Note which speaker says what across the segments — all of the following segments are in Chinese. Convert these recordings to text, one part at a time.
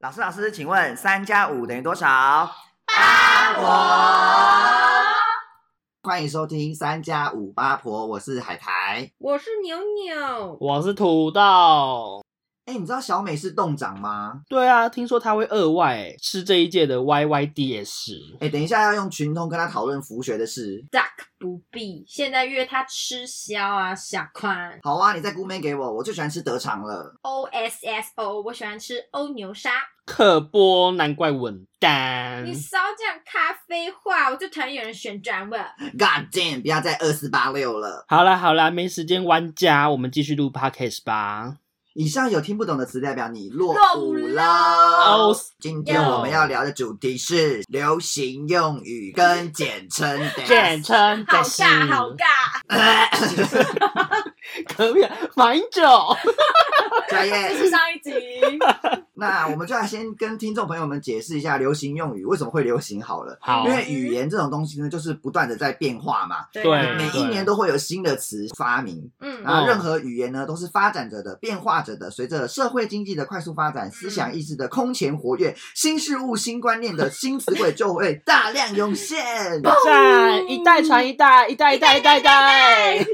Speaker 1: 老师，老师，请问三加五等于多少？
Speaker 2: 八婆，
Speaker 1: 欢迎收听三加五八婆，我是海苔。
Speaker 2: 我是牛牛，
Speaker 3: 我是土豆。
Speaker 1: 哎，你知道小美是洞长吗？
Speaker 3: 对啊，听说他会二外、欸，是这一届的 YYDS。
Speaker 1: 哎，等一下要用群通跟她讨论福学的事。
Speaker 2: 不必。现在约他吃宵啊，小宽。
Speaker 1: 好啊，你再姑妹给我，我最喜欢吃德肠了。
Speaker 2: O S S O，我喜欢吃欧牛沙。
Speaker 3: 克波，难怪稳单
Speaker 2: 你。少讲咖啡话，我最讨厌有人旋转了。
Speaker 1: God damn，不要再二四八六了。
Speaker 3: 好啦好啦，没时间玩家，我们继续录 podcast 吧。
Speaker 1: 以上有听不懂的词，代表你落
Speaker 2: 落
Speaker 1: 伍
Speaker 2: 伍
Speaker 1: 了
Speaker 3: 了。
Speaker 1: 今天我们要聊的主题是流行用语跟简称的。
Speaker 3: 简称
Speaker 2: 好
Speaker 3: 的是
Speaker 2: 尬，好尬。
Speaker 3: 可以马英九。
Speaker 1: 专
Speaker 2: 这
Speaker 1: 业。
Speaker 2: 是上一集。
Speaker 1: 那我们就要先跟听众朋友们解释一下流行用语为什么会流行好了。
Speaker 3: 好
Speaker 1: 因，为语言这种东西呢，就是不断的在变化嘛，
Speaker 2: 啊
Speaker 3: 对
Speaker 1: 每一年都会有新的词发明。
Speaker 2: 嗯，
Speaker 1: 啊，
Speaker 3: 哦
Speaker 1: 任何语言呢都是发展着的、变化着的。随着社会经济的快速发展，思想意识的空前活跃，新事物、新观念的新词汇就会大量涌现。
Speaker 2: 嗯
Speaker 3: 赞，一代传一代，一代一代一代一代。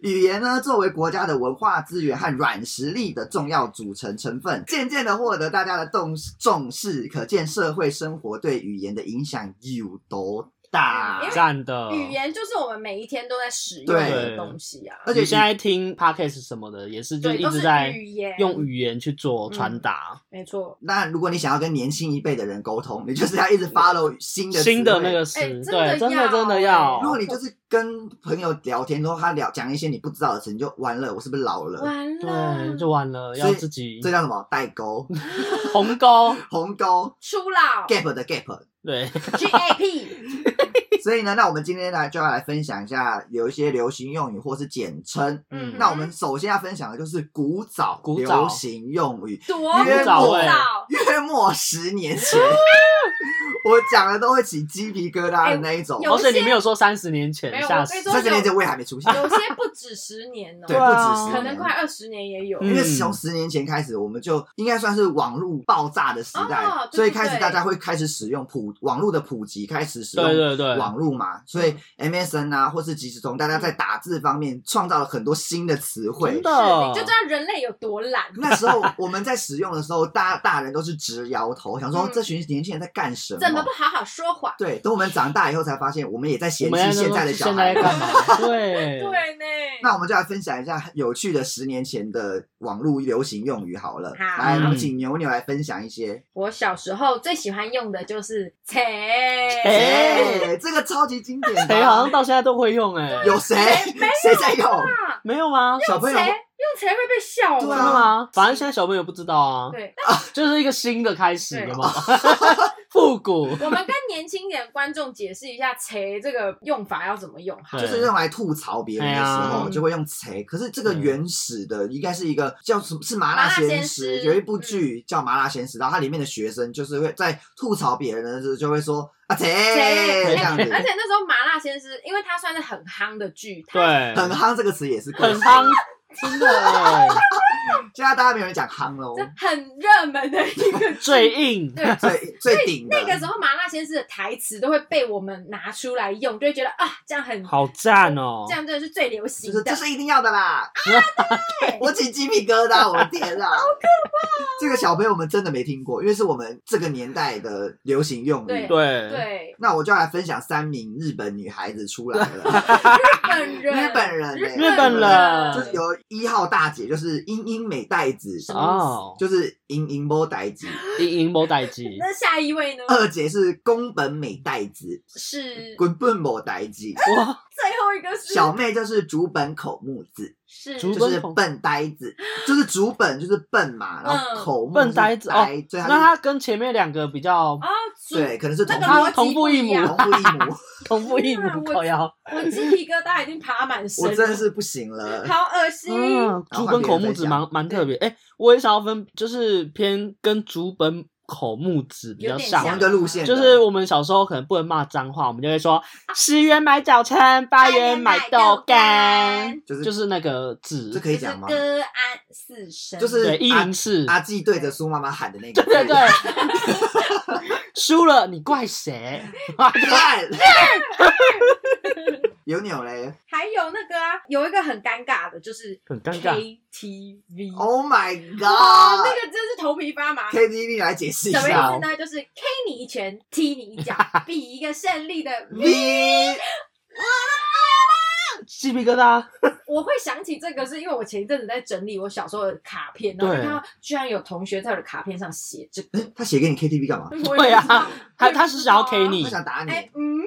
Speaker 1: 语言呢，作为国家的文化资源和软实力的重要组成成分，渐渐的获得大家的重重视，可见社会生活对语言的影响有多大。
Speaker 2: 因为
Speaker 3: 赞的。
Speaker 2: 语言就是我们每一天都在使用的东西啊。
Speaker 1: 而且
Speaker 3: 你现在听 podcast 什么的，也是就
Speaker 2: 对，
Speaker 3: 一
Speaker 2: 都
Speaker 3: 直
Speaker 2: 是
Speaker 3: 在
Speaker 2: 语言，
Speaker 3: 用语言去做传
Speaker 2: 嗯
Speaker 3: 达。
Speaker 2: 没错。
Speaker 1: 那如果你想要跟年轻一辈的人沟通，你就是要一直 follow 新的
Speaker 3: 新的
Speaker 1: 词汇
Speaker 3: 那个
Speaker 2: 嗯
Speaker 3: 词，
Speaker 2: 哎真的
Speaker 3: 对，真
Speaker 2: 要
Speaker 3: 的真的
Speaker 2: 哎
Speaker 3: 要
Speaker 1: 如。果你就是跟朋友聊天，然后他聊讲一些你不知道的词，你就完了，我是不是老了？
Speaker 2: 完
Speaker 3: 对，
Speaker 2: 了，
Speaker 3: 就完了，
Speaker 1: 所
Speaker 3: 要
Speaker 1: 以
Speaker 3: 自己
Speaker 1: 这叫什么代沟、
Speaker 3: 鸿沟。
Speaker 1: 鸿沟、
Speaker 2: 初老
Speaker 1: gap 的 gap。
Speaker 3: 对，
Speaker 2: G A P，
Speaker 1: 所以呢，那我们今天来就要来分享一下有一些流行用语或是简称。
Speaker 2: 嗯
Speaker 1: 那我们首先要分享的就是古早
Speaker 3: 古早
Speaker 1: 流行用语，
Speaker 2: 多
Speaker 1: 约
Speaker 2: 古
Speaker 3: 早欸
Speaker 2: 早。
Speaker 1: 约莫十年前，我讲的都会起鸡皮疙瘩的那一种。哦
Speaker 2: 哎有
Speaker 3: 而
Speaker 2: 一
Speaker 3: 且你
Speaker 2: 些
Speaker 3: 没有说三十年前
Speaker 2: 没，有
Speaker 3: 吓
Speaker 2: 我
Speaker 3: 死
Speaker 2: 跟你！说
Speaker 1: 三十年前我也还没出现，
Speaker 2: 有些不止十年哦，
Speaker 1: 对，
Speaker 3: 对
Speaker 1: 不
Speaker 3: 啊
Speaker 1: 止十年，
Speaker 2: 可能快二十年也有。
Speaker 3: 嗯
Speaker 1: 因为从十年前开始，我们就应该算是网络爆炸的时代，
Speaker 2: 哦对
Speaker 1: 所以
Speaker 2: 对
Speaker 1: 开始
Speaker 2: 对
Speaker 1: 大家会开始使用普网络的普及，开始使
Speaker 3: 对
Speaker 1: 用
Speaker 3: 对嗯对，
Speaker 1: 网络嘛，所以 MSN 啊，或是即时通，大家在打字方面创造了很多新的词汇
Speaker 2: 是，你
Speaker 3: 真。的
Speaker 2: 就知道人类有多懒。
Speaker 1: 那时候我们在使用的时候，大大人都是直摇头，想说
Speaker 2: 嗯
Speaker 1: 这群年轻人在干什么？
Speaker 2: 怎么不好好说话？
Speaker 1: 对，等我们长大以后才发现，我们也在
Speaker 3: 我
Speaker 1: 嫌
Speaker 3: 们
Speaker 1: 弃
Speaker 3: 那时候
Speaker 1: 现在的小
Speaker 3: 现在
Speaker 1: 孩
Speaker 3: 在。干嘛？对，
Speaker 2: 对呢。
Speaker 1: 那我们就来分享一下有趣的十年前的网络流行用语好了。
Speaker 2: 好
Speaker 1: 来，我们
Speaker 3: 嗯
Speaker 1: 请牛牛来分享一些。
Speaker 2: 我小时候最喜欢用的就是“切”，
Speaker 3: 哎
Speaker 1: 哎，这个超级经典的，啊
Speaker 3: 谁好像到现在都会用哎，
Speaker 1: 有谁谁在用？
Speaker 3: 没有吗？
Speaker 1: 小朋
Speaker 2: 切
Speaker 1: 友
Speaker 2: 用“切”会被
Speaker 1: 对
Speaker 2: 笑
Speaker 3: 真的
Speaker 1: 啊
Speaker 2: 吗？
Speaker 3: 吗？反正现在小朋友不知道啊，
Speaker 2: 对，
Speaker 3: 就是一个新的开始
Speaker 2: 对
Speaker 3: 了嘛，复古。
Speaker 2: 那我们跟年轻一点的观众解释一下“切”这个用法要怎么用好。
Speaker 3: 对啊
Speaker 1: 就是用来吐槽别人的时
Speaker 2: 哎
Speaker 1: 候
Speaker 2: 呀
Speaker 1: 就会用“贼”，可是这个原始的应该是一个叫什么？是麻辣鲜
Speaker 2: 麻辣
Speaker 1: 师嗯
Speaker 2: 鲜师
Speaker 1: 有一部剧叫《麻辣鲜师》，然后它里面的学生就是会在吐槽别人的时候就会说“啊贼”这
Speaker 2: 切
Speaker 1: 样 子，
Speaker 2: 哎而且那时候麻辣鲜师，因为它算是很夯的剧，它
Speaker 3: 对，
Speaker 1: 很夯这个词也是过
Speaker 3: 很
Speaker 1: 时，
Speaker 3: 夯，真的哎，
Speaker 1: 现在大家没有人讲夯喽
Speaker 2: 这，很热门的一个剧。
Speaker 3: 最硬。
Speaker 2: 对，
Speaker 1: 最最顶的
Speaker 2: 那个时候麻辣鲜师的台词都会被我们拿出来用，就会觉得啊，这样很
Speaker 3: 好赞哦！
Speaker 2: 这样真的是最流
Speaker 1: 就
Speaker 2: 行
Speaker 1: 是这
Speaker 2: 的。
Speaker 1: 是一定要的啦
Speaker 2: 对！
Speaker 1: 我起鸡皮疙瘩，我的天啊 啊！好可怕！这个小朋友们真的没听过，因为是我们这个年代的流行用语
Speaker 2: 对。
Speaker 3: 对，
Speaker 2: 对，
Speaker 1: 那我就要来分享三名日本女孩子出来了，
Speaker 2: 本人
Speaker 1: 日本人欸、
Speaker 3: 日本人
Speaker 1: 就是有一号大姐，就是英英美代子，
Speaker 2: 什么
Speaker 3: 哦，
Speaker 1: 就是英英波代子；
Speaker 3: 银银某代机，
Speaker 2: 那下一位呢？
Speaker 1: 二姐是宫本美代子，
Speaker 2: 呃是
Speaker 1: 滚本某代子；
Speaker 3: 哇，
Speaker 2: 最后一个是
Speaker 1: 小妹就是竹本口木子，
Speaker 2: 是
Speaker 3: 竹
Speaker 1: 就是
Speaker 3: 本口
Speaker 1: 笨呆子，就是竹本就是笨嘛，然后
Speaker 2: 嗯
Speaker 1: 口木
Speaker 3: 笨
Speaker 1: 是
Speaker 3: 呆子哦
Speaker 1: 呆所以
Speaker 3: 那
Speaker 1: 她
Speaker 3: 它跟前面两个比较
Speaker 2: 哦，
Speaker 1: 是
Speaker 2: 竹
Speaker 1: 对，可能是同
Speaker 2: 那个
Speaker 3: 它
Speaker 2: 逻
Speaker 1: 父
Speaker 2: 辑
Speaker 3: 同父异
Speaker 2: 不一样
Speaker 3: 母，
Speaker 1: 同父异母，
Speaker 3: 同父
Speaker 2: 天啊
Speaker 3: 异母
Speaker 2: 我
Speaker 3: 靠腰。
Speaker 2: 我鸡皮疙瘩已经爬满身
Speaker 1: 我
Speaker 2: 了，
Speaker 1: 真的是不行了。
Speaker 2: 好恶心。
Speaker 3: 嗯，
Speaker 1: 然后
Speaker 3: 竹
Speaker 1: 换
Speaker 3: 本
Speaker 1: 别人
Speaker 3: 口
Speaker 1: 分
Speaker 3: 木子
Speaker 1: 享
Speaker 3: 蛮蛮特别，哎、我也想要分，就是偏跟竹本口木子比较
Speaker 2: 有点
Speaker 3: 上
Speaker 2: 像
Speaker 1: 同一个路线的，
Speaker 3: 就是我们小时候可能不能骂脏话，我们就会说十元买早餐，八元买豆干，
Speaker 1: 就是
Speaker 3: 就是是那个字
Speaker 1: 这，可以
Speaker 2: 就是
Speaker 1: 讲吗？
Speaker 2: 歌安四声，
Speaker 1: 就是
Speaker 3: 对，一零四，
Speaker 1: 阿纪对着苏妈妈喊的那个
Speaker 3: 对
Speaker 1: 字，
Speaker 3: 对 对，输了你怪谁？
Speaker 1: 烂 有扭嘞
Speaker 2: 还有那个啊，有一个很尴尬的，就是
Speaker 3: 很尴尬，
Speaker 2: KTV，
Speaker 1: ！Oh my
Speaker 2: 哇，那
Speaker 1: god！KTV
Speaker 2: 个真是头皮发麻。
Speaker 1: 来解释一
Speaker 2: 什么
Speaker 1: 下
Speaker 2: 意
Speaker 1: 哦
Speaker 2: 思呢？就是 K 你一拳，踢你 一脚，比一个胜利的
Speaker 1: V，
Speaker 3: 鸡皮疙瘩，
Speaker 2: 我会想起这个，是因为我前一阵子在整理我小时候的卡片，然后就
Speaker 3: 对
Speaker 2: 看到居然有同学在我的卡片上写这个。
Speaker 1: 诶他写给你 KTV 干嘛？
Speaker 2: 对
Speaker 3: 对啊，他他是想要 K 你
Speaker 1: 他想打你，
Speaker 2: 哎，嗯，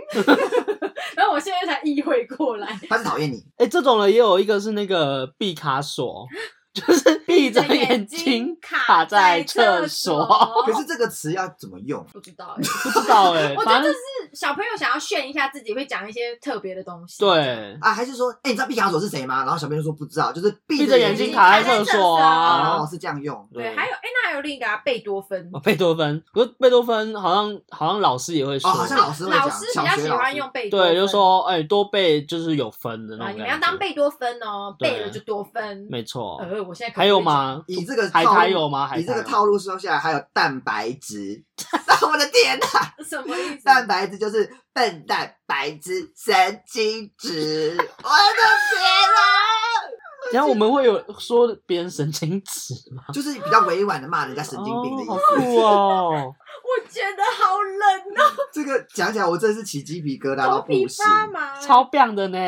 Speaker 2: 然后我现在才意会过来，
Speaker 1: 他是讨厌你。
Speaker 3: 哎，这种人也有一个是那个毕卡索，就是闭着眼睛卡在厕所，
Speaker 1: 可是这个词要怎么用？
Speaker 2: 不知道欸，
Speaker 3: 不知道哎，
Speaker 2: 我觉
Speaker 3: 反
Speaker 2: 得这
Speaker 3: 正
Speaker 2: 是小朋友想要炫一下自己，会讲一些特别的东西。，
Speaker 3: 对，
Speaker 1: 啊，还是说，哎、你知道毕卡索是谁吗？然后小朋友说不知道，就是闭
Speaker 3: 闭着眼睛卡在厕所啊
Speaker 1: 哦，，是这样用。
Speaker 2: 对，还有哎，那还有另一个啊，贝多芬
Speaker 3: 哦，。贝多芬，可是贝多芬好像好像老师也会说，
Speaker 1: 哦好像老师会讲
Speaker 2: 老师比
Speaker 1: 小
Speaker 2: 较
Speaker 1: 学
Speaker 2: 喜
Speaker 1: 老
Speaker 2: 欢
Speaker 1: 师
Speaker 2: 用贝多芬，
Speaker 3: 对，就说哎、多背就是有分的那
Speaker 2: 啊，你
Speaker 3: 种感觉。
Speaker 2: 们要当贝多芬哦，
Speaker 3: 对
Speaker 2: 背了就多分。
Speaker 3: 没错。
Speaker 2: 呃，我现在可不可
Speaker 3: 还
Speaker 2: 以
Speaker 3: 有？吗？
Speaker 1: 以这个
Speaker 3: 海
Speaker 1: 套
Speaker 3: 苔
Speaker 1: 路
Speaker 3: 有吗？海苔
Speaker 1: 以这个
Speaker 3: 有
Speaker 1: 套路说下来，还有蛋白质。 我的天哪、
Speaker 2: 什么意思？
Speaker 1: 蛋白质就是笨蛋、白痴、神经质。我的啊天
Speaker 3: 然后我们会有说别人神经质吗？
Speaker 1: 哪、就是比较委婉的骂人家神经病的意
Speaker 3: 哦，好
Speaker 1: 思。
Speaker 3: 酷 哦！
Speaker 2: 我觉得好冷哦，
Speaker 1: 这个讲起来我真是起鸡皮疙瘩到
Speaker 2: 头皮
Speaker 1: 不行。
Speaker 2: 发麻。
Speaker 3: 超棒的 呢，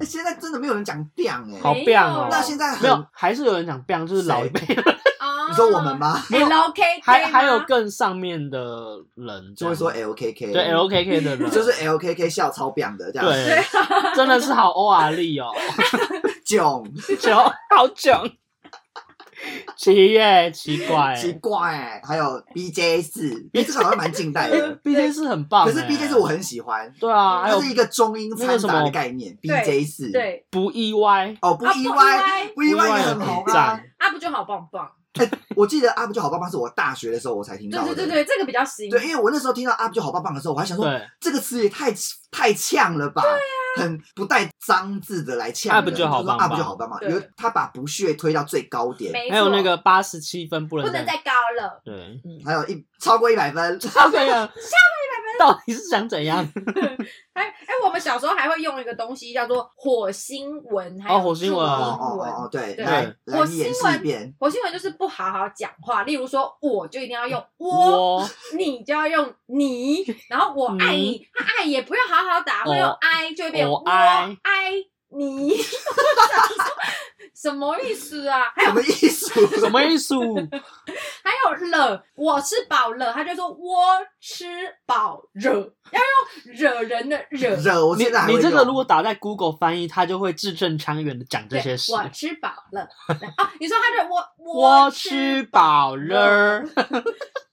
Speaker 1: 现在真的没有人讲 b 哎、
Speaker 3: 好棒哦！
Speaker 2: 没有
Speaker 1: 那现在很
Speaker 3: 没有，还是有人讲棒，就是老一辈，
Speaker 2: 啊
Speaker 1: 你说我们吗？
Speaker 2: ？L K
Speaker 3: 还还有更上面的人
Speaker 1: 就会说
Speaker 3: 这样
Speaker 1: LKK，
Speaker 3: 对 LKK 的 人，
Speaker 1: 就是 LKK 笑超棒的这样。，
Speaker 3: 对，真的是好欧阿力 哦，
Speaker 1: 囧，
Speaker 3: 囧，好囧，奇耶，奇怪，
Speaker 1: 奇怪、还有 BJ 四，哎，这个好像蛮近代
Speaker 3: 哎
Speaker 1: 的，
Speaker 3: ，BJ 是很棒，
Speaker 1: 可是
Speaker 3: 哎
Speaker 1: BJ 四我很喜欢，
Speaker 3: 对啊，还
Speaker 1: 它
Speaker 3: 有
Speaker 1: 是一个中英掺杂的概念
Speaker 2: 那个什么
Speaker 1: ，BJ 四，，
Speaker 2: 对
Speaker 3: 不意外，
Speaker 1: 哦，不
Speaker 2: 啊
Speaker 1: 意
Speaker 2: 不
Speaker 1: 外，
Speaker 2: 意
Speaker 1: 不意外也
Speaker 3: 的
Speaker 1: 很红
Speaker 3: 比
Speaker 1: 啊。
Speaker 3: 赞，
Speaker 2: 啊，不就好棒棒？
Speaker 1: 我记得 UP 就好棒棒是我大学的时候我才听
Speaker 2: 对
Speaker 1: 到
Speaker 2: 对
Speaker 1: 的，
Speaker 2: 对对，这个比较新。
Speaker 1: 对因为我那时候听到 UP 就好棒棒的时候，我还想说
Speaker 3: 对
Speaker 1: 这个词也太太呛了吧。
Speaker 2: 啊
Speaker 1: 很不带脏字的来呛人
Speaker 3: up 就好棒棒
Speaker 1: ，UP 就好棒棒，
Speaker 2: 对
Speaker 1: 有他把不屑推到最高点，
Speaker 2: 没错
Speaker 3: 还有那个八十七分不
Speaker 2: 不能
Speaker 3: 能再嗯
Speaker 2: 再高了，
Speaker 3: 对，
Speaker 1: 还有一超过一百分，
Speaker 3: 他可以了，到底是想怎样？
Speaker 2: 哎哎，我们小时候还会用一个东西叫做火星文，还有
Speaker 3: 哦火星文
Speaker 2: 注
Speaker 1: 哦
Speaker 2: 音
Speaker 1: 哦哦哦，对，
Speaker 2: 对
Speaker 1: 来来
Speaker 2: 我
Speaker 1: 你演
Speaker 2: 新
Speaker 1: 示
Speaker 2: 闻
Speaker 1: 一遍，
Speaker 2: 火星文就是不好好讲话，例如说我就一定要用我，
Speaker 3: 我
Speaker 2: 你就要用你，然后我爱你，他爱也不用好好打，会用
Speaker 3: 我
Speaker 2: I 就会变
Speaker 3: 我
Speaker 2: 我
Speaker 3: 爱
Speaker 2: 爱你，什么意思啊？还有
Speaker 1: 什么艺术？
Speaker 3: 什么意思？
Speaker 2: 还有了，我吃饱了，他就说我吃饱惹，要用惹人的惹。
Speaker 1: 惹 我
Speaker 3: 你
Speaker 1: 现在还会
Speaker 3: 你这个
Speaker 1: 用
Speaker 3: 如果打在 Google 翻译，它就会字正腔圆的讲这
Speaker 2: 对
Speaker 3: 些，事。
Speaker 2: 我吃饱了啊！你说他的我
Speaker 3: 我吃，饱了，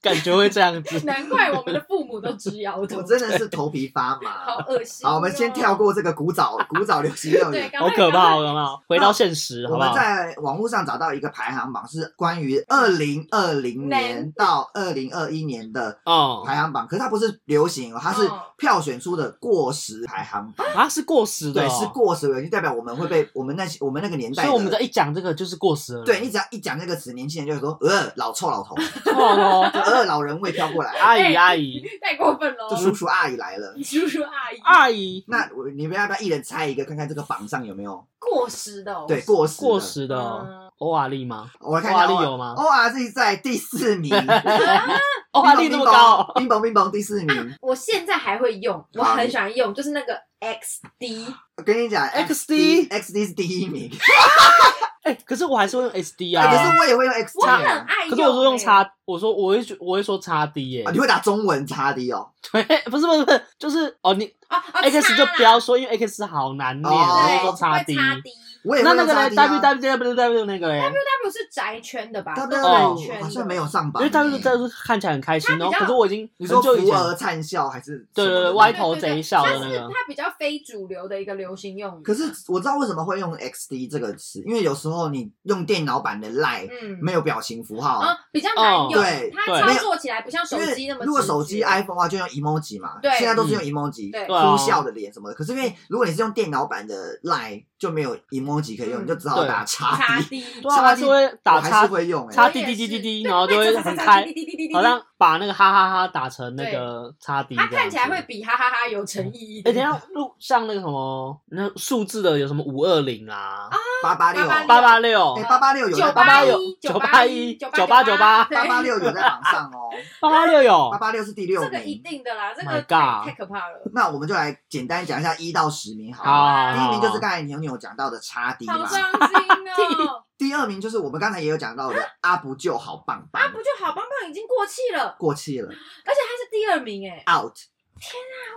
Speaker 3: 感觉会这样子。
Speaker 2: 难怪我们的父母都直摇头
Speaker 1: 我，真的是头皮发
Speaker 2: 好
Speaker 1: 麻。
Speaker 2: 恶心哦。
Speaker 1: 好，我们先跳过这个古 早古早流行乐
Speaker 2: 对，
Speaker 1: 园。
Speaker 2: 赶
Speaker 3: 好
Speaker 2: 快哦
Speaker 3: 可怕，哦
Speaker 2: 赶快
Speaker 3: 好可怕！回到现实，好
Speaker 1: 我
Speaker 3: 不
Speaker 1: 们
Speaker 3: 好？
Speaker 1: 在网络上找到一个排行榜，是关于二零二零年
Speaker 2: 年
Speaker 1: 到二零二一年的
Speaker 3: 哦，
Speaker 1: 排行榜，可是它不是流行哦，它是
Speaker 2: 哦
Speaker 1: 票选出的过时排行榜。
Speaker 3: 啊，是过时的
Speaker 1: 对，
Speaker 3: 哦，
Speaker 1: 是过时流行，代表我们会被我们那些我们那个年代
Speaker 3: 所
Speaker 1: 的。
Speaker 3: 以我们在一讲这个就是过时了。
Speaker 1: 对你只要一讲这个词，年轻人就会说呃老臭 老头，
Speaker 3: 错 咯，
Speaker 1: 呃老人味飘过来，
Speaker 2: 哦
Speaker 3: 阿姨阿姨
Speaker 2: 太过分了 哦
Speaker 1: 就，叔叔阿姨来了。
Speaker 2: 叔叔阿姨
Speaker 3: 阿姨，
Speaker 1: 那我你们要不要一人猜一个，看看这个榜上有没有？
Speaker 2: 过时的哦
Speaker 1: 对，过时的
Speaker 3: 过，时的哦
Speaker 2: 嗯
Speaker 3: 欧瓦利吗？
Speaker 1: 我来看一
Speaker 3: 欧
Speaker 1: 下哦
Speaker 3: 瓦利
Speaker 1: O
Speaker 3: 有吗？
Speaker 1: R Z 在第四 名，哦
Speaker 3: 哦欧瓦利那么高，
Speaker 1: 冰雹冰雹第四名。
Speaker 2: 我现在还会用，我很喜欢用，就是那个 XD，
Speaker 1: 我跟你讲
Speaker 3: XD
Speaker 1: X D 是第一名，
Speaker 3: 哎，可是我还是会用 SD
Speaker 1: 哎可
Speaker 3: 啊
Speaker 1: 是。我也会用 X
Speaker 2: 我
Speaker 1: D
Speaker 2: 很
Speaker 1: 啊，
Speaker 2: 爱用欸。
Speaker 3: 可是我说用叉，我说我会我会说叉 D 耶
Speaker 1: 啊，你会打中文叉 D 哦，
Speaker 3: 对， 不是不是不是，就是哦，你
Speaker 2: 啊啊
Speaker 3: X
Speaker 2: 叉
Speaker 3: 就
Speaker 2: 啦
Speaker 3: 不要说，因为 X 好难念，
Speaker 1: 哦
Speaker 3: 我
Speaker 2: 对，
Speaker 3: 会说
Speaker 2: 叉
Speaker 3: 叉 D。
Speaker 2: D，
Speaker 1: 我也
Speaker 3: 那
Speaker 1: 会
Speaker 3: 那
Speaker 1: 用
Speaker 3: 个
Speaker 1: 沙
Speaker 3: 嘞
Speaker 1: 丁啊。
Speaker 3: ，W W W W 那个嘞，
Speaker 2: W 是宅圈的吧？
Speaker 1: W
Speaker 2: 二人圈
Speaker 1: 好
Speaker 2: 的
Speaker 1: 像没有上
Speaker 3: 因
Speaker 1: 榜欸，
Speaker 3: 为 W W 看起来很开心
Speaker 2: 它
Speaker 3: 哦
Speaker 2: 比，较
Speaker 3: 可是我已经
Speaker 1: 你
Speaker 3: 很
Speaker 1: 说
Speaker 3: 久以
Speaker 1: 扶
Speaker 3: 前，
Speaker 1: 额灿笑还是
Speaker 3: 对
Speaker 1: 什么
Speaker 3: 对对
Speaker 1: 的
Speaker 3: 歪
Speaker 2: 对
Speaker 3: 头
Speaker 2: 对
Speaker 3: 贼
Speaker 2: 对
Speaker 3: 笑的
Speaker 2: 它
Speaker 3: 那
Speaker 2: 是
Speaker 3: 个
Speaker 2: 它比较非主流的一个流行用语。
Speaker 1: 可是我知道为什么会用 XD 这个词，因为有时候你用电脑版的 Line
Speaker 2: 嗯，
Speaker 1: 没有表情符号，
Speaker 2: 啊，比较难
Speaker 3: 哦
Speaker 2: 用，
Speaker 1: 对
Speaker 2: 它
Speaker 3: 对
Speaker 2: 操作起来不像手
Speaker 1: 因为
Speaker 2: 机那么直觉。
Speaker 1: 如果手机 iPhone 的话就用 emoji 嘛，
Speaker 2: 对
Speaker 1: 现在都是用 emoji，
Speaker 2: 对
Speaker 3: 对啊
Speaker 1: 哭笑的脸什么的。可是因为如果你是用电脑版的 Line 就没有 emoji 可以用，
Speaker 2: 嗯
Speaker 1: 你就只好打
Speaker 2: 插
Speaker 1: 叉 D，
Speaker 2: 低，
Speaker 3: 对啊，
Speaker 1: 插
Speaker 3: 它
Speaker 1: 地
Speaker 3: 就会打
Speaker 1: 我还
Speaker 3: 叉
Speaker 1: 是会用哎、
Speaker 3: 插
Speaker 1: 欸，
Speaker 3: 滴滴滴滴滴，
Speaker 2: 对
Speaker 3: 然后就会很开，，好像把那个哈哈哈打成那
Speaker 2: 对
Speaker 3: 个叉 D，
Speaker 2: 它看起来
Speaker 3: 这样
Speaker 2: 会
Speaker 3: 子。
Speaker 2: 比哈哈哈有诚意一
Speaker 3: 哎、
Speaker 2: 点。
Speaker 3: 等一下录像那个什么，那数字的有什么五二零啊，
Speaker 1: 八八六，
Speaker 2: 886
Speaker 3: 八八六，
Speaker 1: 哎，八八六有在
Speaker 2: 九
Speaker 1: 八
Speaker 2: 八
Speaker 1: 八
Speaker 3: 有
Speaker 1: 六，
Speaker 2: 一
Speaker 3: 九八
Speaker 2: 八
Speaker 3: 一
Speaker 2: 九
Speaker 3: 九八
Speaker 2: 八
Speaker 3: 九
Speaker 1: 八
Speaker 3: 八
Speaker 1: 八
Speaker 2: 对
Speaker 1: 六有在榜上哦，
Speaker 3: 八八六有
Speaker 1: 八，八六是第六
Speaker 2: 这个一
Speaker 1: 名。
Speaker 2: 定的啦，这
Speaker 3: My
Speaker 2: 个
Speaker 3: God
Speaker 2: 太太可怕了。
Speaker 1: 那我们就来简单讲一下一到十名好了。
Speaker 3: 好，
Speaker 1: 第一名就是刚才牛牛讲到的叉 D
Speaker 2: 好
Speaker 1: 嘛，
Speaker 2: 伤 心哦！
Speaker 1: 第二名就是我们刚才也有讲到的阿不就好棒棒
Speaker 2: 啊，，不就好棒棒已经过气了，
Speaker 1: 过气了
Speaker 2: 而且他是第二名哎，
Speaker 1: ，out，
Speaker 2: 好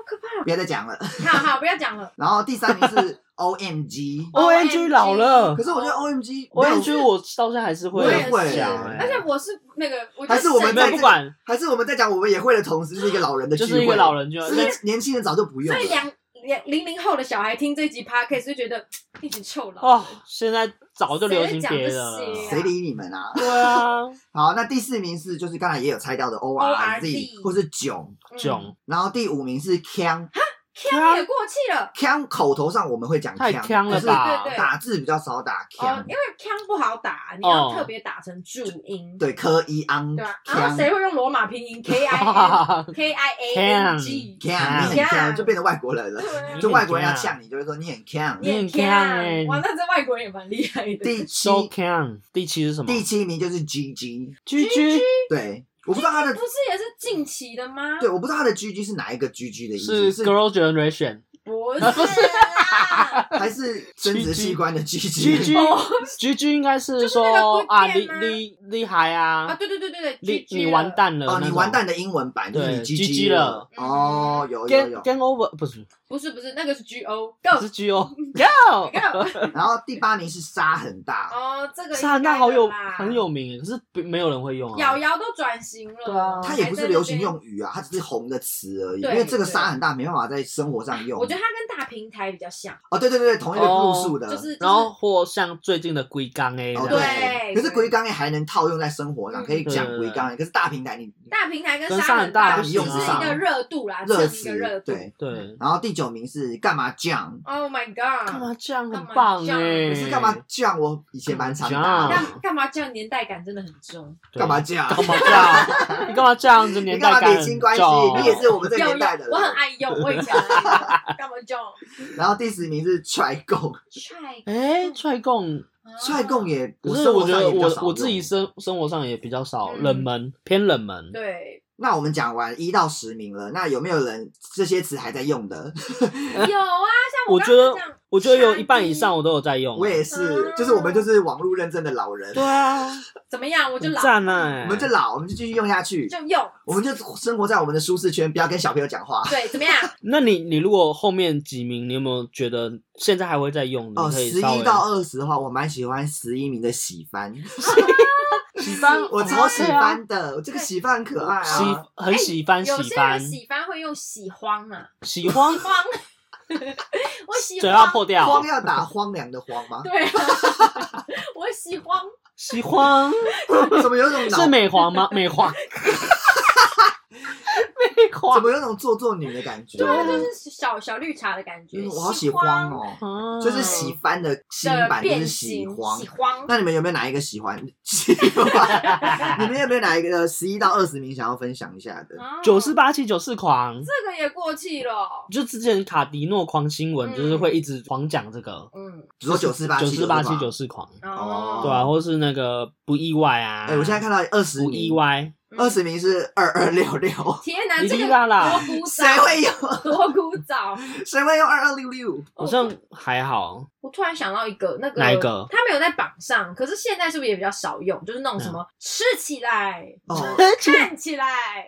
Speaker 2: 可怕！
Speaker 1: 别再讲了。
Speaker 2: 好好，不要讲了。
Speaker 1: 然后第三名是 OMG，
Speaker 3: O N G 老了
Speaker 1: 可是我觉得 OMG
Speaker 3: ，O
Speaker 1: 没有
Speaker 3: N G 我到现在还是会
Speaker 1: 我
Speaker 2: 也
Speaker 1: 会
Speaker 2: 是，
Speaker 3: 讲
Speaker 1: 欸
Speaker 2: 而且我是那个，我觉
Speaker 1: 还
Speaker 2: 得
Speaker 1: 是我们
Speaker 3: 没有
Speaker 1: 在
Speaker 3: 不管，
Speaker 1: 还是我们在讲我们也会的同时，就是一个老人的聚
Speaker 3: 就
Speaker 1: 会，
Speaker 3: 是一个老人就
Speaker 1: 就是年轻人早就不用
Speaker 2: 所
Speaker 1: 了
Speaker 2: 以。两两零零后的小孩听这集 podcast 就觉得一直臭老。
Speaker 3: 哦，现在早就流行别的了
Speaker 2: 谁会讲这些啊
Speaker 1: 谁理你们啊？
Speaker 3: 对啊，
Speaker 1: 好，那第四名是就是刚才也有猜到的 O R Z
Speaker 2: ORZ
Speaker 1: 或是囧，
Speaker 2: 嗯
Speaker 3: 囧，
Speaker 1: 然后第五名是 Kang
Speaker 2: 腔也过气了。
Speaker 1: Kang 口头上我们会讲
Speaker 3: 太
Speaker 1: Kang，
Speaker 3: 呛了吧
Speaker 2: 对？对对
Speaker 1: 打字比较少打
Speaker 2: 哦，
Speaker 1: Kang，
Speaker 2: 因为腔不好打，你要
Speaker 3: 哦
Speaker 2: 特别打成注音，
Speaker 1: 对，科一昂
Speaker 2: 对吧？然后
Speaker 1: Kang
Speaker 2: 谁会用罗马拼音 K I N K I A N G？
Speaker 1: Kang，你很 Kang 就变成外国人了，
Speaker 2: 对啊
Speaker 1: 就外国人要
Speaker 3: 啊
Speaker 1: 呛你，就会说你很 Kang。
Speaker 2: 念
Speaker 3: 念腔
Speaker 2: 哇，那这外国人也蛮厉害的。
Speaker 1: 第七
Speaker 3: So can 第七是什么
Speaker 1: 第七名就是 G G，
Speaker 3: ？G G
Speaker 1: 对，我不知道他的
Speaker 2: 不是也是近期的吗？
Speaker 1: 对，我不知道他的 GG 是哪一个 GG 的意思，
Speaker 3: 是
Speaker 1: 是
Speaker 3: Girl Generation
Speaker 2: 不是 啊啦，
Speaker 1: 还是生殖器官的
Speaker 3: G G
Speaker 1: GG？
Speaker 3: G G 应该是
Speaker 2: 就是那个
Speaker 3: 说
Speaker 2: 棍
Speaker 3: 啊
Speaker 2: 电
Speaker 3: 厉
Speaker 2: 吗
Speaker 3: 厉厉害
Speaker 2: 啊，
Speaker 3: 啊，
Speaker 2: 对对对对对
Speaker 3: 你，
Speaker 2: GG
Speaker 3: 你
Speaker 2: 了
Speaker 3: 完。蛋了，
Speaker 1: 哦，
Speaker 3: 那
Speaker 1: 你
Speaker 3: 种
Speaker 1: 完蛋的英文版就是
Speaker 3: 对
Speaker 1: 你
Speaker 3: GG
Speaker 1: 了
Speaker 3: 了
Speaker 1: 哦，有有
Speaker 3: ，Game
Speaker 1: 有。
Speaker 3: Game Over 不是
Speaker 2: 不是不是，那个是 G O Go
Speaker 3: 是 G O Go。
Speaker 2: Go。
Speaker 1: 然后第八名是沙很大，
Speaker 2: 哦，这个
Speaker 3: 沙
Speaker 2: 应该
Speaker 3: 啊那好有
Speaker 2: 的啦
Speaker 3: 很。有名耶，可是不没有人会用
Speaker 2: 瑶
Speaker 3: 啊。
Speaker 2: 瑶都转型了，
Speaker 3: 对啊
Speaker 1: 它也不
Speaker 2: 还在那
Speaker 1: 是
Speaker 2: 边
Speaker 1: 流行。用语啊，它只是红的词而已。因
Speaker 2: 对
Speaker 1: 为这个沙很大没办法在生活上用
Speaker 2: 我。觉得它跟大平台比较像，
Speaker 1: 哦，对对对，对啊同一个
Speaker 3: 哦
Speaker 1: 路数的。
Speaker 2: 就是
Speaker 3: 然后或像最近的龟缸哎，
Speaker 1: 哦
Speaker 3: 这样
Speaker 1: 对，
Speaker 2: 对
Speaker 1: 可是龟缸也还能套用在生活上，
Speaker 2: 嗯
Speaker 1: 可以讲
Speaker 3: 对
Speaker 1: 龟缸，可是大平台你。
Speaker 2: 大平台跟
Speaker 3: 跟
Speaker 2: 沙
Speaker 3: 沙
Speaker 2: 很
Speaker 3: 很
Speaker 2: 大
Speaker 3: 大
Speaker 1: 不
Speaker 2: 只
Speaker 1: 行
Speaker 2: 是
Speaker 1: 啊
Speaker 2: 一个热度啦，
Speaker 1: 热
Speaker 2: 啊蹭一
Speaker 1: 词
Speaker 2: 个热度。
Speaker 1: 对，
Speaker 3: 对，
Speaker 1: 然后第九名是干嘛酱？
Speaker 2: Oh my
Speaker 3: 干
Speaker 2: god！
Speaker 3: 嘛这样很
Speaker 2: 干嘛
Speaker 3: 棒
Speaker 2: 这样
Speaker 3: 哎？
Speaker 1: 可是干嘛酱？我以前蛮常打的
Speaker 3: 干嘛酱
Speaker 2: 干干嘛这样年代感真的很重？
Speaker 3: 对
Speaker 1: 干嘛酱？
Speaker 3: 干嘛这样？ 你干嘛这样子？
Speaker 1: 你
Speaker 3: 年
Speaker 1: 干嘛
Speaker 3: 代感
Speaker 1: 撇
Speaker 3: 很
Speaker 1: 清
Speaker 3: 重。
Speaker 1: 关系？你 也是我们这个
Speaker 2: 有
Speaker 1: 年
Speaker 2: 用
Speaker 1: 代的，
Speaker 2: 我很
Speaker 1: 人。
Speaker 2: 爱用，我以前很爱用干嘛这样？
Speaker 1: 然后第十名是踹 供，
Speaker 2: 踹
Speaker 3: 哎，踹供，
Speaker 1: 踹供也，
Speaker 3: 可是
Speaker 1: 生
Speaker 3: 我
Speaker 1: 活
Speaker 3: 觉
Speaker 1: 上也
Speaker 3: 得
Speaker 1: 比较少用
Speaker 3: 我我自己。生生活上也比较少，
Speaker 2: 嗯
Speaker 3: 冷门偏冷门。
Speaker 2: 对，
Speaker 1: 那我们讲完一到十名了，那有没有人这些词还在用的？
Speaker 2: 有啊，像
Speaker 3: 我
Speaker 2: 刚
Speaker 3: 觉得
Speaker 2: 刚讲，
Speaker 3: 我觉得有一半以上我都有在用。啊
Speaker 1: 我也是
Speaker 2: 嗯，
Speaker 1: 就是我们就是网络认证的老人
Speaker 3: 对，啊，
Speaker 2: 怎么样，我就
Speaker 3: 很
Speaker 2: 老
Speaker 3: 赞啊！
Speaker 1: 我们就老，我们就继续用下去，
Speaker 2: 就用，
Speaker 1: 我们就生活在我们的舒适圈，不要跟小朋友讲话。
Speaker 2: 对，怎么样？
Speaker 3: 那你你如果后面几名，你有没有觉得现在还会再用？
Speaker 1: 哦，
Speaker 3: 你可以
Speaker 1: 十
Speaker 3: 稍微
Speaker 1: 一到二十的话，我蛮喜欢十一名的喜 番，
Speaker 3: 喜番，
Speaker 1: 我超喜哦
Speaker 2: 啊
Speaker 1: 欢的，这个喜番很可爱
Speaker 3: 喜
Speaker 1: 啊。
Speaker 3: 很喜欢
Speaker 2: 有
Speaker 3: 喜
Speaker 2: 些人
Speaker 3: 欢
Speaker 2: 喜欢会用喜欢嘛，
Speaker 3: 喜欢，
Speaker 2: 慌， 我喜
Speaker 3: 嘴要
Speaker 2: 欢，
Speaker 3: 破掉，
Speaker 1: 荒要打荒凉的荒吗？
Speaker 2: 对啊， 我喜欢，
Speaker 3: 喜欢
Speaker 1: 怎么有种脑
Speaker 3: 是美黄吗？美 黄，美
Speaker 1: 怎
Speaker 3: 黄
Speaker 1: 么有种做作女的感觉？
Speaker 2: 对啊，就是小小绿茶的感觉，
Speaker 1: 嗯我好喜
Speaker 2: 喜
Speaker 1: 欢
Speaker 2: 欢嗯
Speaker 1: 哦，
Speaker 3: 啊
Speaker 1: 就是喜欢的新
Speaker 2: 的
Speaker 1: 版就
Speaker 2: 变
Speaker 1: 是喜
Speaker 2: 形，
Speaker 1: 欢
Speaker 2: 喜。欢，
Speaker 1: 那你们有没有哪一个喜欢？喜欢？你们有没有哪一个十一到二十名想要分享一下的？
Speaker 2: 啊
Speaker 3: 九四八七九四狂，
Speaker 2: 这个也过气了，
Speaker 3: 就之前卡迪诺狂新闻，
Speaker 2: 嗯
Speaker 3: 就是会一直狂讲这个
Speaker 2: 嗯，
Speaker 1: 比如说九四八
Speaker 3: 九
Speaker 1: 七
Speaker 3: 四八七九。四狂，
Speaker 1: 哦
Speaker 3: 对啊，或是那个不意外啊，
Speaker 1: 哎，我现在看到二十
Speaker 3: 不意
Speaker 1: 名，
Speaker 3: 外，
Speaker 2: 嗯
Speaker 1: 二十名是二二六六，
Speaker 2: 天哪，
Speaker 3: 一
Speaker 2: 这
Speaker 3: 定
Speaker 2: 个
Speaker 3: 要啦
Speaker 2: 多古早，
Speaker 1: 谁会用？
Speaker 2: 多古早？
Speaker 1: 谁会用二二六六？
Speaker 3: 好像还好，
Speaker 2: 我突然想到一个，那个
Speaker 3: 哪一个
Speaker 2: 它没有在榜上，可是现在是不是也比较少用？就是那种什
Speaker 3: 嗯
Speaker 2: 么、吃起来、
Speaker 1: 哦，
Speaker 2: 看起来、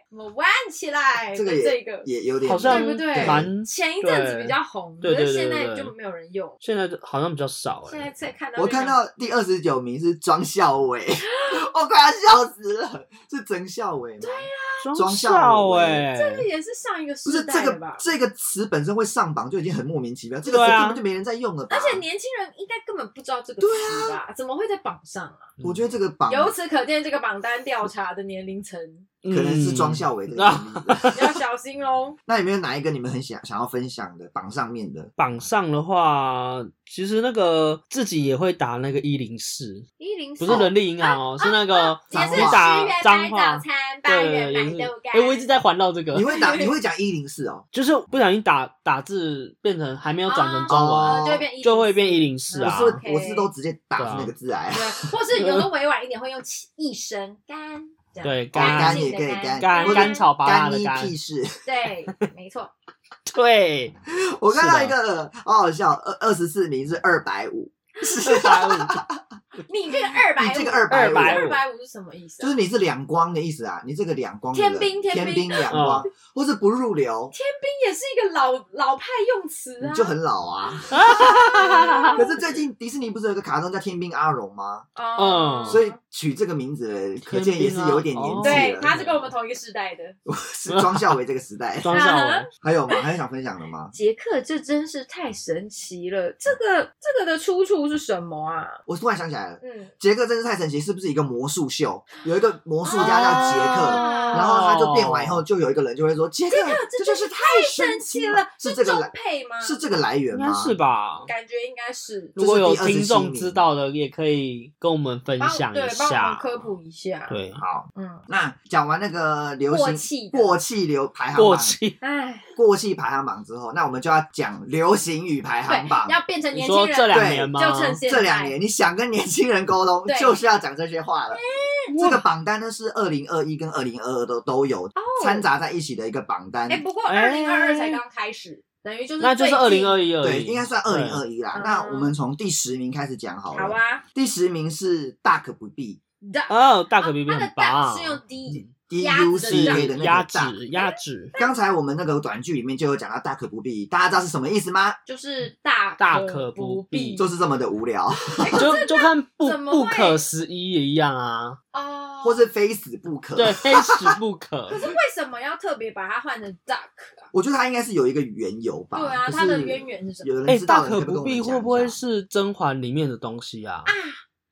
Speaker 2: 什么玩起来，
Speaker 1: 这个
Speaker 2: 就这个
Speaker 1: 也有点
Speaker 3: 好像
Speaker 2: 对不对
Speaker 3: 蛮
Speaker 2: 前一阵子比较红，
Speaker 3: 对
Speaker 2: 可
Speaker 3: 对
Speaker 2: 是
Speaker 3: 对
Speaker 2: 现
Speaker 3: 对
Speaker 2: 在
Speaker 3: 对
Speaker 2: 就没有人用。
Speaker 3: 现在好像比较少
Speaker 2: 现在
Speaker 3: 哎、
Speaker 2: 再看到
Speaker 1: 我
Speaker 2: 就
Speaker 1: 看到
Speaker 2: 想
Speaker 1: 第二十九名是庄孝伟， 我快要笑死了，是曾孝伟吗？对呀、
Speaker 3: 庄
Speaker 1: 庄
Speaker 3: 孝
Speaker 1: 孝
Speaker 3: 哎、
Speaker 2: 这个也是上一个
Speaker 1: 不是这
Speaker 2: 时代的
Speaker 1: 个
Speaker 2: 吧？
Speaker 1: 这个词本身会上榜就已经很莫名其妙，这个词
Speaker 3: 对啊
Speaker 1: 根本就没人在用了吧？
Speaker 2: 而且年轻人应该根本不知道这个词
Speaker 1: 啊
Speaker 2: 吧？怎么会在榜上啊？
Speaker 3: 嗯
Speaker 1: 我觉得这个榜
Speaker 2: 由此可见，这个榜单调查的年龄层
Speaker 1: 可能
Speaker 3: 嗯
Speaker 1: 是庄孝伟的能力。
Speaker 2: 要小心哦喽。
Speaker 1: 那有没有哪一个你们很想想要分享的榜上面 的？
Speaker 3: 榜上的话，其实那个自己也会打那个一零四，
Speaker 2: 一零
Speaker 3: 不是人力银行
Speaker 2: 啊
Speaker 3: 哦，是那个
Speaker 2: 也
Speaker 1: 脏
Speaker 2: 是十
Speaker 1: 话
Speaker 3: 打
Speaker 2: 元
Speaker 3: 脏
Speaker 2: 买
Speaker 3: 话
Speaker 2: 早，餐，八
Speaker 3: 对
Speaker 2: 元
Speaker 3: 也
Speaker 2: 买
Speaker 3: 是。
Speaker 2: 豆干。
Speaker 3: 哎，我一直在环绕这个
Speaker 1: 你，会打你会讲一零四哦，
Speaker 3: 就是不小心打打字变成还没有转成中
Speaker 1: 哦
Speaker 2: 呃
Speaker 3: 文，
Speaker 2: 就会变104
Speaker 3: 就会变一零四
Speaker 1: 我
Speaker 3: 啊
Speaker 1: 是。
Speaker 2: OK
Speaker 1: 我是都直接打出那个字来
Speaker 2: 对，，或是有 的委婉一点会用气一声干。这样
Speaker 3: 对
Speaker 2: 干
Speaker 1: 干
Speaker 2: 净
Speaker 1: 也
Speaker 2: 的
Speaker 1: 可以
Speaker 2: 干
Speaker 3: 干
Speaker 1: 或者
Speaker 3: 干炒拔辣
Speaker 1: 干
Speaker 3: 的
Speaker 1: 你
Speaker 3: 干，
Speaker 1: 屁 事！
Speaker 2: 对，没错。
Speaker 3: 对，
Speaker 1: 我看到一个呃好好笑，二二十四名是二百 五，啊
Speaker 3: 二百五，
Speaker 2: 你这个二百
Speaker 1: 你
Speaker 2: 五，
Speaker 1: 这个
Speaker 3: 250
Speaker 1: 250
Speaker 2: 二百五是什么意思
Speaker 1: 就
Speaker 2: 啊？
Speaker 1: 是你是两光的意思啊，你这个两光的
Speaker 2: 天
Speaker 1: 人
Speaker 2: 兵天
Speaker 1: 天
Speaker 2: 兵
Speaker 1: 兵两光，
Speaker 3: 嗯
Speaker 1: 或是不入流，
Speaker 2: 这也是一个老老派用词啊
Speaker 1: 你，就很老啊。可是最近迪士尼不是有个卡通叫《天兵阿荣》吗？
Speaker 2: 哦
Speaker 3: 嗯
Speaker 1: 所以取这个名字的，可见也是有点年纪
Speaker 3: 啊
Speaker 2: 对
Speaker 3: 哦
Speaker 1: 了。，
Speaker 2: 他是跟我们同一个时代的。啊
Speaker 1: 是庄孝伟这个时 代。
Speaker 3: 庄孝文，
Speaker 1: 还有吗？还有想分享的吗？
Speaker 2: 杰克，这真是太神奇了！这个这个的出处是什么啊？
Speaker 1: 我突然想起来了，
Speaker 2: 嗯，
Speaker 1: 杰克真是太神奇，是不是一个魔术秀？有一个魔术家叫杰克。
Speaker 2: 哦
Speaker 1: 然后他就变完以
Speaker 3: 哦
Speaker 1: 后，就有一个人就会说：“杰克，这真是太
Speaker 2: 神
Speaker 1: 奇
Speaker 2: 奇了，
Speaker 1: 是这个
Speaker 2: 中
Speaker 1: 来
Speaker 2: 配吗？
Speaker 1: 是这个来源
Speaker 3: 应
Speaker 1: 吗
Speaker 3: 该？是吧？
Speaker 2: 感觉应该是
Speaker 1: 这
Speaker 3: 如果有
Speaker 1: 这是第
Speaker 3: 听
Speaker 1: 27
Speaker 3: 众
Speaker 1: 名
Speaker 3: 知道的，也可以跟我们分
Speaker 2: 帮
Speaker 3: 享
Speaker 2: 对
Speaker 3: 一
Speaker 2: 帮我们
Speaker 3: 下。
Speaker 2: 科普一下。，
Speaker 3: 对，
Speaker 1: 好，
Speaker 2: 嗯，
Speaker 1: 那讲完那个流
Speaker 2: 过
Speaker 1: 行
Speaker 2: 气的
Speaker 1: 过气流排行
Speaker 3: 过
Speaker 1: 榜、
Speaker 3: 气，
Speaker 2: 哎，
Speaker 1: 过气排行榜之后，那我们就要讲流行语排行榜
Speaker 2: 对，。要变成
Speaker 3: 你
Speaker 2: 年
Speaker 3: 说
Speaker 2: 轻
Speaker 3: 这
Speaker 2: 人，
Speaker 3: 两
Speaker 1: 对
Speaker 3: 年吗？
Speaker 2: 就趁现在
Speaker 1: 这两年，你想跟年轻人沟通
Speaker 2: 对，
Speaker 1: 就是要讲这些话了。这个榜单呢是二零二一跟二零二二都都有掺杂在一起的一个榜单
Speaker 2: 哦哎，，不过
Speaker 3: 哎
Speaker 2: 二零二二才刚开始，等于就是
Speaker 3: 那就是二
Speaker 2: 最近
Speaker 3: 零二一而
Speaker 1: 对，
Speaker 3: 已，
Speaker 1: 应该算二零二一啦
Speaker 2: 嗯。
Speaker 1: 那我们从第十名开始讲好
Speaker 2: 好
Speaker 1: 了。
Speaker 2: 啊，
Speaker 1: 第十名是大可不必
Speaker 2: 的
Speaker 3: 哦，大可比比
Speaker 2: 他啊的
Speaker 3: 很
Speaker 2: 大
Speaker 3: 棒
Speaker 2: 是，用 D，
Speaker 1: 嗯，D
Speaker 2: 鸭子
Speaker 1: U
Speaker 2: 的
Speaker 1: C K 的那
Speaker 3: 压
Speaker 1: 个大。
Speaker 3: 指压指，
Speaker 1: 刚才我们那个短剧里面就有讲到大可不必，大家知道是什么意思吗？
Speaker 2: 就是大
Speaker 3: 大
Speaker 2: 可
Speaker 3: 可
Speaker 2: 不
Speaker 3: 不
Speaker 2: 必
Speaker 3: 必
Speaker 1: 就是这么的无
Speaker 2: 哦
Speaker 1: 聊，
Speaker 3: 就就看不
Speaker 2: 哎怎么
Speaker 3: 不
Speaker 2: 会
Speaker 3: 可思议也一样啊，
Speaker 2: 哦。
Speaker 1: 或是非死不可。
Speaker 3: 对，非死不 可
Speaker 2: 可。是为什么要特别把它换成 duck 啊？
Speaker 1: 我觉得他应该是有一个缘由吧。
Speaker 2: 对啊，
Speaker 1: 可是
Speaker 2: 它的渊源是什么？
Speaker 1: 有人
Speaker 3: 哎，
Speaker 1: 知道的
Speaker 3: 大
Speaker 1: 人以
Speaker 3: 可
Speaker 1: 跟
Speaker 3: 不
Speaker 1: 我们
Speaker 3: 必
Speaker 1: 讲一下
Speaker 3: 会不会是甄嬛里面的东西啊？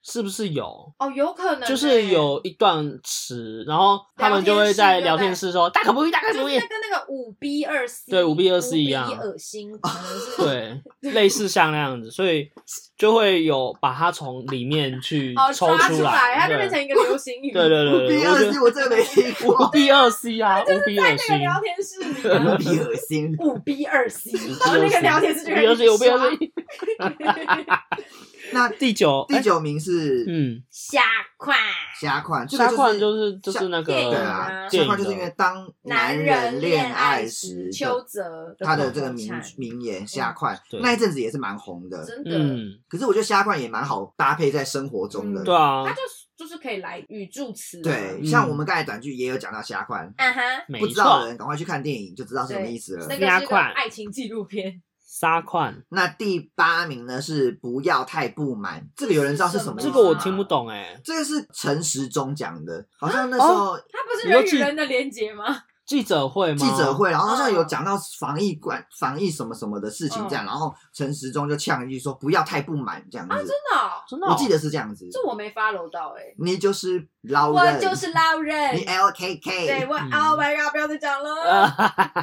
Speaker 3: 是不是有？
Speaker 2: 哦，有可能
Speaker 3: 就是
Speaker 2: 欸
Speaker 3: 有一段词，然后他们就会在聊
Speaker 2: 聊
Speaker 3: 天
Speaker 2: 天
Speaker 3: 室说“大可不必，大可
Speaker 2: 就
Speaker 3: 不
Speaker 2: 是
Speaker 3: 必
Speaker 2: 那跟那个五 B 二 C
Speaker 3: 对五 B 二 C 一样
Speaker 2: 五 B 恶心可能”，是
Speaker 3: 对，类似像那样子，所以就会有把它从里面去
Speaker 2: 哦
Speaker 3: 抽
Speaker 2: 抓
Speaker 3: 出
Speaker 2: 来，它就变
Speaker 3: 对
Speaker 2: 成一个流行语，
Speaker 3: 对对对
Speaker 1: 不必
Speaker 3: 对，我
Speaker 1: 二
Speaker 3: 觉
Speaker 1: 十，
Speaker 3: 得
Speaker 1: 我真的没听
Speaker 3: 五
Speaker 1: 过，
Speaker 3: B 二 C 啊，五 B
Speaker 2: 在 那
Speaker 3: 二
Speaker 2: 个
Speaker 3: C，
Speaker 2: 聊天室里
Speaker 1: 无
Speaker 2: 啊。
Speaker 1: 比恶心。
Speaker 2: 五 B 二 C，然后那个聊天室就
Speaker 3: 五 B 二 C，五 B 二 C，
Speaker 1: 那
Speaker 3: 第九
Speaker 1: 第
Speaker 3: 哎
Speaker 1: 九名是
Speaker 3: 嗯，
Speaker 2: 下款，
Speaker 1: 虾款，这个
Speaker 3: 下款
Speaker 1: 就
Speaker 3: 就是是就是那
Speaker 2: 电影
Speaker 1: 对
Speaker 3: 个
Speaker 1: 啊，
Speaker 3: 电
Speaker 1: 虾
Speaker 3: 影的
Speaker 1: 款就是因为当
Speaker 2: 男
Speaker 1: 人
Speaker 2: 嗯恋
Speaker 1: 恋爱
Speaker 2: 时，
Speaker 1: 时，
Speaker 2: 邱泽
Speaker 1: 他的
Speaker 2: 口
Speaker 1: 这个
Speaker 2: 头
Speaker 1: 名
Speaker 2: 禅
Speaker 1: 名言虾款，
Speaker 3: 对
Speaker 1: 那一阵子也是蛮红的。
Speaker 2: 嗯真的，
Speaker 3: 嗯，
Speaker 1: 可是我觉得虾款也蛮好搭配在生活中的
Speaker 2: 嗯。啊
Speaker 3: 对啊
Speaker 2: 他，就是就是可以来语助词嘛，
Speaker 1: 对，
Speaker 3: 嗯
Speaker 1: 像我们刚才短剧也有讲到虾款，
Speaker 2: 啊哈，
Speaker 3: 没
Speaker 1: 不知道的欸
Speaker 3: 错，
Speaker 1: 人赶快去看电影就知道是什么意思了。
Speaker 2: 那
Speaker 3: 加
Speaker 2: 个是个
Speaker 3: 款
Speaker 2: 爱情纪录片，
Speaker 3: 沙款
Speaker 1: 那第八名呢是不要太不满，这个有人知道是什么意思
Speaker 3: 这
Speaker 1: 吗？
Speaker 3: 个我听不懂哎，
Speaker 1: 这个是陈时中讲的，好像
Speaker 2: 啊
Speaker 1: 那时候
Speaker 3: 哦
Speaker 2: 它不是
Speaker 3: 你说
Speaker 2: 人
Speaker 3: 记
Speaker 2: 与人的连接吗？
Speaker 3: 记者会吗？
Speaker 1: 记者会，然后好像
Speaker 2: 嗯
Speaker 1: 有讲到防疫管防疫什么什么的事情这样，然后陈时中就呛一句说不要太不满这样子，
Speaker 2: 真的哦，
Speaker 3: 真的哦，
Speaker 1: 我记得是这样子，
Speaker 2: 这我没 follow 到哎，
Speaker 1: 你就是老
Speaker 2: 我
Speaker 1: 人，
Speaker 2: 就是 老人，
Speaker 1: 你哎
Speaker 2: 对
Speaker 1: LKK。
Speaker 2: 我
Speaker 3: 嗯
Speaker 2: ，Oh my god，不要再讲了。
Speaker 3: 呃，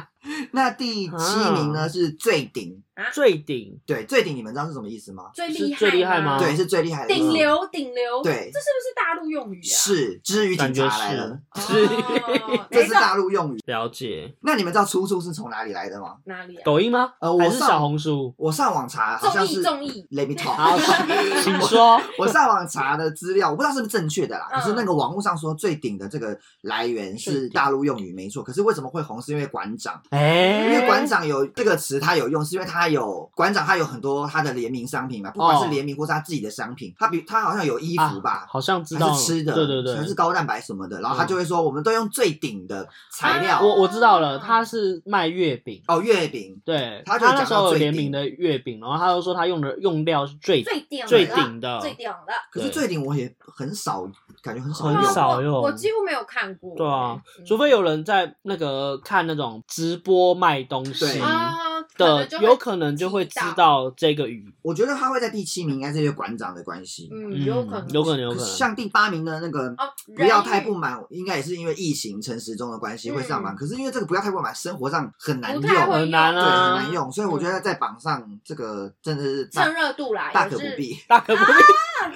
Speaker 1: 那第七名
Speaker 3: 嗯
Speaker 1: 呢是最顶，
Speaker 3: 最顶
Speaker 1: 对最顶你们知道是什么意思吗？
Speaker 2: 最
Speaker 3: 是
Speaker 2: 厉害，
Speaker 3: 最厉害吗
Speaker 1: 对，是最厉害的
Speaker 2: 顶流，顶流，
Speaker 1: 对
Speaker 2: 这是不是大陆用语啊？，
Speaker 1: 是之于警
Speaker 3: 感觉
Speaker 1: 察来
Speaker 3: 是
Speaker 1: 了，
Speaker 3: 是
Speaker 2: 哦，
Speaker 1: 这
Speaker 2: 没
Speaker 1: 是
Speaker 2: 错，
Speaker 1: 大陆用语。
Speaker 3: 了解，
Speaker 1: 那你们知道出处是从哪里来的吗？
Speaker 2: 哪里啊？
Speaker 3: 抖音吗？
Speaker 1: 呃我
Speaker 3: 还是
Speaker 1: 上
Speaker 3: 小红书？
Speaker 1: 我上网查，好
Speaker 2: 综
Speaker 1: 像
Speaker 2: 艺，
Speaker 1: 是
Speaker 2: 综艺，
Speaker 1: Let me
Speaker 3: 好，
Speaker 1: talk。
Speaker 3: 请请说。
Speaker 1: 我上网查的资料，我不知道是不是正确的啦，
Speaker 2: 嗯
Speaker 1: 可是那个个网络上说最顶的这个来源
Speaker 3: 最
Speaker 1: 是
Speaker 3: 顶
Speaker 1: 大陆用语没错，可是为什么会红？是因为馆长，因
Speaker 3: 哎
Speaker 1: 为馆长有这个词，它有用，是因为它有馆长，它有很多它的联名商品嘛，不管
Speaker 3: 哦
Speaker 1: 是联名或是他自己的商品，它比它好像有衣
Speaker 3: 啊
Speaker 1: 服吧。
Speaker 3: 好像知道
Speaker 1: 还
Speaker 3: 了
Speaker 1: 是吃的，
Speaker 3: 对对对，
Speaker 1: 可能是高蛋白什么的，然后他
Speaker 3: 嗯
Speaker 1: 就会说，我们都用最顶的材料，
Speaker 2: 啊
Speaker 3: 我我知道了，他是卖月饼。
Speaker 1: 哦，月饼，
Speaker 3: 对，
Speaker 1: 他
Speaker 3: 他
Speaker 1: 就讲到
Speaker 3: 那时候有
Speaker 1: 最
Speaker 3: 联
Speaker 1: 顶
Speaker 3: 名的月饼，然后他又说他用的用料是最
Speaker 2: 最顶的
Speaker 3: 最顶的，
Speaker 2: 最顶的，
Speaker 1: 可是
Speaker 3: 对
Speaker 1: 最顶我也很少，感觉很少
Speaker 3: 很
Speaker 1: 用。
Speaker 3: 少
Speaker 2: 哦我
Speaker 3: 用
Speaker 2: 我几乎没有看过。
Speaker 3: 对啊
Speaker 2: 嗯，
Speaker 3: 除非有人在那个看那种直播卖东西
Speaker 1: 对
Speaker 2: 啊
Speaker 3: 的，有可能就会知，道这个语，
Speaker 1: 我觉得他会在第七名，应该是因为馆长的关系。
Speaker 2: 嗯，有可能，
Speaker 3: 有可能，有
Speaker 1: 可
Speaker 3: 可
Speaker 1: 是
Speaker 3: 能。
Speaker 1: 像第八名的那个
Speaker 2: 哦，
Speaker 1: 不要太
Speaker 2: 人
Speaker 1: 不满，应该也是因为疫情、陈时中的关系
Speaker 2: 嗯
Speaker 1: 会上榜。可是因为这个不要太不满，生活上很难用，
Speaker 2: 不太会
Speaker 1: 对，
Speaker 3: 很难
Speaker 1: 很
Speaker 3: 啊
Speaker 1: 难用。所以我觉得在榜上这个真的是
Speaker 2: 趁
Speaker 1: 大
Speaker 2: 热度啦，
Speaker 1: 大
Speaker 2: 也
Speaker 1: 可不
Speaker 2: 是
Speaker 1: 必。
Speaker 3: 大可不必。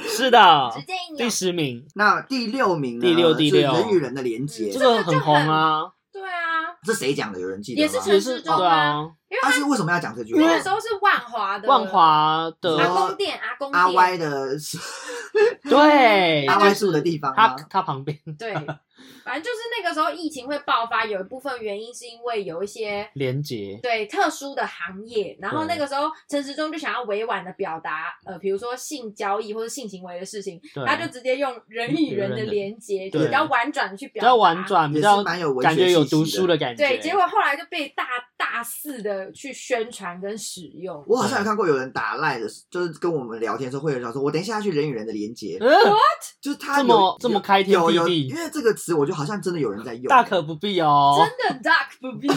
Speaker 3: 是 的，
Speaker 2: 直接一
Speaker 3: 第
Speaker 2: 秒。
Speaker 3: 十名，
Speaker 1: 那第六名呢？
Speaker 3: 第六第六
Speaker 1: 是人与人的连接
Speaker 3: 这
Speaker 2: 嗯，
Speaker 3: 个很红啊，
Speaker 2: 对啊，
Speaker 1: 这谁讲的？有人记得
Speaker 2: 也是
Speaker 1: 吗
Speaker 2: 陈
Speaker 3: 也
Speaker 2: 时
Speaker 3: 是
Speaker 2: 中
Speaker 3: 对啊，
Speaker 1: 他是为什么要讲这句
Speaker 2: 因
Speaker 1: 话
Speaker 2: 为？那时候是万华的
Speaker 3: 万华
Speaker 2: 阿
Speaker 1: 哦
Speaker 3: 的
Speaker 2: 公店，阿公
Speaker 1: 阿
Speaker 2: 店，
Speaker 1: 歪的
Speaker 3: 对，
Speaker 2: 啊
Speaker 1: 阿歪住的地方
Speaker 3: 他
Speaker 1: 吗？
Speaker 3: 他旁边
Speaker 2: 对，反正就是那个时候疫情会爆发，有一部分原因是因为有一些
Speaker 3: 连结，
Speaker 2: 对特殊的行业，然后那个时候陈时中就想要委婉的表达，呃，比如说性交易或者性行为的事情，
Speaker 3: 对，
Speaker 2: 他就直接用人与人的连接，就
Speaker 3: 对
Speaker 2: 比较婉转地去
Speaker 3: 比
Speaker 2: 表达，
Speaker 3: 较婉。转，比
Speaker 1: 也
Speaker 3: 较
Speaker 1: 是蛮有文学
Speaker 3: 感觉有读
Speaker 1: 气息
Speaker 3: 书的感觉。
Speaker 2: 对，结果后来就被大大肆的去宣传跟使用。
Speaker 1: 我好像有看过有人打赖的，就是跟我们聊天的时候，会有人讲说，我等一下要去人与人的连接，
Speaker 3: 呃
Speaker 1: 就是他
Speaker 3: 这么
Speaker 1: 有
Speaker 3: 这么开天
Speaker 1: 有
Speaker 3: 辟
Speaker 1: 有，
Speaker 3: 地
Speaker 1: 因为这个词，我觉得好像真的有人在用，
Speaker 3: 大可不必哦。
Speaker 2: 真的 dark 不必，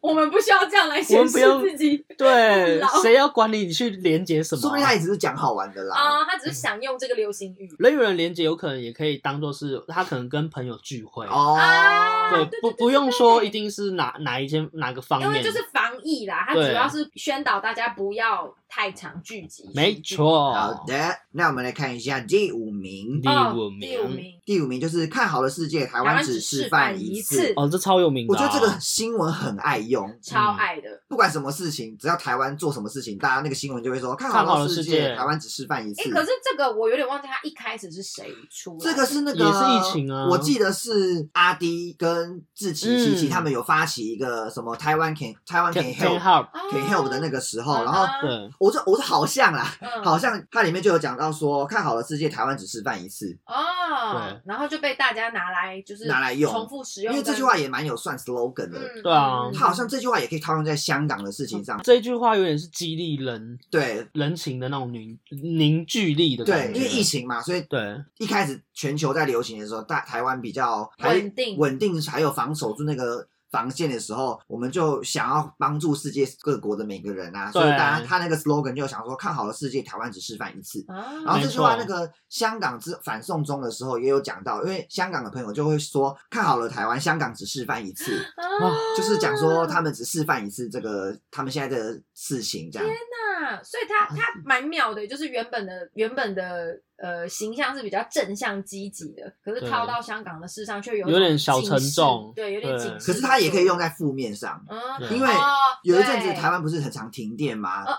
Speaker 2: 我们不需要这样来
Speaker 3: 我
Speaker 2: 显
Speaker 3: 们不
Speaker 2: 示
Speaker 3: 用
Speaker 2: 自己
Speaker 3: 对
Speaker 2: 老，
Speaker 3: 谁要管你你去连接什
Speaker 1: 说
Speaker 3: 么
Speaker 1: 不
Speaker 3: 啊？
Speaker 1: 定他也只是讲好玩的啦。
Speaker 2: 啊、他只是想用这个流行语。
Speaker 3: 人与人连接有可能也可以当做是他可能跟朋友聚会，
Speaker 1: 哦，
Speaker 2: 啊对
Speaker 3: 不不用说一定是哪哪一间哪个方
Speaker 2: 因为
Speaker 3: 面，
Speaker 2: 就是防疫啦，它主
Speaker 3: 对
Speaker 2: 要是宣导大家不要太常聚哦集。
Speaker 3: 没
Speaker 1: 好
Speaker 3: 错。
Speaker 1: 的，那我们来看一下哦第五名
Speaker 3: 第。
Speaker 2: 哦
Speaker 3: 五
Speaker 2: 第五
Speaker 3: 名
Speaker 2: 名，
Speaker 1: 第五名就是看好了世界，台
Speaker 2: 台湾
Speaker 1: 湾只
Speaker 2: 只示
Speaker 1: 示
Speaker 2: 范
Speaker 1: 范
Speaker 2: 一
Speaker 1: 一
Speaker 2: 次
Speaker 1: 次。
Speaker 3: 哦，这超有名的
Speaker 1: 我
Speaker 3: 啊。
Speaker 1: 觉得这个新闻很爱用，
Speaker 2: 超爱的，
Speaker 1: 不管什么事情，只要台湾做什么事情，大家那个新闻就会说看
Speaker 3: 看好
Speaker 1: 好
Speaker 3: 了
Speaker 1: 世
Speaker 3: 世界
Speaker 1: 台湾只示范一
Speaker 2: 哎、
Speaker 1: 次。
Speaker 2: 可是这个我有点忘记他一开始是谁出来的
Speaker 1: 这个是那个
Speaker 3: 也是疫情啊
Speaker 1: 我记得是阿迪跟志奇、
Speaker 3: 嗯
Speaker 1: 琪琪他们有发起一个什么台湾 can 台湾 can
Speaker 3: Can Can
Speaker 1: help
Speaker 3: Help，
Speaker 2: 啊
Speaker 1: can help 的那个时候，然后
Speaker 2: 啊
Speaker 3: 对，
Speaker 1: 我说我说好像啦，
Speaker 2: 嗯
Speaker 1: 好像它里面就有讲到说看好了世界，台湾只示范一次，
Speaker 2: 哦
Speaker 3: 对，
Speaker 2: 然后就被大家拿来就是
Speaker 1: 拿来用
Speaker 2: 重复使
Speaker 1: 因
Speaker 2: 用，
Speaker 1: 为这句话也蛮有算 slogan
Speaker 2: 跟，
Speaker 1: 的。
Speaker 2: 嗯
Speaker 3: 对啊
Speaker 1: 它好像这句话也可以套用在香港的事情上，
Speaker 3: 这句话有点是激励人
Speaker 1: 对
Speaker 3: 人情的那种凝凝聚力的
Speaker 1: 对
Speaker 3: 感，觉。
Speaker 1: 因为疫情嘛，所以
Speaker 3: 对
Speaker 1: 一开始全球在流行的时候，大台湾比较还
Speaker 2: 稳定
Speaker 1: 稳定还有防守住那个防线的时候，我们就想要帮助世界各国的每个人啊，所以
Speaker 3: 对嗯
Speaker 1: 大家他那个 slogan 就想说，看好了世界，台湾只示范一次。
Speaker 2: 啊，
Speaker 1: 然后这句话，那
Speaker 3: 没错
Speaker 1: 个香港之反送中的时候也有讲到，因为香港的朋友就会说，看好了台湾，香港只示范一次，
Speaker 2: 啊
Speaker 1: 就是讲说他们只示范一次这个他们现在的事情这样。
Speaker 2: 那所以他他蛮妙的，就是原本的原本的呃形象是比较正向积极的，可是
Speaker 3: 对
Speaker 2: 套到香港的市上却有
Speaker 3: 有
Speaker 2: 种
Speaker 3: 点小
Speaker 2: 警
Speaker 3: 沉
Speaker 2: 示
Speaker 3: 重
Speaker 2: 对，有点
Speaker 3: 对
Speaker 2: 警示
Speaker 1: 可
Speaker 2: 作
Speaker 1: 是
Speaker 2: 用。
Speaker 1: 它也可以用在负面上，
Speaker 2: 嗯，
Speaker 3: 对
Speaker 1: 因为
Speaker 2: 哦
Speaker 1: 有一阵子
Speaker 2: 对
Speaker 1: 台湾不是很常停电吗？
Speaker 2: 哦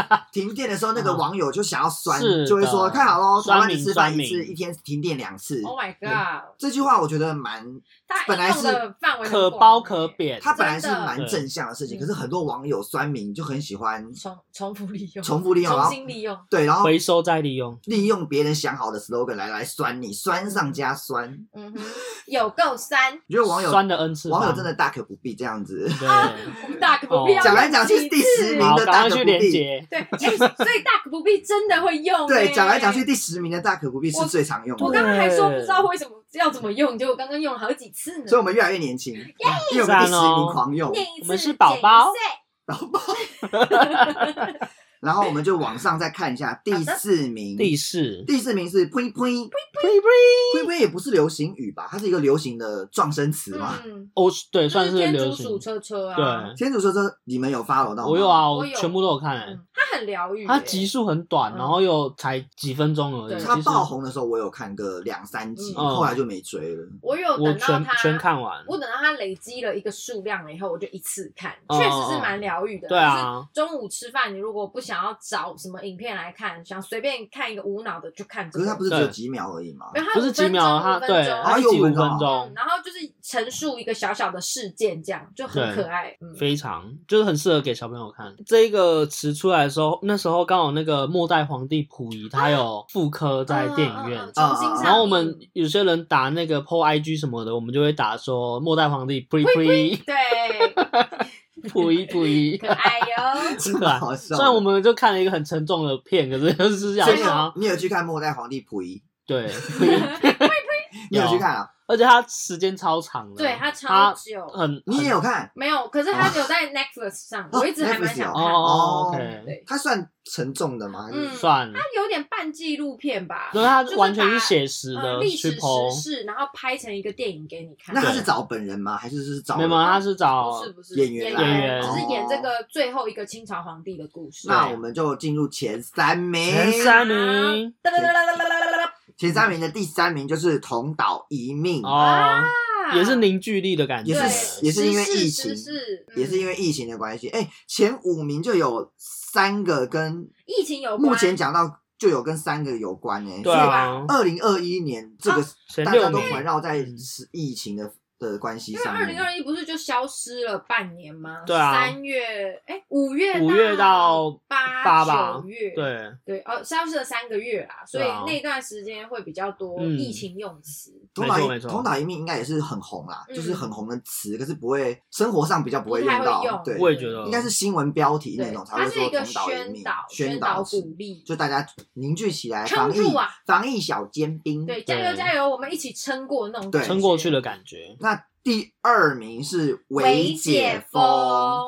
Speaker 2: 哦，
Speaker 1: 停电的时候，那个网友就想要酸，
Speaker 3: 嗯是的
Speaker 1: 就会说：“看好喽，台
Speaker 3: 酸
Speaker 1: 湾只
Speaker 3: 民
Speaker 1: 吃饭
Speaker 3: 酸
Speaker 1: 一次，
Speaker 3: 民
Speaker 1: 一天停电两次。
Speaker 2: Oh my god！
Speaker 1: 这句话我觉得蛮，
Speaker 2: 它
Speaker 1: 本来
Speaker 2: 应用的范围很
Speaker 3: 可
Speaker 2: 广
Speaker 3: 褒
Speaker 2: 欸
Speaker 3: 可贬，
Speaker 1: 它本来是
Speaker 2: 真的
Speaker 1: 蛮正向的事情，
Speaker 2: 嗯
Speaker 1: 可是很多网友酸民就很喜欢
Speaker 2: 重重复利用，
Speaker 1: 重复利用，然
Speaker 2: 重
Speaker 1: 后
Speaker 2: 新利用。
Speaker 1: 对，然后
Speaker 3: 回收再利用。
Speaker 1: 利用别人想好的 slogan 来来酸你，酸上加酸。
Speaker 2: 嗯哼，有够酸，
Speaker 1: 我觉得网友
Speaker 3: 酸的 n 次方，
Speaker 1: 网友真的大可不必这样子。
Speaker 3: 对。
Speaker 2: 我们大可不必要
Speaker 3: 哦
Speaker 1: 讲来讲去是第十名
Speaker 3: 好，
Speaker 1: 的
Speaker 3: 赶
Speaker 1: 大
Speaker 3: 快
Speaker 1: 可
Speaker 3: 去
Speaker 1: 不
Speaker 3: 连
Speaker 1: 必。
Speaker 3: 接。
Speaker 2: 对，哎，所以大可不必真的会用。
Speaker 1: 对，
Speaker 2: 哎
Speaker 1: 讲来讲去，。第十名的大可不必是最常用
Speaker 2: 我
Speaker 1: 的
Speaker 2: 刚，刚还说不知道为什么要怎么用，结果刚刚用了好几次呢。
Speaker 1: 所以我们越来越年轻，因为我们第十
Speaker 3: 赞哦
Speaker 1: 名狂用。
Speaker 2: 念一次
Speaker 3: 我们是宝宝
Speaker 2: 减一岁
Speaker 1: 然后我们就往上再看一下第四名，
Speaker 3: 第四，
Speaker 1: 第四名是 “pui pui”。呸呸也不是流行语吧？它是一个流行的撞声词嘛。
Speaker 2: 嗯，
Speaker 3: 哦，对，算
Speaker 2: 就是
Speaker 3: 是
Speaker 2: 天
Speaker 3: 流
Speaker 2: 竺
Speaker 3: 行。
Speaker 2: 鼠车车啊，嗯
Speaker 3: 对，
Speaker 1: 天主说车，你们有 follow 到吗？
Speaker 3: 我有。啊，
Speaker 2: 我
Speaker 3: 我
Speaker 2: 有
Speaker 3: 全部都有看欸。
Speaker 2: 嗯，它很疗愈欸，
Speaker 3: 它集数很短，
Speaker 2: 嗯
Speaker 3: 然后又才几分钟而已。
Speaker 2: 对
Speaker 3: 其
Speaker 1: 它
Speaker 3: 实
Speaker 1: 爆红的时候，我有看个两三集，
Speaker 2: 嗯
Speaker 1: 后来就没追了。
Speaker 2: 我有
Speaker 3: 我
Speaker 2: 等到
Speaker 3: 全
Speaker 2: 它
Speaker 3: 全看完。
Speaker 2: 我等到它累积了一个数量了以后，我就一次看，
Speaker 3: 哦
Speaker 2: 确实是蛮疗愈的。
Speaker 3: 对啊，
Speaker 2: 就是中午吃饭，你如果不想要找什么影片来看，想随便看一个无脑的，就看这
Speaker 1: 可是
Speaker 2: 个。
Speaker 1: 它不是只有几秒而已嘛？
Speaker 2: 没有，它
Speaker 3: 不是
Speaker 2: 五
Speaker 3: 几
Speaker 2: 分
Speaker 3: 秒
Speaker 2: 钟
Speaker 3: 啊，它
Speaker 2: 五分
Speaker 3: 对，
Speaker 2: 钟
Speaker 3: 它
Speaker 1: 啊
Speaker 3: 是
Speaker 1: 有
Speaker 3: 几五
Speaker 1: 五分
Speaker 3: 分
Speaker 1: 钟啊
Speaker 2: 嗯
Speaker 3: 钟，
Speaker 2: 然后就是陈述一个小小的事件，这样就很
Speaker 3: 对
Speaker 2: 可爱。嗯，
Speaker 3: 非常就是很适合给小朋友看。这个词出来的时候，那时候刚好那个末代皇帝溥仪他有复刻在电影院
Speaker 2: 嗯嗯嗯，重新
Speaker 1: 啊
Speaker 2: 上映
Speaker 3: 然后我们有些人打那个 PO IG 什么的，我们就会打说末代皇帝溥仪
Speaker 2: 对
Speaker 3: 溥仪 溥仪
Speaker 2: 可，爱哟，
Speaker 1: 真的好笑
Speaker 3: 虽
Speaker 1: 的。
Speaker 3: 然我们就看了一个很沉重的片，可是就是想
Speaker 1: 所以
Speaker 2: 对啊
Speaker 3: 想
Speaker 1: 你有去看《末代皇帝溥仪
Speaker 3: 对，》？
Speaker 1: 你有去看啊？
Speaker 3: 而且它时间超长 的，
Speaker 2: 对它超
Speaker 3: 啊
Speaker 2: 久，
Speaker 3: 它很哦
Speaker 1: 你也有看？
Speaker 2: 没有，可是它留
Speaker 1: 啊
Speaker 2: 在 Netflix 上，我一直还蛮想
Speaker 3: 哦
Speaker 2: 看。
Speaker 3: 哦
Speaker 1: 哦
Speaker 3: ，OK，
Speaker 2: 对，
Speaker 1: 它算沉重的吗？还是
Speaker 2: 嗯
Speaker 3: 算了
Speaker 2: 它，有点半纪录片吧，
Speaker 3: 因为它
Speaker 2: 就是
Speaker 3: 完全是
Speaker 2: 把
Speaker 3: 写实
Speaker 2: 呃
Speaker 3: 的
Speaker 2: 历
Speaker 3: 去
Speaker 2: 史时
Speaker 3: PO，
Speaker 2: 事，然后拍成一个电影给你看
Speaker 1: 那。他是
Speaker 3: 对
Speaker 1: 找本人吗？还是是找
Speaker 3: 没有吗？它是找
Speaker 2: 不是不是
Speaker 1: 演员
Speaker 2: 员，
Speaker 1: 啦
Speaker 3: 演员
Speaker 2: 只是演
Speaker 1: 哦
Speaker 2: 这个最后一个清朝皇帝的故事。
Speaker 1: 那我们就进入前三名。
Speaker 3: 前三名
Speaker 2: 哒哒哒哒哒哒哒哒
Speaker 1: 前三名的第三名就是同岛一命，
Speaker 2: 哎
Speaker 3: 哦，
Speaker 2: 哒，
Speaker 3: 也是凝聚力的感觉，
Speaker 1: 也
Speaker 2: 对
Speaker 1: 是也是因为疫情
Speaker 2: 时事时事
Speaker 1: 也是
Speaker 2: 嗯
Speaker 1: 因为疫情的关系。哎、前五名就有三个跟
Speaker 2: 疫情有关。
Speaker 1: 目前讲到就有跟三个有关哎、
Speaker 3: 对啊，
Speaker 1: 二零二一年这个
Speaker 3: 前
Speaker 1: 大
Speaker 3: 六
Speaker 1: 家都
Speaker 3: 名
Speaker 1: 环绕在是疫情的的关系
Speaker 2: 因为
Speaker 1: 上
Speaker 2: 二
Speaker 1: 面
Speaker 2: 零。二一不是就消失了半年吗？
Speaker 3: 对啊
Speaker 2: 三月哎，五月
Speaker 3: 五月到八
Speaker 2: 八
Speaker 3: 吧
Speaker 2: 九月，
Speaker 3: 对，
Speaker 2: 对哦，消失了三个月啦，所以
Speaker 3: 对啊
Speaker 2: 那段时间会比较多
Speaker 3: 嗯
Speaker 2: 疫情用词，
Speaker 1: 同岛
Speaker 3: 没错没
Speaker 1: 一
Speaker 3: 错
Speaker 1: 同岛一命应该也是很红啦，
Speaker 2: 嗯
Speaker 1: 就是很红的词，可是不会生活上比较不会
Speaker 2: 太
Speaker 1: 用到，
Speaker 2: 会用。
Speaker 1: 对，
Speaker 3: 我也觉得
Speaker 1: 应该是新闻标题那
Speaker 2: 对
Speaker 1: 种才
Speaker 2: 它
Speaker 1: 会
Speaker 2: 是一
Speaker 1: 说
Speaker 2: 个
Speaker 1: 同岛一
Speaker 2: 宣
Speaker 1: 命
Speaker 2: 导、
Speaker 1: 宣
Speaker 2: 导
Speaker 1: 词
Speaker 2: 鼓励，
Speaker 1: 就大家凝聚起来
Speaker 2: 撑
Speaker 1: 防疫
Speaker 2: 住啊！
Speaker 1: 防疫小尖兵。
Speaker 2: 对，加油
Speaker 3: 对
Speaker 2: 加油，我们一起撑过那种感觉
Speaker 3: 撑过去的感觉。
Speaker 1: 那第二名是
Speaker 2: 微
Speaker 1: 解
Speaker 2: 解封，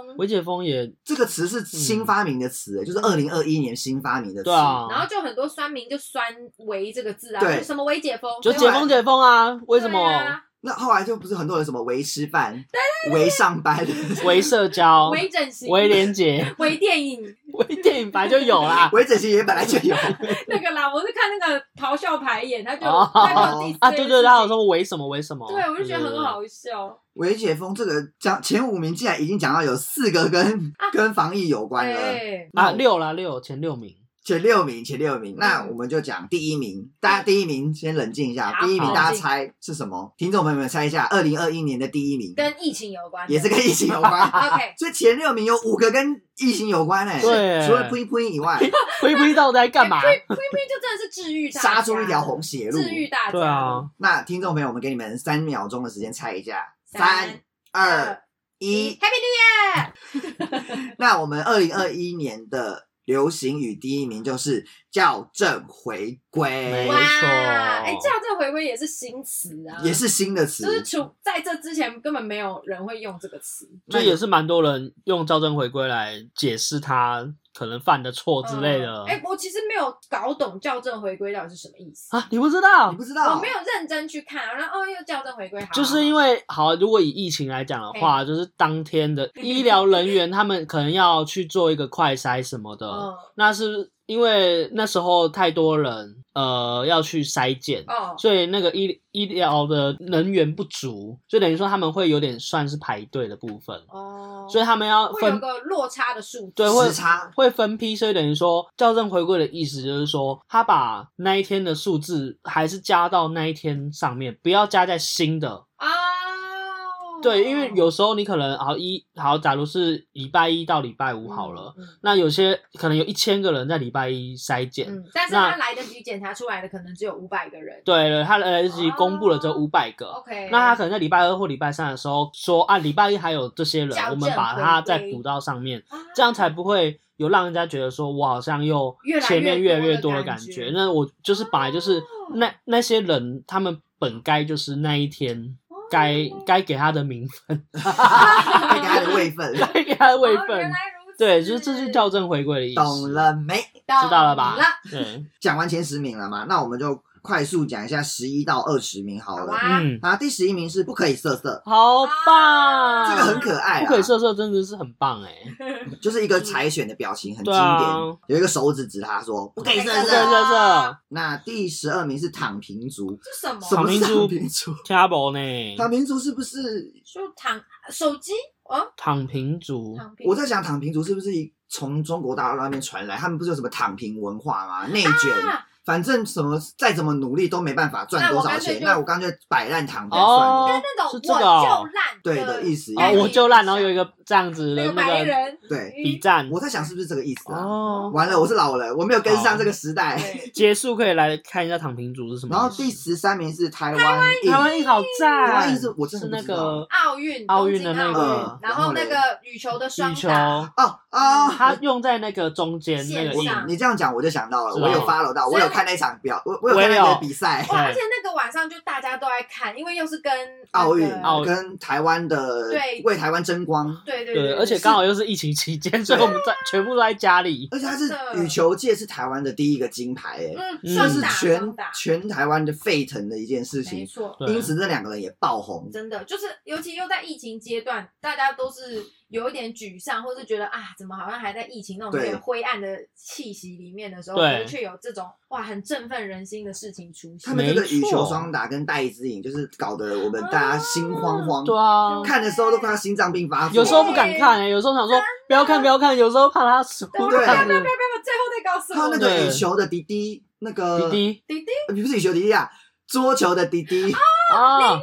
Speaker 2: 嗯
Speaker 3: 维解封也
Speaker 1: 这个词是新发明的词、就是二零二一年新发明的词。
Speaker 3: 对啊，
Speaker 2: 然后就很多酸民就酸“维”这个字啊，
Speaker 1: 对
Speaker 2: 就什么维解封，
Speaker 3: 就
Speaker 2: 对
Speaker 3: 解
Speaker 2: 吧
Speaker 3: 封解封啊，为什
Speaker 2: 对
Speaker 3: 么
Speaker 2: 啊
Speaker 1: 那后来就不是很多人什么微吃饭、微上班，。
Speaker 3: 微社 交、
Speaker 2: 微整形、
Speaker 3: 哦微连结、
Speaker 2: 微电影
Speaker 3: 微电影本来就有啦
Speaker 1: 微整形也本来就有。
Speaker 2: 那个啦，我是看那个咆哮排演，他就
Speaker 3: 哦
Speaker 2: 他就有 diss
Speaker 3: 啊，
Speaker 2: 这
Speaker 3: 对
Speaker 2: 件
Speaker 3: 对，
Speaker 2: 事
Speaker 3: 他有
Speaker 2: 情
Speaker 3: 说为什么为什么？
Speaker 2: 对，我就觉得很好笑。
Speaker 1: 微解封这个讲前五名，竟然已经讲到有四个跟、
Speaker 2: 啊
Speaker 1: 跟防疫有关了。
Speaker 2: 对，
Speaker 1: 那
Speaker 3: 啊，
Speaker 1: 我
Speaker 3: 六啦六前六名，
Speaker 1: 前六名，前六名，那
Speaker 2: 嗯
Speaker 1: 我们就讲第一名。大家第一名先冷静一下，
Speaker 2: 好
Speaker 1: 第一名
Speaker 3: 好
Speaker 1: 大家猜是什么？听众朋友们猜一下，二零二一年的第一名
Speaker 2: 跟疫情有关的，。
Speaker 1: 也是跟疫情有关
Speaker 2: OK。
Speaker 1: 所以前六名有五个跟疫情有关哎、
Speaker 3: 对
Speaker 1: 除了 Pui Pui 以外，
Speaker 3: 灰灰到底在干 嘛？
Speaker 2: 呸呸呸，哎就真的是治愈大家，
Speaker 1: 杀出一条红血路。
Speaker 2: 治愈大家。
Speaker 3: 对啊，
Speaker 1: 那听众朋友，我们给你们三秒钟的时间猜一下，
Speaker 2: 三
Speaker 1: 三二一。
Speaker 2: ，Happy New Year！
Speaker 1: 那我们二零二一年的流行语第一名就是校正回归
Speaker 3: 没，
Speaker 2: 哇，
Speaker 3: 错
Speaker 2: 哎，校正回归也是新词啊，
Speaker 1: 也是新的
Speaker 2: 就是
Speaker 1: 词。
Speaker 2: 除在这之前根本没有人会用这个词，
Speaker 3: 就也是蛮多人用校正回归来解释他可能犯的错哦之类
Speaker 2: 嗯
Speaker 3: 的
Speaker 2: 哎，我其实没有搞懂校正回归到底是什么意思，
Speaker 3: 啊，你不知道
Speaker 1: 你？不知
Speaker 2: 我
Speaker 1: 道
Speaker 2: 没？有认真去看啊，然后哦，又校正回归，好
Speaker 3: 就是因为好，如果以疫情来讲的话，就是当天的
Speaker 2: 嗯
Speaker 3: 医疗人员他们可能要去做一个快筛什么的，
Speaker 2: 嗯
Speaker 3: 那是因为那时候太多人呃要去筛检。
Speaker 2: 哦，
Speaker 3: 所以那个医医疗的人员不足，就等于说他们会有点算是排队的部分，
Speaker 2: 哦，
Speaker 3: 所以他们要
Speaker 2: 会有
Speaker 3: 分
Speaker 2: 个落差的数字，
Speaker 3: 对会
Speaker 1: 时差
Speaker 3: 会分批，所以等于说校正回归的意思就是说，他把那一天的数字还是加到那一天上面，不要加在新的，
Speaker 2: 哦，
Speaker 3: 对，因为有时候你可能好一好，假如是礼拜一到礼拜五好了，
Speaker 2: 嗯，嗯
Speaker 3: 那有些可能有一千个人在礼拜一筛检，
Speaker 2: 嗯，但是
Speaker 3: 那
Speaker 2: 他来得及检查出来的可能只有五百个人。
Speaker 3: 对了，他来得及公布了这
Speaker 2: 哦
Speaker 3: 五百个。
Speaker 2: OK，
Speaker 3: 那他可能在礼拜二或礼拜三的时候说啊，礼拜一还有这些人
Speaker 2: 校，正
Speaker 3: 我们把它再
Speaker 2: 回归
Speaker 3: 补到上面，
Speaker 2: 啊
Speaker 3: 这样才不会有让人家觉得说我好像又
Speaker 2: 越来越
Speaker 3: 前面越来越
Speaker 2: 多
Speaker 3: 多
Speaker 2: 的
Speaker 3: 的
Speaker 2: 感
Speaker 3: 感
Speaker 2: 觉
Speaker 3: 觉。那我就是本来就是、
Speaker 2: 哦
Speaker 3: 那那些人，他们本该就是那一天
Speaker 2: 哦
Speaker 3: 该该给他的名 分，
Speaker 2: 啊
Speaker 1: 给他的位 分，
Speaker 3: 该给他的位
Speaker 2: 哦
Speaker 3: 分
Speaker 2: 原。来如此
Speaker 3: 对，就是这是校正回归的意思。
Speaker 1: 懂，了没？
Speaker 2: 懂
Speaker 3: 知道了吧
Speaker 2: 了
Speaker 3: 对，
Speaker 1: 讲完前十名了嘛？那我们就快速讲一下十一到二十名好
Speaker 2: 好
Speaker 1: 了。
Speaker 2: 啊，
Speaker 3: 嗯，
Speaker 1: 啊，第十一名是不可以色色，
Speaker 3: 好棒，
Speaker 2: 啊
Speaker 1: 这个很可爱
Speaker 3: 不
Speaker 1: 啦，
Speaker 3: 可以色色真的是很棒哎、
Speaker 1: 就是一个柴犬的表情很经
Speaker 3: 对
Speaker 1: 典，
Speaker 3: 啊
Speaker 1: 有一个手指指他说不可以色
Speaker 3: 不可以
Speaker 1: 色。
Speaker 3: 色色，
Speaker 1: 那第十二名是躺平族，
Speaker 2: 这什么？
Speaker 1: 什么是躺
Speaker 3: 躺
Speaker 1: 平
Speaker 3: 平
Speaker 1: 族？
Speaker 3: 加博呢？
Speaker 1: 躺平族是不是？
Speaker 2: 就躺手机啊，
Speaker 3: 躺平族，
Speaker 2: 躺
Speaker 1: 嗯
Speaker 2: 平。
Speaker 1: 我在想躺平族是不是一从中国大陆那边传来？他们不是有什么躺平文化吗？内卷，
Speaker 2: 啊
Speaker 1: 反正什么再怎么努力都没办法赚多少钱，那
Speaker 2: 那
Speaker 1: 我
Speaker 2: 我
Speaker 1: 干脆摆烂躺平算了。
Speaker 3: 哦，
Speaker 2: 那种
Speaker 3: 是这
Speaker 2: 我
Speaker 3: 个哦
Speaker 2: 就烂
Speaker 1: 对的意思
Speaker 2: 概
Speaker 3: 哦，
Speaker 2: 念
Speaker 3: 我就烂，然后有一个这样子
Speaker 2: 那
Speaker 3: 的
Speaker 2: 个
Speaker 3: 那
Speaker 2: 白
Speaker 3: 个
Speaker 2: 人
Speaker 1: 对，
Speaker 3: 比赞
Speaker 1: 我在想是不是这个意思啊？
Speaker 3: 哦。
Speaker 1: 完了，我是老人，我没有跟上这个时代。
Speaker 2: 哦对
Speaker 3: 结束可以来看一下躺平族是什么
Speaker 1: 然后
Speaker 3: 意思。
Speaker 1: 第十三名是台湾印，
Speaker 3: 台湾一好
Speaker 1: 台
Speaker 3: 赞，
Speaker 1: 湾印是我真的
Speaker 3: 是
Speaker 1: 不
Speaker 3: 那
Speaker 1: 知道
Speaker 3: 个
Speaker 2: 奥运
Speaker 3: 奥运的
Speaker 2: 东京
Speaker 3: 那
Speaker 1: 个
Speaker 2: 奥运
Speaker 1: 嗯
Speaker 2: 然后那个羽球的双
Speaker 3: 羽球，
Speaker 2: 打，
Speaker 1: 哦哦，
Speaker 3: 它用在那个中间那个
Speaker 2: 线
Speaker 3: 印，
Speaker 2: 上
Speaker 1: 你这样讲我就想到了，
Speaker 3: 是
Speaker 1: 我
Speaker 3: 吧
Speaker 1: 有 follow 到，我
Speaker 2: 所以
Speaker 1: 有看那场表，我我有看那
Speaker 3: 我也
Speaker 1: 个
Speaker 3: 有
Speaker 1: 比赛，
Speaker 2: 哇！
Speaker 3: 对
Speaker 2: 而且那个晚上就大家都在看，因为又是跟那个
Speaker 1: 奥运
Speaker 3: 奥运
Speaker 1: 跟台湾的
Speaker 2: 对
Speaker 1: 为台湾争光，
Speaker 2: 对对
Speaker 3: 对，而且刚好又是疫情期间，所以我们在全部都在家里。
Speaker 1: 而且它是
Speaker 2: 真的
Speaker 1: 羽球界是台湾的第一个金牌，哎，
Speaker 2: 嗯
Speaker 1: 这
Speaker 3: 嗯
Speaker 2: 双
Speaker 1: 是
Speaker 2: 打
Speaker 1: 全
Speaker 2: 双打，
Speaker 1: 全台湾的沸腾的一件事
Speaker 2: 没
Speaker 1: 情，
Speaker 2: 错，
Speaker 3: 对
Speaker 1: 因此这两个人也爆红。
Speaker 2: 真的就是，尤其又在疫情阶段，大家都是有一点沮丧，或是觉得啊，怎么好像还在疫情那种
Speaker 1: 对
Speaker 2: 有点灰暗的气息里面的时候，
Speaker 3: 对
Speaker 2: 可是却有这种哇很振奋人心的事情出
Speaker 1: 他
Speaker 2: 现。
Speaker 1: 们这个
Speaker 3: 没
Speaker 1: 羽
Speaker 3: 错
Speaker 1: 球双打跟戴资颖，就是搞得我们大
Speaker 2: 啊
Speaker 1: 家心慌慌，
Speaker 3: 对啊，
Speaker 1: 看的时候都快要心脏病发作。
Speaker 3: 有时候不敢看、欸，有时候想说不要看不要看，有时候怕他输。
Speaker 2: 哎对，不
Speaker 1: 对
Speaker 2: 要不要不要不要，最后再告诉
Speaker 1: 还有
Speaker 2: 我
Speaker 1: 那个
Speaker 3: 对
Speaker 1: 羽球的迪迪，那个
Speaker 3: 滴滴
Speaker 2: 弟弟
Speaker 1: 呃不是羽球迪迪啊，桌球的迪迪
Speaker 2: 哦
Speaker 3: 啊，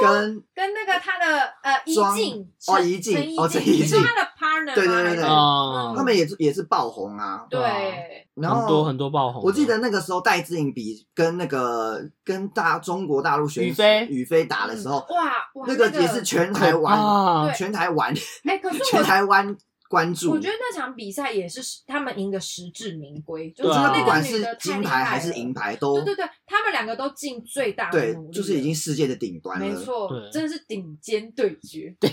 Speaker 1: 跟
Speaker 2: 跟那个他的呃怡
Speaker 1: 庄
Speaker 2: 静
Speaker 1: 哦
Speaker 2: 陈
Speaker 1: 怡静
Speaker 2: 陈怡
Speaker 1: 哦陈怡
Speaker 2: 你是
Speaker 1: 静
Speaker 2: 他的 partner
Speaker 1: 对对对
Speaker 2: 吗
Speaker 1: 对
Speaker 2: 还是
Speaker 3: 啊，
Speaker 1: 他们也是也是爆红啊。
Speaker 3: 对啊
Speaker 2: 对，
Speaker 1: 然后
Speaker 3: 很多很多爆红。
Speaker 1: 我记得那个时候戴资颖比跟那个跟大中国大陆选手
Speaker 3: 羽飞
Speaker 1: 羽飞打的时候，
Speaker 2: 哇哇
Speaker 1: 那个也是全台湾
Speaker 3: 啊
Speaker 2: 对，
Speaker 1: 全台湾
Speaker 2: 哎，可是
Speaker 1: 全
Speaker 2: 我
Speaker 1: 台湾关注
Speaker 2: 我。觉得那场比赛也是他们赢得实至名归，就
Speaker 1: 我
Speaker 2: 是
Speaker 1: 觉
Speaker 3: 对啊
Speaker 1: 得
Speaker 2: 那
Speaker 1: 不
Speaker 2: 个
Speaker 1: 管
Speaker 2: 女
Speaker 1: 是
Speaker 2: 的太
Speaker 1: 金
Speaker 2: 厉
Speaker 1: 牌
Speaker 2: 害
Speaker 1: 还是
Speaker 2: 了
Speaker 1: 银牌都
Speaker 2: 对对对，他们两个都尽最大的
Speaker 1: 对
Speaker 2: 努力，了
Speaker 1: 就是已经世界的顶端了。
Speaker 2: 没错，
Speaker 3: 对
Speaker 2: 真的是顶尖对决，
Speaker 1: 顶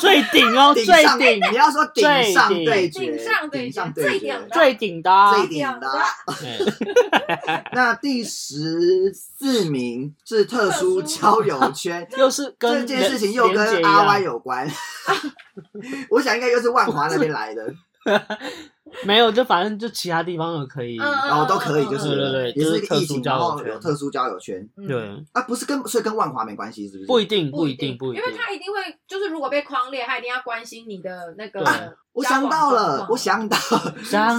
Speaker 3: 最顶哦，
Speaker 1: 顶
Speaker 3: 最
Speaker 1: 上，哎
Speaker 3: 顶
Speaker 1: 你要说顶上对决，
Speaker 2: 顶上对
Speaker 1: 顶
Speaker 2: 决
Speaker 1: 上，
Speaker 2: 最
Speaker 1: 对
Speaker 2: 顶
Speaker 1: 决，
Speaker 2: 的
Speaker 3: 最顶的啊，
Speaker 1: 最顶的。
Speaker 3: 哎
Speaker 1: 那第十四名是特殊交友 圈，
Speaker 3: 又是
Speaker 1: 这
Speaker 3: 跟
Speaker 1: 件事情又
Speaker 3: 连结
Speaker 1: 跟
Speaker 3: 一
Speaker 1: 阿
Speaker 3: 样
Speaker 1: Y 有关。 我想应该又是万华那边来
Speaker 2: 嗯
Speaker 1: 的，
Speaker 3: 没有，就反正就其他地方都可以。
Speaker 2: 嗯
Speaker 1: 然后都可以，就是
Speaker 3: 对对对
Speaker 1: 也
Speaker 3: 就是
Speaker 1: 一个疫
Speaker 3: 特
Speaker 1: 情，
Speaker 3: 殊
Speaker 1: 然
Speaker 3: 交友
Speaker 1: 后
Speaker 3: 圈
Speaker 1: 有特殊交友圈
Speaker 2: 嗯，
Speaker 3: 对，
Speaker 1: 啊，不是跟所以跟万华没关系，是不是？
Speaker 3: 不一，定，
Speaker 2: 不
Speaker 3: 一定，不一
Speaker 2: 因
Speaker 3: 定。
Speaker 2: 为他一定会，就是如果被框列，他一定要关心你的那个交
Speaker 3: 对
Speaker 2: 往状况。
Speaker 1: 啊我想到了，我想到
Speaker 3: 想
Speaker 2: 想
Speaker 3: 到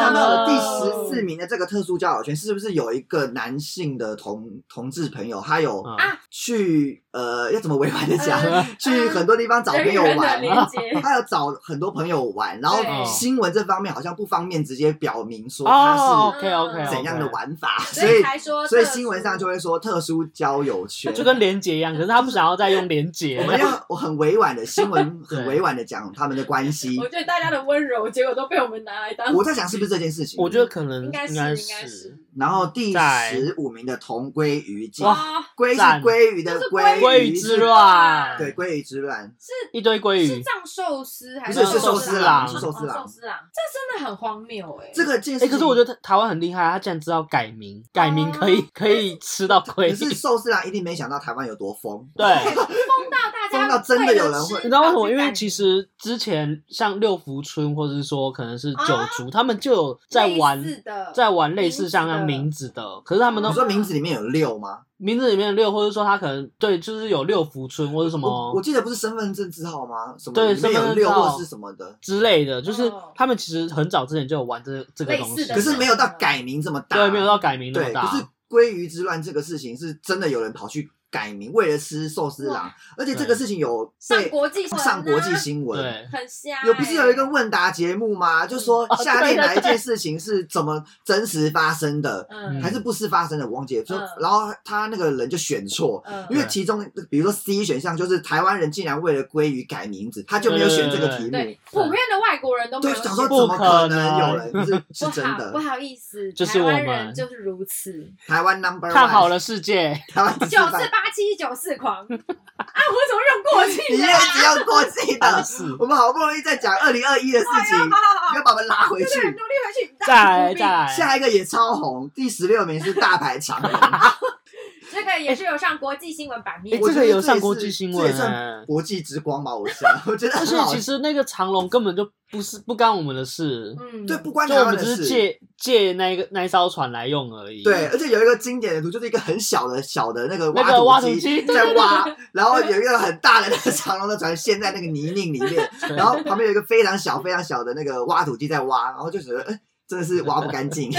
Speaker 1: 想到
Speaker 2: 了
Speaker 1: 了第
Speaker 2: 哦
Speaker 1: 十四名的这个特殊交友圈，是不是有一个男性的同同志朋友，他有
Speaker 3: 啊
Speaker 1: 去呃要怎么委婉的讲，
Speaker 2: 呃
Speaker 1: 去很多地方找朋
Speaker 2: 人与
Speaker 1: 友
Speaker 2: 人的
Speaker 1: 玩，
Speaker 2: 连接，
Speaker 1: 他有找很多朋友玩，然后
Speaker 2: 对
Speaker 1: 新闻这方面好像不方便直接表明说
Speaker 3: 哦
Speaker 1: 他
Speaker 3: ，OK
Speaker 2: 嗯
Speaker 3: OK，
Speaker 1: 是怎样的？玩法，所
Speaker 2: 以
Speaker 1: 以
Speaker 2: 才说特殊，
Speaker 1: 所以新闻上就会说特殊交友圈，
Speaker 3: 啊就跟连结一样，可是他不想要再用连
Speaker 1: 我
Speaker 3: 结。
Speaker 1: 们要我很委 婉的新闻，
Speaker 3: 对
Speaker 1: 很委婉的讲他们的关系
Speaker 2: 我。觉得大家的温柔，结果都被我们拿来当，
Speaker 1: 我在想是不是这件事情？
Speaker 3: 我觉得可能
Speaker 2: 应该是
Speaker 3: 该
Speaker 2: 应该是。
Speaker 1: 然后第
Speaker 3: 在
Speaker 1: 十五名的同归于尽，
Speaker 2: 哇，
Speaker 1: 鲑是
Speaker 3: 赞
Speaker 1: 鲑鱼的
Speaker 2: 就是
Speaker 1: 鲑，
Speaker 3: 鲑鱼
Speaker 1: 鱼
Speaker 3: 之
Speaker 1: 是
Speaker 3: 乱，
Speaker 1: 对，鲑鱼之乱，
Speaker 3: 一堆鲑
Speaker 2: 是
Speaker 3: 鱼，
Speaker 2: 藏寿司还
Speaker 1: 不是
Speaker 3: 是寿司郎
Speaker 2: 寿
Speaker 3: 是
Speaker 1: 寿司郎
Speaker 2: 哦寿司郎，这真的很荒谬哎。
Speaker 1: 这个件事
Speaker 3: 哎，
Speaker 1: 情，
Speaker 3: 可是我觉得台湾很厉害，啊他竟然知道改名，改名可
Speaker 2: 哦
Speaker 3: 以 可以吃到鲑
Speaker 1: 可是
Speaker 3: 鱼。
Speaker 1: 寿司郎一定没想到台湾有多疯，
Speaker 3: 对，
Speaker 2: 疯到大家
Speaker 1: 疯到真的有人会
Speaker 2: 为了吃
Speaker 3: 你知道为什 么？
Speaker 2: 去
Speaker 3: 因为
Speaker 2: 赶
Speaker 3: 其实之前像六福村，或者是说可能是九族，他们就有在玩
Speaker 2: 啊类似的
Speaker 3: 在玩类似像那
Speaker 2: 名
Speaker 3: 名字的，可是他们都
Speaker 1: 你说名字里面有六吗？
Speaker 3: 名字里面的六，或者说他可能对，就是有六福村或者什
Speaker 1: 我我
Speaker 3: 么
Speaker 1: 记得不是身份证字号吗？什么
Speaker 3: 对
Speaker 1: 里面有
Speaker 3: 身份
Speaker 1: 六
Speaker 3: 证号
Speaker 1: 或是什么的，
Speaker 3: 之类的，就是
Speaker 2: 哦
Speaker 3: 他们其实很早之前就有玩这这个
Speaker 2: 类似
Speaker 3: 东西，
Speaker 2: 的
Speaker 1: 可是没有到改名这么大，
Speaker 3: 对，没有到改名那么
Speaker 1: 对，可是
Speaker 3: 大，
Speaker 1: 鲑鱼之乱这个事情是真的有人跑去改名，为了吃寿司郎，而且这个事情有
Speaker 2: 上
Speaker 1: 被
Speaker 2: 国际文啊
Speaker 1: 上国际新闻，
Speaker 3: 对，
Speaker 2: 很瞎欸，
Speaker 1: 有不是有一个问答节目吗？
Speaker 2: 嗯
Speaker 1: 就说
Speaker 3: 哦
Speaker 1: 下列
Speaker 3: 对对
Speaker 1: 哪一件事情是怎么真实发生的，
Speaker 2: 嗯
Speaker 1: 还是不是发生的？我忘记了。就
Speaker 2: 嗯
Speaker 1: 然后他那个人就选错，
Speaker 2: 嗯
Speaker 1: 因为其中比如说 C 选项就是台湾人竟然为了鲑鱼改名字，他就没有选这个题目。
Speaker 3: 嗯
Speaker 2: 对普遍的外国人都没
Speaker 1: 对，
Speaker 2: 有
Speaker 1: 想说
Speaker 2: 选
Speaker 1: 怎
Speaker 3: 不
Speaker 1: 么可能
Speaker 3: 可能
Speaker 1: 有人 是是
Speaker 2: 不
Speaker 1: 真
Speaker 2: 好不
Speaker 1: 的？
Speaker 2: 好意思，
Speaker 3: 就是
Speaker 2: 台湾
Speaker 3: 我们
Speaker 2: 人就是如此，
Speaker 1: 台湾 number one，
Speaker 3: 看好了世界，
Speaker 1: 台湾
Speaker 2: 九四八七九四狂， 啊我怎么又过去
Speaker 1: 你一
Speaker 2: 了？
Speaker 1: 直要过气
Speaker 3: 但
Speaker 1: 的。
Speaker 3: 是
Speaker 1: 我们好不容易在讲二零二一的事情，
Speaker 2: 好好啊好
Speaker 1: 你
Speaker 2: 好，
Speaker 1: 要把我们拉 回
Speaker 2: 对对，
Speaker 1: 去。
Speaker 2: 努力回去。
Speaker 3: 再来再来，
Speaker 1: 下一个也超红，第十六名是大牌长 人，
Speaker 2: 这个也是有上国际新闻版
Speaker 3: 哎、
Speaker 2: 面。
Speaker 1: 我
Speaker 3: 这
Speaker 1: 觉
Speaker 3: 个
Speaker 1: 得
Speaker 3: 有
Speaker 1: 这
Speaker 3: 上
Speaker 1: 也
Speaker 3: 国
Speaker 1: 是
Speaker 3: 际新
Speaker 1: 这
Speaker 3: 闻、
Speaker 1: 也算
Speaker 3: 欸。
Speaker 1: 国际之光吧，我想， 我觉得
Speaker 3: 而且
Speaker 1: 哎很好
Speaker 3: 其。实那个长龙根本就不是不干我们的事，
Speaker 2: 嗯，
Speaker 1: 对，不关
Speaker 3: 就
Speaker 1: 台
Speaker 3: 我
Speaker 1: 湾
Speaker 3: 们
Speaker 1: 的
Speaker 3: 只是
Speaker 1: 事。
Speaker 3: 借借那一个那一艘船来用而已。
Speaker 1: 对，，而且有一个经典的图，就是一个很小的小的那个
Speaker 3: 那个
Speaker 1: 挖
Speaker 3: 挖
Speaker 1: 土
Speaker 3: 土
Speaker 1: 机
Speaker 3: 机，
Speaker 1: 在挖，然后有一个很大的那个长龙的船陷在那个泥泞里 面， 然后旁边有一个非常小非常小的那个挖土机在挖，然后就觉得，哎，真的是挖不干 净。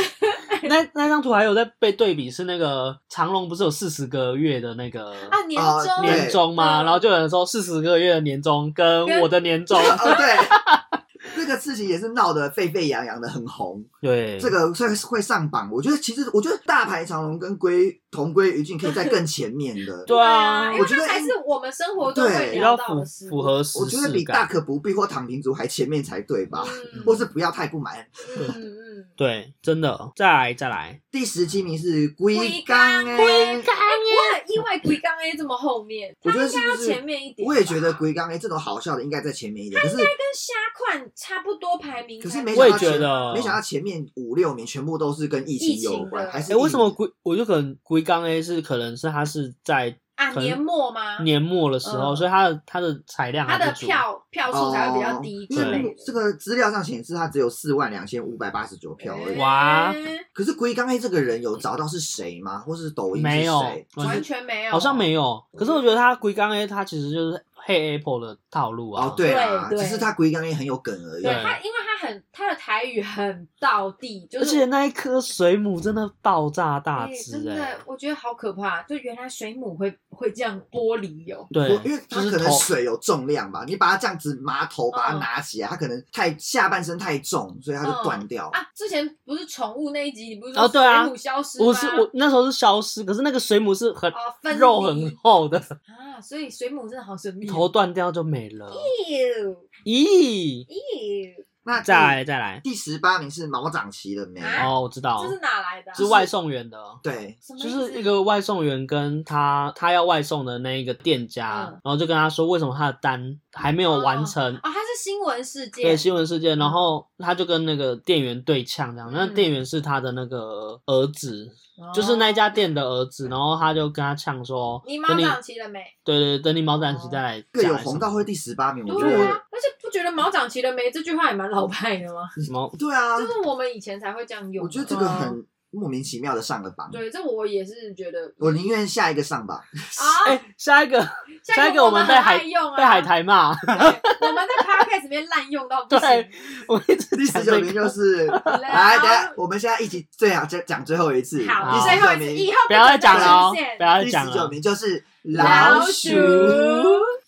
Speaker 3: 那那张图还有在被对比，是那个长龙不是有四十个月的那个
Speaker 2: 啊，年
Speaker 1: 啊
Speaker 2: 终
Speaker 1: 对
Speaker 3: 年终吗？
Speaker 2: 嗯
Speaker 3: 然后就有人说四十个月的年终跟
Speaker 2: 跟
Speaker 3: 我的年终，
Speaker 1: 哦，对，这个事情也是闹得沸沸扬扬的，很红。
Speaker 3: 对，
Speaker 1: 这个会会上榜，我觉得其实我觉得大牌长龙跟归同归于尽可以在更前面的。
Speaker 3: 对啊
Speaker 2: 因，
Speaker 1: 我
Speaker 2: 为
Speaker 1: 觉得
Speaker 2: 这才是我们生活中
Speaker 1: 对
Speaker 2: 会
Speaker 3: 比
Speaker 2: 聊
Speaker 3: 较
Speaker 2: 到
Speaker 3: 符
Speaker 2: 的事。
Speaker 3: 符合时
Speaker 1: 我觉得
Speaker 3: 事
Speaker 1: 比大
Speaker 3: 感，
Speaker 1: 可不必或躺平族还前面才对吧？
Speaker 2: 嗯
Speaker 1: 或是不要太不满。
Speaker 2: 嗯嗯嗯，
Speaker 3: 对，真的，再来再来，
Speaker 1: 第十七名是龟缸哎，
Speaker 2: 我很意外鬼刚 A 这么后面，
Speaker 1: 我
Speaker 2: 他
Speaker 1: 觉得
Speaker 2: 应
Speaker 1: 是
Speaker 2: 该
Speaker 1: 不
Speaker 2: 要
Speaker 1: 是
Speaker 2: 前面一点吧。
Speaker 1: 我也觉得龟缸哎这种好笑的应该在前面一点，可是
Speaker 2: 跟虾款差不多排名才
Speaker 1: 可
Speaker 2: 对，
Speaker 1: 是没
Speaker 3: 我
Speaker 1: 想
Speaker 3: 也
Speaker 1: 到
Speaker 3: 觉
Speaker 1: 前
Speaker 3: 得
Speaker 1: 没想到前面五六名全部都是跟疫
Speaker 2: 疫
Speaker 1: 情
Speaker 2: 情
Speaker 1: 有关，
Speaker 2: 的
Speaker 1: 还是
Speaker 3: 哎，为什么
Speaker 1: 疫
Speaker 3: 龟我就可能龟缸 A 是可能是它是在
Speaker 2: 啊
Speaker 3: 可能
Speaker 2: 年末吗？
Speaker 3: 年末的时候，
Speaker 2: 嗯
Speaker 3: 所以它的它的产量
Speaker 2: 他
Speaker 3: 还
Speaker 2: 的
Speaker 3: 不足
Speaker 2: 票票
Speaker 1: 哦
Speaker 2: 数才会比较低
Speaker 1: 因
Speaker 2: 之类
Speaker 1: 为
Speaker 2: 的。
Speaker 1: 这个资料上显示他只有四万两千五百八十九票而已。
Speaker 3: 哇
Speaker 2: 哎
Speaker 1: 可是龟刚哎这个人有找到是谁吗？或是抖音是
Speaker 3: 没有
Speaker 1: 谁？，
Speaker 2: 完全没有，
Speaker 3: 好像没有。可是我觉得它龟缸 A 它其实就是黑 Apple 的套路啊，
Speaker 1: 哦，对啊，
Speaker 2: 对对
Speaker 1: 只是他龟刚也很有梗而已
Speaker 2: 对。
Speaker 3: 对
Speaker 2: 他，因为他很他的台语很到地，就
Speaker 3: 而
Speaker 2: 是
Speaker 3: 且那一颗水母真的爆炸大
Speaker 2: 哎
Speaker 3: 只
Speaker 2: 真
Speaker 3: 哎、
Speaker 2: 的，我觉得好可怕。就原来水母会会这样剥离哦哟，
Speaker 3: 对
Speaker 1: 我，因为它
Speaker 3: 就
Speaker 1: 可
Speaker 3: 是
Speaker 1: 能
Speaker 3: 头
Speaker 1: 水有重量吧，你把它这样子拿头把它
Speaker 2: 嗯
Speaker 1: 拿起来，它可能太下半身太重，所以它就
Speaker 2: 嗯
Speaker 1: 断掉。
Speaker 2: 啊！之前不是宠物那一集，你不是
Speaker 3: 哦
Speaker 2: 说
Speaker 3: 对啊
Speaker 2: 水母消失吗？
Speaker 3: 我是我那时候是消失，可是那个水母是很、
Speaker 2: 哦分离
Speaker 3: 肉很厚的，
Speaker 2: 啊，所以水母真的好神秘。哦
Speaker 3: 头断掉就没了。
Speaker 2: Ew,
Speaker 3: 咦，
Speaker 2: ew
Speaker 1: 那
Speaker 3: 再
Speaker 1: 在
Speaker 3: 来再来，
Speaker 1: 第十八名是毛长齐的梅，
Speaker 2: 啊
Speaker 3: 哦，我知道
Speaker 2: 这，是哪来的啊？
Speaker 3: 是外送员的。哦
Speaker 1: 对，
Speaker 2: 什么意
Speaker 3: 就
Speaker 2: 思哦
Speaker 3: 是一个外送员跟他他要外送的那一个店家，
Speaker 2: 嗯
Speaker 3: 然后就跟他说为什么他的单还没有完成，
Speaker 2: 啊，它是新闻事件
Speaker 3: 对，新闻事件，然后他就跟那个店员对呛这样，那
Speaker 2: 嗯
Speaker 3: 店员是他的那个儿子，
Speaker 2: 哦
Speaker 3: 就是那家店的儿子，然后他就跟他呛说，
Speaker 2: 你哦毛
Speaker 3: 等你
Speaker 2: 长齐了没？
Speaker 3: 对对，对等你毛展期再来
Speaker 1: 各
Speaker 3: 讲
Speaker 1: 有
Speaker 3: 还是什
Speaker 1: 红
Speaker 3: 么，
Speaker 1: 到会第十八名，我觉
Speaker 2: 对
Speaker 1: 得
Speaker 2: 啊，而且不觉得毛长齐了没这句话也蛮老派的吗？
Speaker 3: 毛
Speaker 1: 对啊
Speaker 2: 就，是我们以前才会这样用。嗯
Speaker 1: 我觉得这个很莫名其妙的上了榜，
Speaker 2: 啊对，这我也是觉得
Speaker 1: 我宁愿下一个上 吧。
Speaker 2: 啊，
Speaker 3: 哎，下一个下一
Speaker 2: 一
Speaker 3: 个我
Speaker 2: 我
Speaker 3: 们
Speaker 2: 很
Speaker 3: 被海
Speaker 2: 爱用啊，
Speaker 3: 被海苔骂，
Speaker 2: 对， 我们在 podcast 里面滥用到不行。
Speaker 3: 对我一直
Speaker 1: 第
Speaker 3: 讲
Speaker 1: 十
Speaker 3: 这
Speaker 1: 九
Speaker 3: 个
Speaker 1: 名 就是，来，等一下我们现在一起最好再讲最后一次，
Speaker 2: 哦好，
Speaker 1: 第
Speaker 3: 好
Speaker 2: 最
Speaker 1: 十九
Speaker 2: 后一次，
Speaker 1: 名
Speaker 2: 以后
Speaker 3: 不要再讲了哦
Speaker 2: 出现，
Speaker 3: 不要再
Speaker 1: 第
Speaker 3: 讲
Speaker 1: 十九
Speaker 3: 了，
Speaker 1: 名就是
Speaker 2: 老
Speaker 1: 鼠
Speaker 2: 鼠。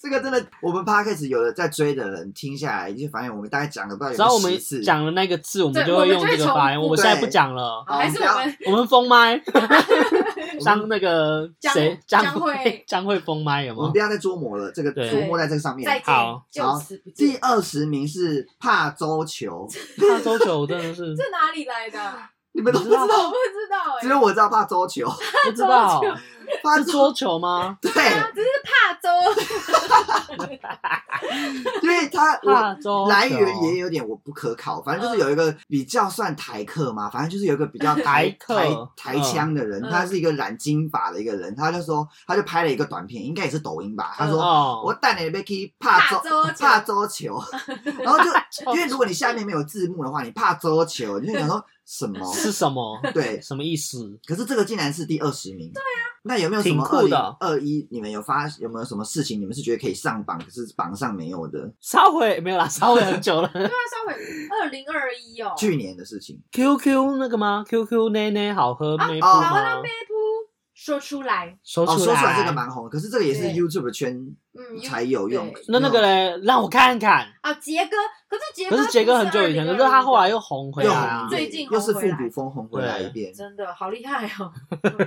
Speaker 1: 这个真的，我们 podcast 有的在追的人听下来，就发现我们大概讲了不知
Speaker 3: 只
Speaker 1: 道
Speaker 3: 要
Speaker 1: 有
Speaker 3: 我
Speaker 1: 没
Speaker 3: 们
Speaker 1: 有十次。
Speaker 3: 讲了那个字，我们
Speaker 2: 对
Speaker 3: 就
Speaker 2: 我
Speaker 3: 会
Speaker 2: 们
Speaker 3: 用
Speaker 2: 就会
Speaker 3: 这个发音，
Speaker 2: 重复
Speaker 3: 我现在
Speaker 1: 对
Speaker 3: 不讲了，
Speaker 2: 好还是我们
Speaker 3: 我们 封麦，
Speaker 1: 们
Speaker 3: 上那个
Speaker 2: 江
Speaker 3: 谁
Speaker 2: 江
Speaker 3: 江
Speaker 2: 惠
Speaker 3: 江惠封麦有
Speaker 1: 我们
Speaker 3: 吗
Speaker 1: 不？要再捉摸了，这个
Speaker 3: 对
Speaker 1: 琢磨在这个上
Speaker 2: 再
Speaker 1: 面。
Speaker 2: 见
Speaker 3: 好，
Speaker 2: 就
Speaker 1: 好
Speaker 2: 此不
Speaker 1: 第
Speaker 2: 见。
Speaker 1: 二十名是帕周球，
Speaker 3: 他周九真的是。
Speaker 2: 这哪里来的？
Speaker 1: 你们都不知
Speaker 2: 我
Speaker 1: 道
Speaker 2: 不，知道哎
Speaker 1: 只，有我知道帕周球。
Speaker 3: 不 知道
Speaker 1: 帕
Speaker 3: 是桌球吗？
Speaker 1: 对，
Speaker 2: 啊只是怕周
Speaker 1: 因为它
Speaker 3: 怕
Speaker 1: 我
Speaker 3: 桌球
Speaker 1: 来源也有点我不可考，反正
Speaker 2: 嗯
Speaker 1: 就是有一个比较算台客嘛，反正就是有一个比较台
Speaker 3: 台客
Speaker 1: 台
Speaker 3: 嗯
Speaker 1: 台腔的人，
Speaker 2: 嗯
Speaker 1: 他是一个染金发的一个人，他就说他就拍了一个短片，应该也是抖音吧，他说
Speaker 3: 哦，
Speaker 1: 我带你被去怕
Speaker 2: 怕
Speaker 1: 桌
Speaker 2: 桌球哦
Speaker 1: 怕桌球， 然后就因为如果你下面没有字幕的话，你怕桌球，你就想说什么？
Speaker 3: 是什么？
Speaker 1: 对，
Speaker 3: 什么意思？
Speaker 1: 可是这个竟然是第二十名。对啊，那有没有什么
Speaker 3: 挺
Speaker 1: 二
Speaker 3: 酷
Speaker 1: 零
Speaker 3: 的
Speaker 1: 二一？你们有发有没有什么事情？你们是觉得可以上榜，可是榜上没有的？
Speaker 3: 烧毁没有啦，烧毁 很久了。
Speaker 2: 对啊，稍微二零二一哦，
Speaker 1: 去年的事情
Speaker 3: QQ 那个吗？QQ 奶奶好喝
Speaker 2: 啊
Speaker 3: 没布
Speaker 1: 好
Speaker 2: 好，
Speaker 3: 吗
Speaker 2: 那？妹夫说出来，
Speaker 3: 说
Speaker 1: 哦，
Speaker 3: 出
Speaker 1: 说出来这个
Speaker 3: 来。
Speaker 1: 蛮红，可是这个也是
Speaker 2: 对
Speaker 1: YouTube 圈
Speaker 2: 嗯，
Speaker 1: 才有用
Speaker 2: 对。
Speaker 3: 那那个嘞，让我看看。
Speaker 2: 啊，杰哥，可是杰哥
Speaker 3: 可
Speaker 2: 哎不
Speaker 3: 是
Speaker 2: 是
Speaker 3: 杰哥很久以前，可是他后来
Speaker 2: 又
Speaker 3: 又红回
Speaker 1: 又
Speaker 3: 来
Speaker 1: 红
Speaker 3: 啊
Speaker 1: 一遍，
Speaker 2: 最近
Speaker 1: 又是
Speaker 2: 红
Speaker 1: 复
Speaker 2: 回来
Speaker 1: 古风红回来一遍。
Speaker 2: 真的好厉害哦，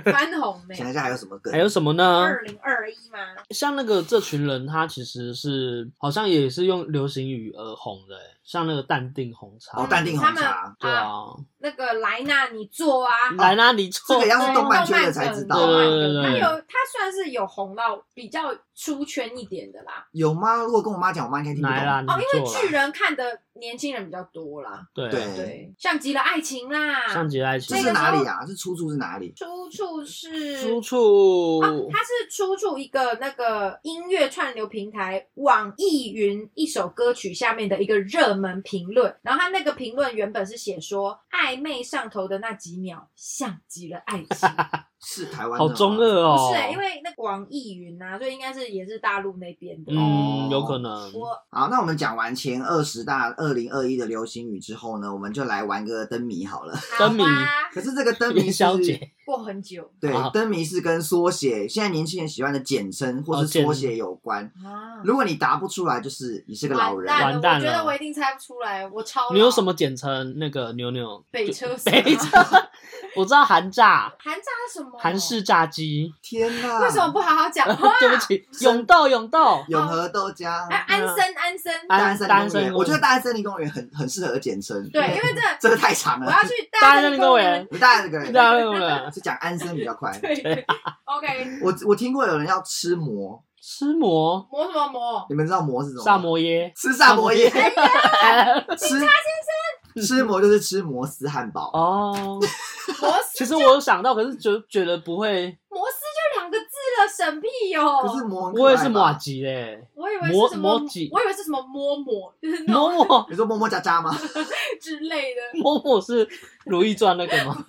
Speaker 2: 翻红 呢。
Speaker 1: 想一下还有什么梗
Speaker 3: 还？有什么呢？
Speaker 2: 二零二一吗？
Speaker 3: 像那个这群人，他其实是好像也是用流行语而红的，欸像那个淡定红
Speaker 1: 哦，
Speaker 3: 茶，
Speaker 1: 淡定
Speaker 2: 他
Speaker 1: 红
Speaker 2: 们
Speaker 1: 茶，
Speaker 3: 对啊，
Speaker 2: 那个莱纳你做啊，
Speaker 3: 莱拉你
Speaker 1: 这
Speaker 3: 错
Speaker 1: 个，要是
Speaker 2: 对啊
Speaker 1: 动漫
Speaker 2: 动
Speaker 1: 圈的
Speaker 2: 漫
Speaker 1: 才啊
Speaker 2: 梗
Speaker 1: 知道
Speaker 3: 对
Speaker 1: 啊。
Speaker 3: 对对对
Speaker 2: 他有他算是有红到比较出圈一点的啦。
Speaker 1: 有吗？如果跟我妈讲，我妈应该听不懂。
Speaker 3: 来啦，你
Speaker 2: 哦，因为
Speaker 3: 做啦
Speaker 2: 巨人看的年轻人比较多啦，
Speaker 3: 对
Speaker 1: 对
Speaker 2: 对，像极了爱情啦，
Speaker 3: 像极了爱情
Speaker 1: 这
Speaker 2: 那
Speaker 1: 是
Speaker 2: 个时候
Speaker 1: 哪里啊？是出处是哪里？
Speaker 2: 出处是
Speaker 3: 出处
Speaker 2: 啊，它是出处一个那个音乐串流平台网易云一首歌曲下面的一个热门评论，然后它那个评论原本是写说暧昧上头的那几秒像极了爱情，
Speaker 1: 是台湾的
Speaker 3: 好
Speaker 1: 吗
Speaker 3: 中二哦，
Speaker 2: 不是、欸、因为那个网易云啊，所以应该是也是大陆那边的。
Speaker 1: 哦
Speaker 3: 嗯，有可能
Speaker 2: 我
Speaker 1: 好，那我们讲完前二十大二零二一的流行语之后呢，我们就来玩个灯谜好了。
Speaker 2: 好
Speaker 3: 灯谜
Speaker 2: 啊，
Speaker 1: 可是这个灯谜
Speaker 3: 元
Speaker 1: 是
Speaker 3: 宵节
Speaker 2: 过很久
Speaker 1: 对
Speaker 3: 好
Speaker 1: 灯谜是跟缩写，现在年轻人喜欢的简称或
Speaker 3: 哦
Speaker 1: 是
Speaker 3: 简
Speaker 1: 缩写有关。
Speaker 2: 啊，
Speaker 1: 如果你答不出来，就是你是个老人。
Speaker 2: 完
Speaker 3: 完蛋
Speaker 2: 我
Speaker 3: 了
Speaker 2: 觉得我一定猜不出来，我超
Speaker 3: 你有什
Speaker 2: 么
Speaker 3: 么简称？那个 牛牛
Speaker 2: 北车司
Speaker 3: 北车，我知道韩炸、
Speaker 2: 韩炸什么
Speaker 3: 韩式炸鸡，
Speaker 1: 天哪！
Speaker 2: 为什么不好好讲话？
Speaker 3: 对不起，永豆永豆，
Speaker 1: 永和豆浆、
Speaker 2: 啊，安生安生，
Speaker 3: 安
Speaker 1: 大安森林
Speaker 3: 大安
Speaker 1: 公
Speaker 3: 森林公
Speaker 1: 园？
Speaker 3: 园
Speaker 1: 我觉得大安森林公园很很适合简称。
Speaker 2: 对，因为这
Speaker 1: 这个太长
Speaker 2: 我
Speaker 1: 了
Speaker 2: 要。去
Speaker 3: 嗯大
Speaker 2: 大
Speaker 3: 安森
Speaker 2: 森
Speaker 3: 林
Speaker 2: 公
Speaker 3: 公
Speaker 2: 园
Speaker 3: 园。
Speaker 1: 不大那个
Speaker 3: 大
Speaker 1: 人
Speaker 3: 家认了
Speaker 1: 是讲安森比较快。
Speaker 2: 对，OK，
Speaker 1: 我我听过有人要吃馍，
Speaker 3: 吃馍
Speaker 2: 磨什么磨？
Speaker 1: 你们知道馍是什么吗？
Speaker 3: 萨摩耶，
Speaker 1: 吃萨摩耶，
Speaker 3: 萨摩耶
Speaker 1: 吃吃馍就是吃摩斯汉堡。
Speaker 3: 哦。
Speaker 2: 摩斯
Speaker 3: 其实我有想到，可是就觉得不会，
Speaker 2: 摩斯就两个字了，省屁哟。
Speaker 1: 可是馍很可爱吧
Speaker 3: 我也是啊马，吉嘞，
Speaker 2: 我以为
Speaker 3: 摩
Speaker 2: 是什么
Speaker 3: 摩吉，
Speaker 2: 我以为是什么摸摸，就是 那
Speaker 3: 嬷
Speaker 2: 种
Speaker 3: 嬷
Speaker 1: 你说么么喳喳吗？
Speaker 2: 之类的。
Speaker 3: 嬷嬷是《如懿传》那 个吗？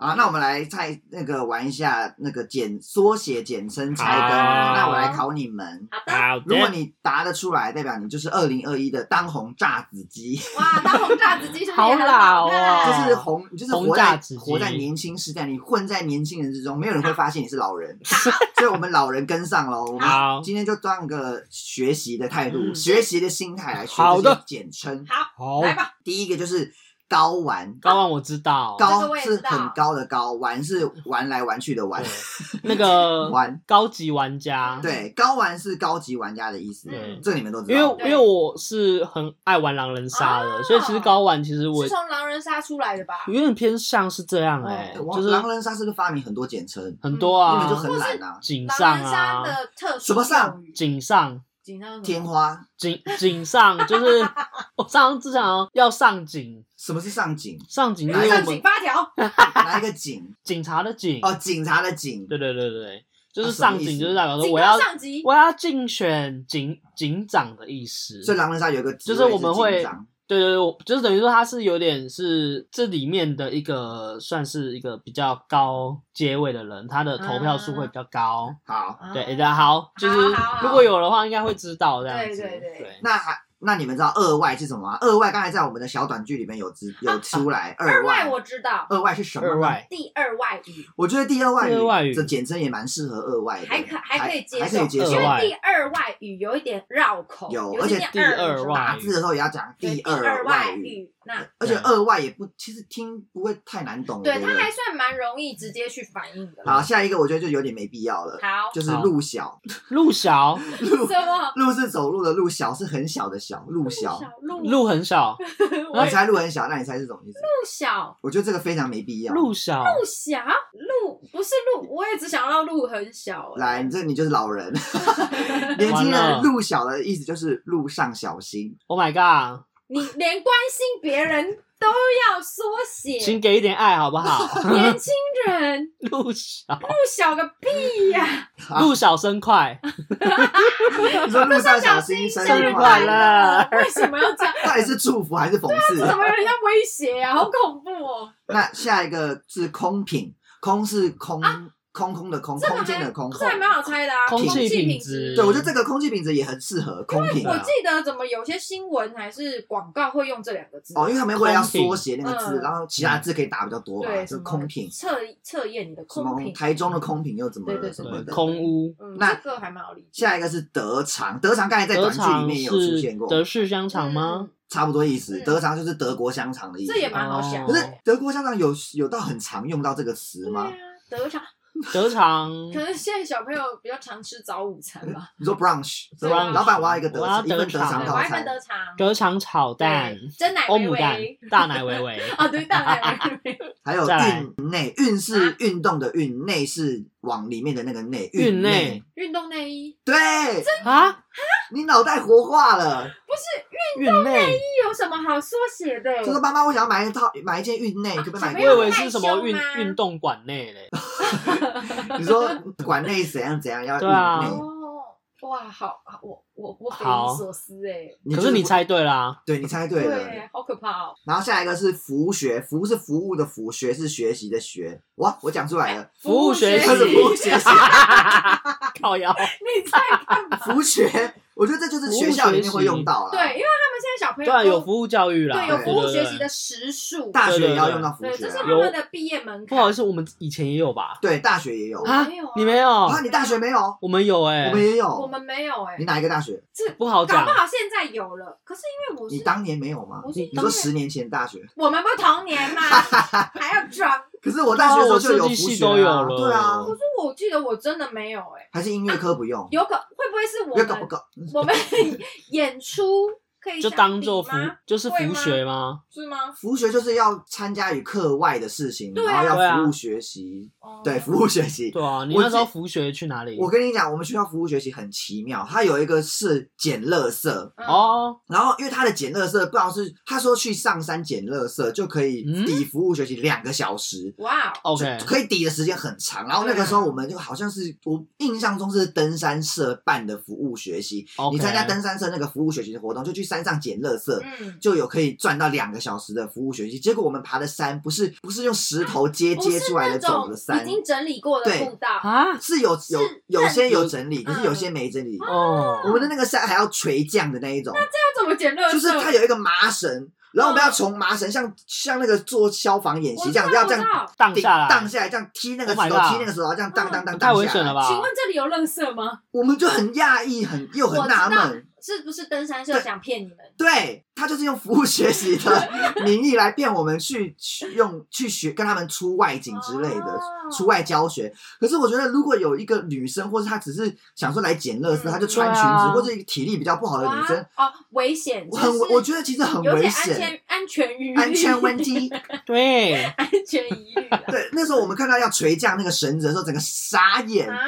Speaker 1: 啊，那我们来猜那个玩一下那个简缩写简称猜灯。
Speaker 3: 好
Speaker 1: 那我来考你们，
Speaker 2: 好的，
Speaker 3: 好
Speaker 1: 如果
Speaker 3: 的，
Speaker 1: 你答得出来，代表你就是二零二一的当红炸子鸡，
Speaker 2: 哇，当红炸子鸡是不是也很
Speaker 3: 好老
Speaker 2: 看
Speaker 3: 哦
Speaker 1: 就是红，你就是活
Speaker 3: 红炸
Speaker 1: 在
Speaker 3: 子鸡
Speaker 1: 活在年轻时代，你混在年轻人之中，没有人会发现你是老人。 所以我们老人跟上喽，我们
Speaker 3: 好
Speaker 1: 今天就当个学习的态度、
Speaker 3: 嗯
Speaker 1: 学习的心态来学
Speaker 3: 好
Speaker 1: 这
Speaker 3: 的
Speaker 1: 些简称。
Speaker 2: 好，
Speaker 3: 好
Speaker 2: 来吧，
Speaker 1: 第一个就是睾丸，
Speaker 3: 高玩我知道，
Speaker 2: 这个
Speaker 1: 高
Speaker 2: 我也
Speaker 1: 是
Speaker 2: 知道
Speaker 1: 很高的高，玩是玩来玩去的玩
Speaker 3: 对， 那个
Speaker 1: 玩
Speaker 3: 高级玩 家，
Speaker 1: 对，高玩是高级玩家的意思
Speaker 3: 嗯，
Speaker 1: 这你们都知
Speaker 3: 因为
Speaker 1: 道。
Speaker 3: 因为我是很爱玩狼人杀的，
Speaker 2: 啊
Speaker 3: 所以其实高玩其实我嗯
Speaker 2: 是从狼人杀出来的吧？
Speaker 3: 有点偏向是这样哎、
Speaker 1: 哦对
Speaker 3: 就是
Speaker 1: 狼人杀是不是发明很多简称？
Speaker 3: 很多啊，
Speaker 1: 根本就很懒啊，
Speaker 3: 井
Speaker 2: 狼
Speaker 3: 上
Speaker 2: 人杀
Speaker 3: 啊，
Speaker 2: 的特殊
Speaker 1: 什么上
Speaker 2: 用语？
Speaker 3: 井上
Speaker 2: 紧张什
Speaker 1: 天
Speaker 2: 么？
Speaker 1: 花。
Speaker 3: 井井上就是我上次想要要上井，
Speaker 1: 什么是上 警？
Speaker 3: 上井就是
Speaker 2: 上
Speaker 3: 我
Speaker 2: 紧
Speaker 3: 们
Speaker 2: 八条，
Speaker 1: 哪一个警？
Speaker 3: 警察的警，
Speaker 1: 哦，警察的警。
Speaker 3: 对对对对，就是
Speaker 1: 啊什么
Speaker 3: 上
Speaker 1: 意思
Speaker 3: 井就是代表说
Speaker 2: 警
Speaker 3: 我要
Speaker 2: 告上级。
Speaker 3: 我要竞选警警长的意思，
Speaker 1: 所以狼人杀有一个职位
Speaker 3: 就是我们会
Speaker 1: 是警长
Speaker 3: 对对对，我就是等于说它是有点是这里面的一个算是一个比较高阶位的人，他的投票数会比较高。
Speaker 1: 好。
Speaker 2: 啊
Speaker 3: 对，大家好，就是
Speaker 2: 好好
Speaker 3: 如果有的话，应该会知道这样子。
Speaker 2: 对对对
Speaker 1: 那还那你们知道二外是什么吗？二外刚才在我们的小短剧里面有知有出来，
Speaker 2: 二
Speaker 1: 外
Speaker 2: 外我知道，
Speaker 1: 二外是什么？
Speaker 3: 二，外
Speaker 2: 第二外语
Speaker 1: 我觉得第二外
Speaker 3: 第二外语
Speaker 1: 这简称也蛮适合二外的，
Speaker 2: 还可还可以接
Speaker 1: 嗯还
Speaker 2: 受，
Speaker 1: 可以接受
Speaker 2: 因
Speaker 3: 二
Speaker 2: 为
Speaker 3: 外
Speaker 2: 第二外语有一点绕口，
Speaker 1: 有
Speaker 2: 尤其念
Speaker 1: 而
Speaker 3: 且第
Speaker 2: 二
Speaker 3: 二外
Speaker 1: 打字的时候也要讲
Speaker 2: 对
Speaker 1: 第
Speaker 2: 二
Speaker 1: 二
Speaker 2: 外
Speaker 1: 语，嗯
Speaker 2: 语，嗯那
Speaker 1: 而且
Speaker 3: 对
Speaker 1: 二外也不其实听不会太难懂，
Speaker 2: 对
Speaker 1: 不
Speaker 2: 它还算蛮容易直接去反应的。
Speaker 1: 好，下一个我觉得就有点没必要了，
Speaker 2: 好，
Speaker 1: 就是
Speaker 3: 好
Speaker 1: 路小，
Speaker 3: 路小，
Speaker 1: 路
Speaker 2: 什么
Speaker 1: 路是走路的路，小是很小的小，路小。
Speaker 2: 路
Speaker 3: 路很小，
Speaker 2: 我
Speaker 1: 你
Speaker 2: 也
Speaker 1: 猜路很小，那你猜是什么意思？
Speaker 2: 路小
Speaker 1: 我觉得这个非常没必要。
Speaker 3: 路小，
Speaker 2: 路小路不是路，我也只想到路很小。啊
Speaker 1: 来，你这你就是老 人，年轻
Speaker 3: 完
Speaker 1: 人
Speaker 3: 了
Speaker 1: 路小的意思就是路上小心。
Speaker 3: ，Oh my god，
Speaker 2: 你连关心别人都要缩写，
Speaker 3: 请给一点爱好不好？
Speaker 2: 年轻人
Speaker 3: 路小，
Speaker 2: 路小个屁呀！
Speaker 1: 好
Speaker 3: 路小生快，
Speaker 1: 你 说路上小心，生
Speaker 2: 生
Speaker 1: 日
Speaker 2: 日
Speaker 1: 快
Speaker 2: 快
Speaker 1: 乐，
Speaker 3: 乐！
Speaker 2: 为什么要这样？
Speaker 1: 到底是祝福还是讽
Speaker 2: 怎
Speaker 1: 刺？
Speaker 2: 么有人在威胁啊？好恐怖哦！
Speaker 1: 那下一个是空品，空是空
Speaker 2: 啊
Speaker 1: 空空的空，
Speaker 2: 这个
Speaker 1: 空间的空。
Speaker 2: 这还蛮好猜的啊，
Speaker 3: 空
Speaker 2: 气
Speaker 3: 气
Speaker 2: 品
Speaker 3: 品
Speaker 2: 质
Speaker 3: 质。
Speaker 1: 对，我觉得这个空气品质也很适合空品
Speaker 2: 我
Speaker 1: 啊。
Speaker 2: 记得怎么有些新闻还是广告会用这两个字
Speaker 1: 哦，因为他们为了要缩写那个
Speaker 2: 空
Speaker 1: 字，
Speaker 2: 品
Speaker 1: 然后其他字可以打比较多嘛，
Speaker 2: 嗯对，
Speaker 1: 就
Speaker 2: 什
Speaker 1: 是
Speaker 2: 么
Speaker 1: 空品，
Speaker 2: 测测验你的
Speaker 1: 什
Speaker 2: 空
Speaker 1: 么
Speaker 2: 品，
Speaker 1: 台中的空品又怎么
Speaker 2: 对对
Speaker 1: 了什么
Speaker 3: 对
Speaker 1: 的。
Speaker 3: 空屋，
Speaker 2: 嗯，
Speaker 1: 那
Speaker 2: 这个还蛮好理解。
Speaker 1: 下一个是德肠，德肠刚才在
Speaker 3: 德
Speaker 1: 短剧里
Speaker 3: 肠
Speaker 1: 面也有出
Speaker 3: 是
Speaker 1: 现过，
Speaker 3: 德式香肠吗？
Speaker 2: 嗯？
Speaker 1: 差不多意思。
Speaker 2: 嗯
Speaker 1: 德肠就是德国香肠的意思
Speaker 2: 这。也蛮好想
Speaker 1: 可
Speaker 2: 的。
Speaker 3: 哦
Speaker 1: 是德国香肠有有到很常用到这个词
Speaker 2: 对
Speaker 1: 吗
Speaker 2: 啊？，德肠
Speaker 3: 德肠
Speaker 2: 可能现在小朋友比较常吃早午餐吧。
Speaker 1: 你说 brunch，
Speaker 2: 对
Speaker 1: 说
Speaker 2: 啊
Speaker 1: 老板我要一个德
Speaker 3: 我要
Speaker 1: 一份德
Speaker 3: 德
Speaker 2: 对，
Speaker 1: 肠
Speaker 3: 肠
Speaker 2: 我
Speaker 1: 套
Speaker 2: 还份
Speaker 1: 嗯餐，
Speaker 2: 德肠，
Speaker 3: 德肠炒蛋、
Speaker 2: 对真奶
Speaker 3: 欧
Speaker 2: 维
Speaker 3: 姆蛋
Speaker 2: 维、
Speaker 3: 大奶维维，
Speaker 2: 啊，对，蛋奶维维。
Speaker 1: 还有
Speaker 3: 再来
Speaker 1: 运内运是运动的运，内是往里面的那个内
Speaker 3: 运
Speaker 1: 内
Speaker 3: 内。
Speaker 2: 运动内衣
Speaker 1: 对，
Speaker 3: 啊，
Speaker 1: 你脑袋活化了。
Speaker 2: 不是
Speaker 3: 运内，
Speaker 2: 运有什么好缩写的？
Speaker 1: 就说妈妈，我想要买一套买一件运内，就被买
Speaker 2: 小
Speaker 3: 我
Speaker 2: 朋
Speaker 3: 以
Speaker 2: 友
Speaker 1: 过
Speaker 3: 为
Speaker 1: 了。
Speaker 3: 是什么运
Speaker 2: 害羞吗
Speaker 3: 运动馆内嘞，
Speaker 1: 你说管内怎样怎样要运
Speaker 3: 对啊
Speaker 1: 内，
Speaker 2: 哦，哇，好，我我我匪
Speaker 3: 好
Speaker 2: 夷所思哎，
Speaker 1: 你
Speaker 3: 可
Speaker 1: 就是
Speaker 3: 你
Speaker 1: 不
Speaker 3: 猜对啦，
Speaker 1: 对，你猜对了。
Speaker 2: 对，好可怕哦。
Speaker 1: 然后下一个是服学，服是服务的服，学是学习的学。哇，我讲出来了，
Speaker 3: 服务学习
Speaker 1: 这是服务 学习，
Speaker 3: 靠腰，
Speaker 2: 你在干 嘛？
Speaker 1: 服学，我觉得这就是学校里面会用到了。
Speaker 2: 对，因，为他们现在小朋友
Speaker 3: 对啊，
Speaker 2: 都
Speaker 3: 有服务教育啦，
Speaker 2: 对有
Speaker 1: 对
Speaker 2: 服务
Speaker 3: 对对
Speaker 2: 学习
Speaker 3: 对
Speaker 2: 的时数，
Speaker 1: 大学也要用到服
Speaker 2: 对，
Speaker 1: 学
Speaker 2: 这
Speaker 1: 啊。
Speaker 2: 是他们的毕业门
Speaker 3: 不好意
Speaker 2: 槛。
Speaker 3: 思，我们以前也有吧？
Speaker 1: 对，大学也有。
Speaker 3: 啊
Speaker 2: 没有啊，
Speaker 3: 你没有？
Speaker 1: 啊，你大学没有？
Speaker 3: 我们有哎
Speaker 1: 我们，也
Speaker 2: 我
Speaker 1: 有。
Speaker 2: 们没有哎
Speaker 1: 你，哪一个大学？
Speaker 2: 这
Speaker 3: 不好
Speaker 2: 搞
Speaker 3: 讲
Speaker 2: 不。好现在有了，可是因为我
Speaker 1: 你
Speaker 2: 是
Speaker 1: 当年没有吗？
Speaker 2: 我是
Speaker 1: 你
Speaker 2: 当
Speaker 1: 说
Speaker 2: 年
Speaker 1: 十年前大学，
Speaker 2: 我们不同年 嘛，还要装。
Speaker 1: 可是我大学的时候就有
Speaker 3: 我
Speaker 1: 服
Speaker 3: 哦设计系
Speaker 1: 学
Speaker 3: 都有
Speaker 1: 啊，
Speaker 3: 了
Speaker 1: 对啊
Speaker 2: 可，是我记得我真的没有哎，
Speaker 1: 还是音乐科不用，
Speaker 2: 有可会不会是我
Speaker 1: 要搞不
Speaker 2: 们
Speaker 1: 搞？
Speaker 2: 我们演出可以
Speaker 3: 就
Speaker 2: 相
Speaker 3: 当
Speaker 2: 比
Speaker 3: 做服
Speaker 2: 吗？
Speaker 3: 就是
Speaker 2: 会
Speaker 3: 服
Speaker 2: 吗
Speaker 3: 学吗？
Speaker 2: 是吗？
Speaker 1: 服学就是要参加于课外的事情，
Speaker 2: 对啊
Speaker 1: 然后
Speaker 3: 对
Speaker 1: 要
Speaker 3: 啊
Speaker 1: 服务学习，
Speaker 2: 哦
Speaker 1: 对，服务学习。
Speaker 3: 对啊，你
Speaker 1: 我
Speaker 3: 那时候
Speaker 1: 记
Speaker 3: 服学去哪里？
Speaker 1: 我跟你讲，我们学校服务学习很奇妙，它有一个是捡垃圾，
Speaker 2: 嗯
Speaker 3: 哦，
Speaker 1: 然后因为它的捡垃圾，不知道是他说去上山捡垃圾就可以
Speaker 3: 嗯
Speaker 1: 抵服务学习两个小时。
Speaker 2: 哇哦，
Speaker 3: OK，嗯
Speaker 1: 就可以抵的时间很长，然后那个时候我们就好像是我印象中是登山社办的服务学习
Speaker 3: OK
Speaker 1: 你参加登山社那个服务学习的活动，就去山上捡垃圾，
Speaker 2: 嗯，
Speaker 1: 就有可以赚到两个小时的服务学习。结果我们爬的山不是不是用石头接
Speaker 2: 不
Speaker 1: 接
Speaker 2: 是
Speaker 1: 出来
Speaker 2: 那
Speaker 1: 的走的
Speaker 2: 种已
Speaker 1: 山，
Speaker 2: 经整理过的
Speaker 1: 对
Speaker 2: 步道，
Speaker 3: 啊，
Speaker 1: 是有有
Speaker 2: 是嗯
Speaker 1: 有些
Speaker 3: 有
Speaker 1: 有整理，可是有些没整理。
Speaker 3: 哦，
Speaker 1: 我们的那个山还要垂降的那一种，
Speaker 2: 那怎么捡垃圾？
Speaker 1: 就是它有一个麻绳，然
Speaker 2: 嗯
Speaker 1: 后我们要从麻绳像像那个做消防演习这样，要这样
Speaker 2: 样。
Speaker 3: 荡
Speaker 1: 顶
Speaker 3: 下来，
Speaker 1: 荡下来，这样踢那个
Speaker 3: Oh my
Speaker 1: 石头，
Speaker 3: God
Speaker 1: 踢那个石头，这样
Speaker 2: 嗯
Speaker 1: 荡荡荡荡
Speaker 3: 太危险了
Speaker 1: 吧？
Speaker 3: 吧？
Speaker 2: 请问这里有垃圾吗？
Speaker 1: 我们就很讶异，很又很
Speaker 2: 我知
Speaker 1: 纳
Speaker 2: 道
Speaker 1: 闷。
Speaker 2: 是不是登山社
Speaker 1: 对
Speaker 2: 想骗你们？
Speaker 1: 对他就是用服务学习的名义来骗我们去去用去学跟他们出外景之类的、
Speaker 2: 哦
Speaker 1: 出外教学。可是我觉得，如果有一个女生，或是她只是想说来捡垃圾，
Speaker 2: 嗯
Speaker 1: 她就穿裙子，
Speaker 3: 对啊
Speaker 1: 或者一个体力比较不好的女生，
Speaker 2: 哇哦，危险，
Speaker 1: 我很
Speaker 2: 就是
Speaker 1: 我觉得其实很
Speaker 2: 有
Speaker 1: 危
Speaker 2: 点安
Speaker 1: 险。
Speaker 2: 全安全疑虑，
Speaker 1: 安全问题，
Speaker 3: 对，
Speaker 2: 安全 疑虑啊
Speaker 1: 对，那时候我们看到要垂降那个绳子的时候，整个傻眼，
Speaker 2: 啊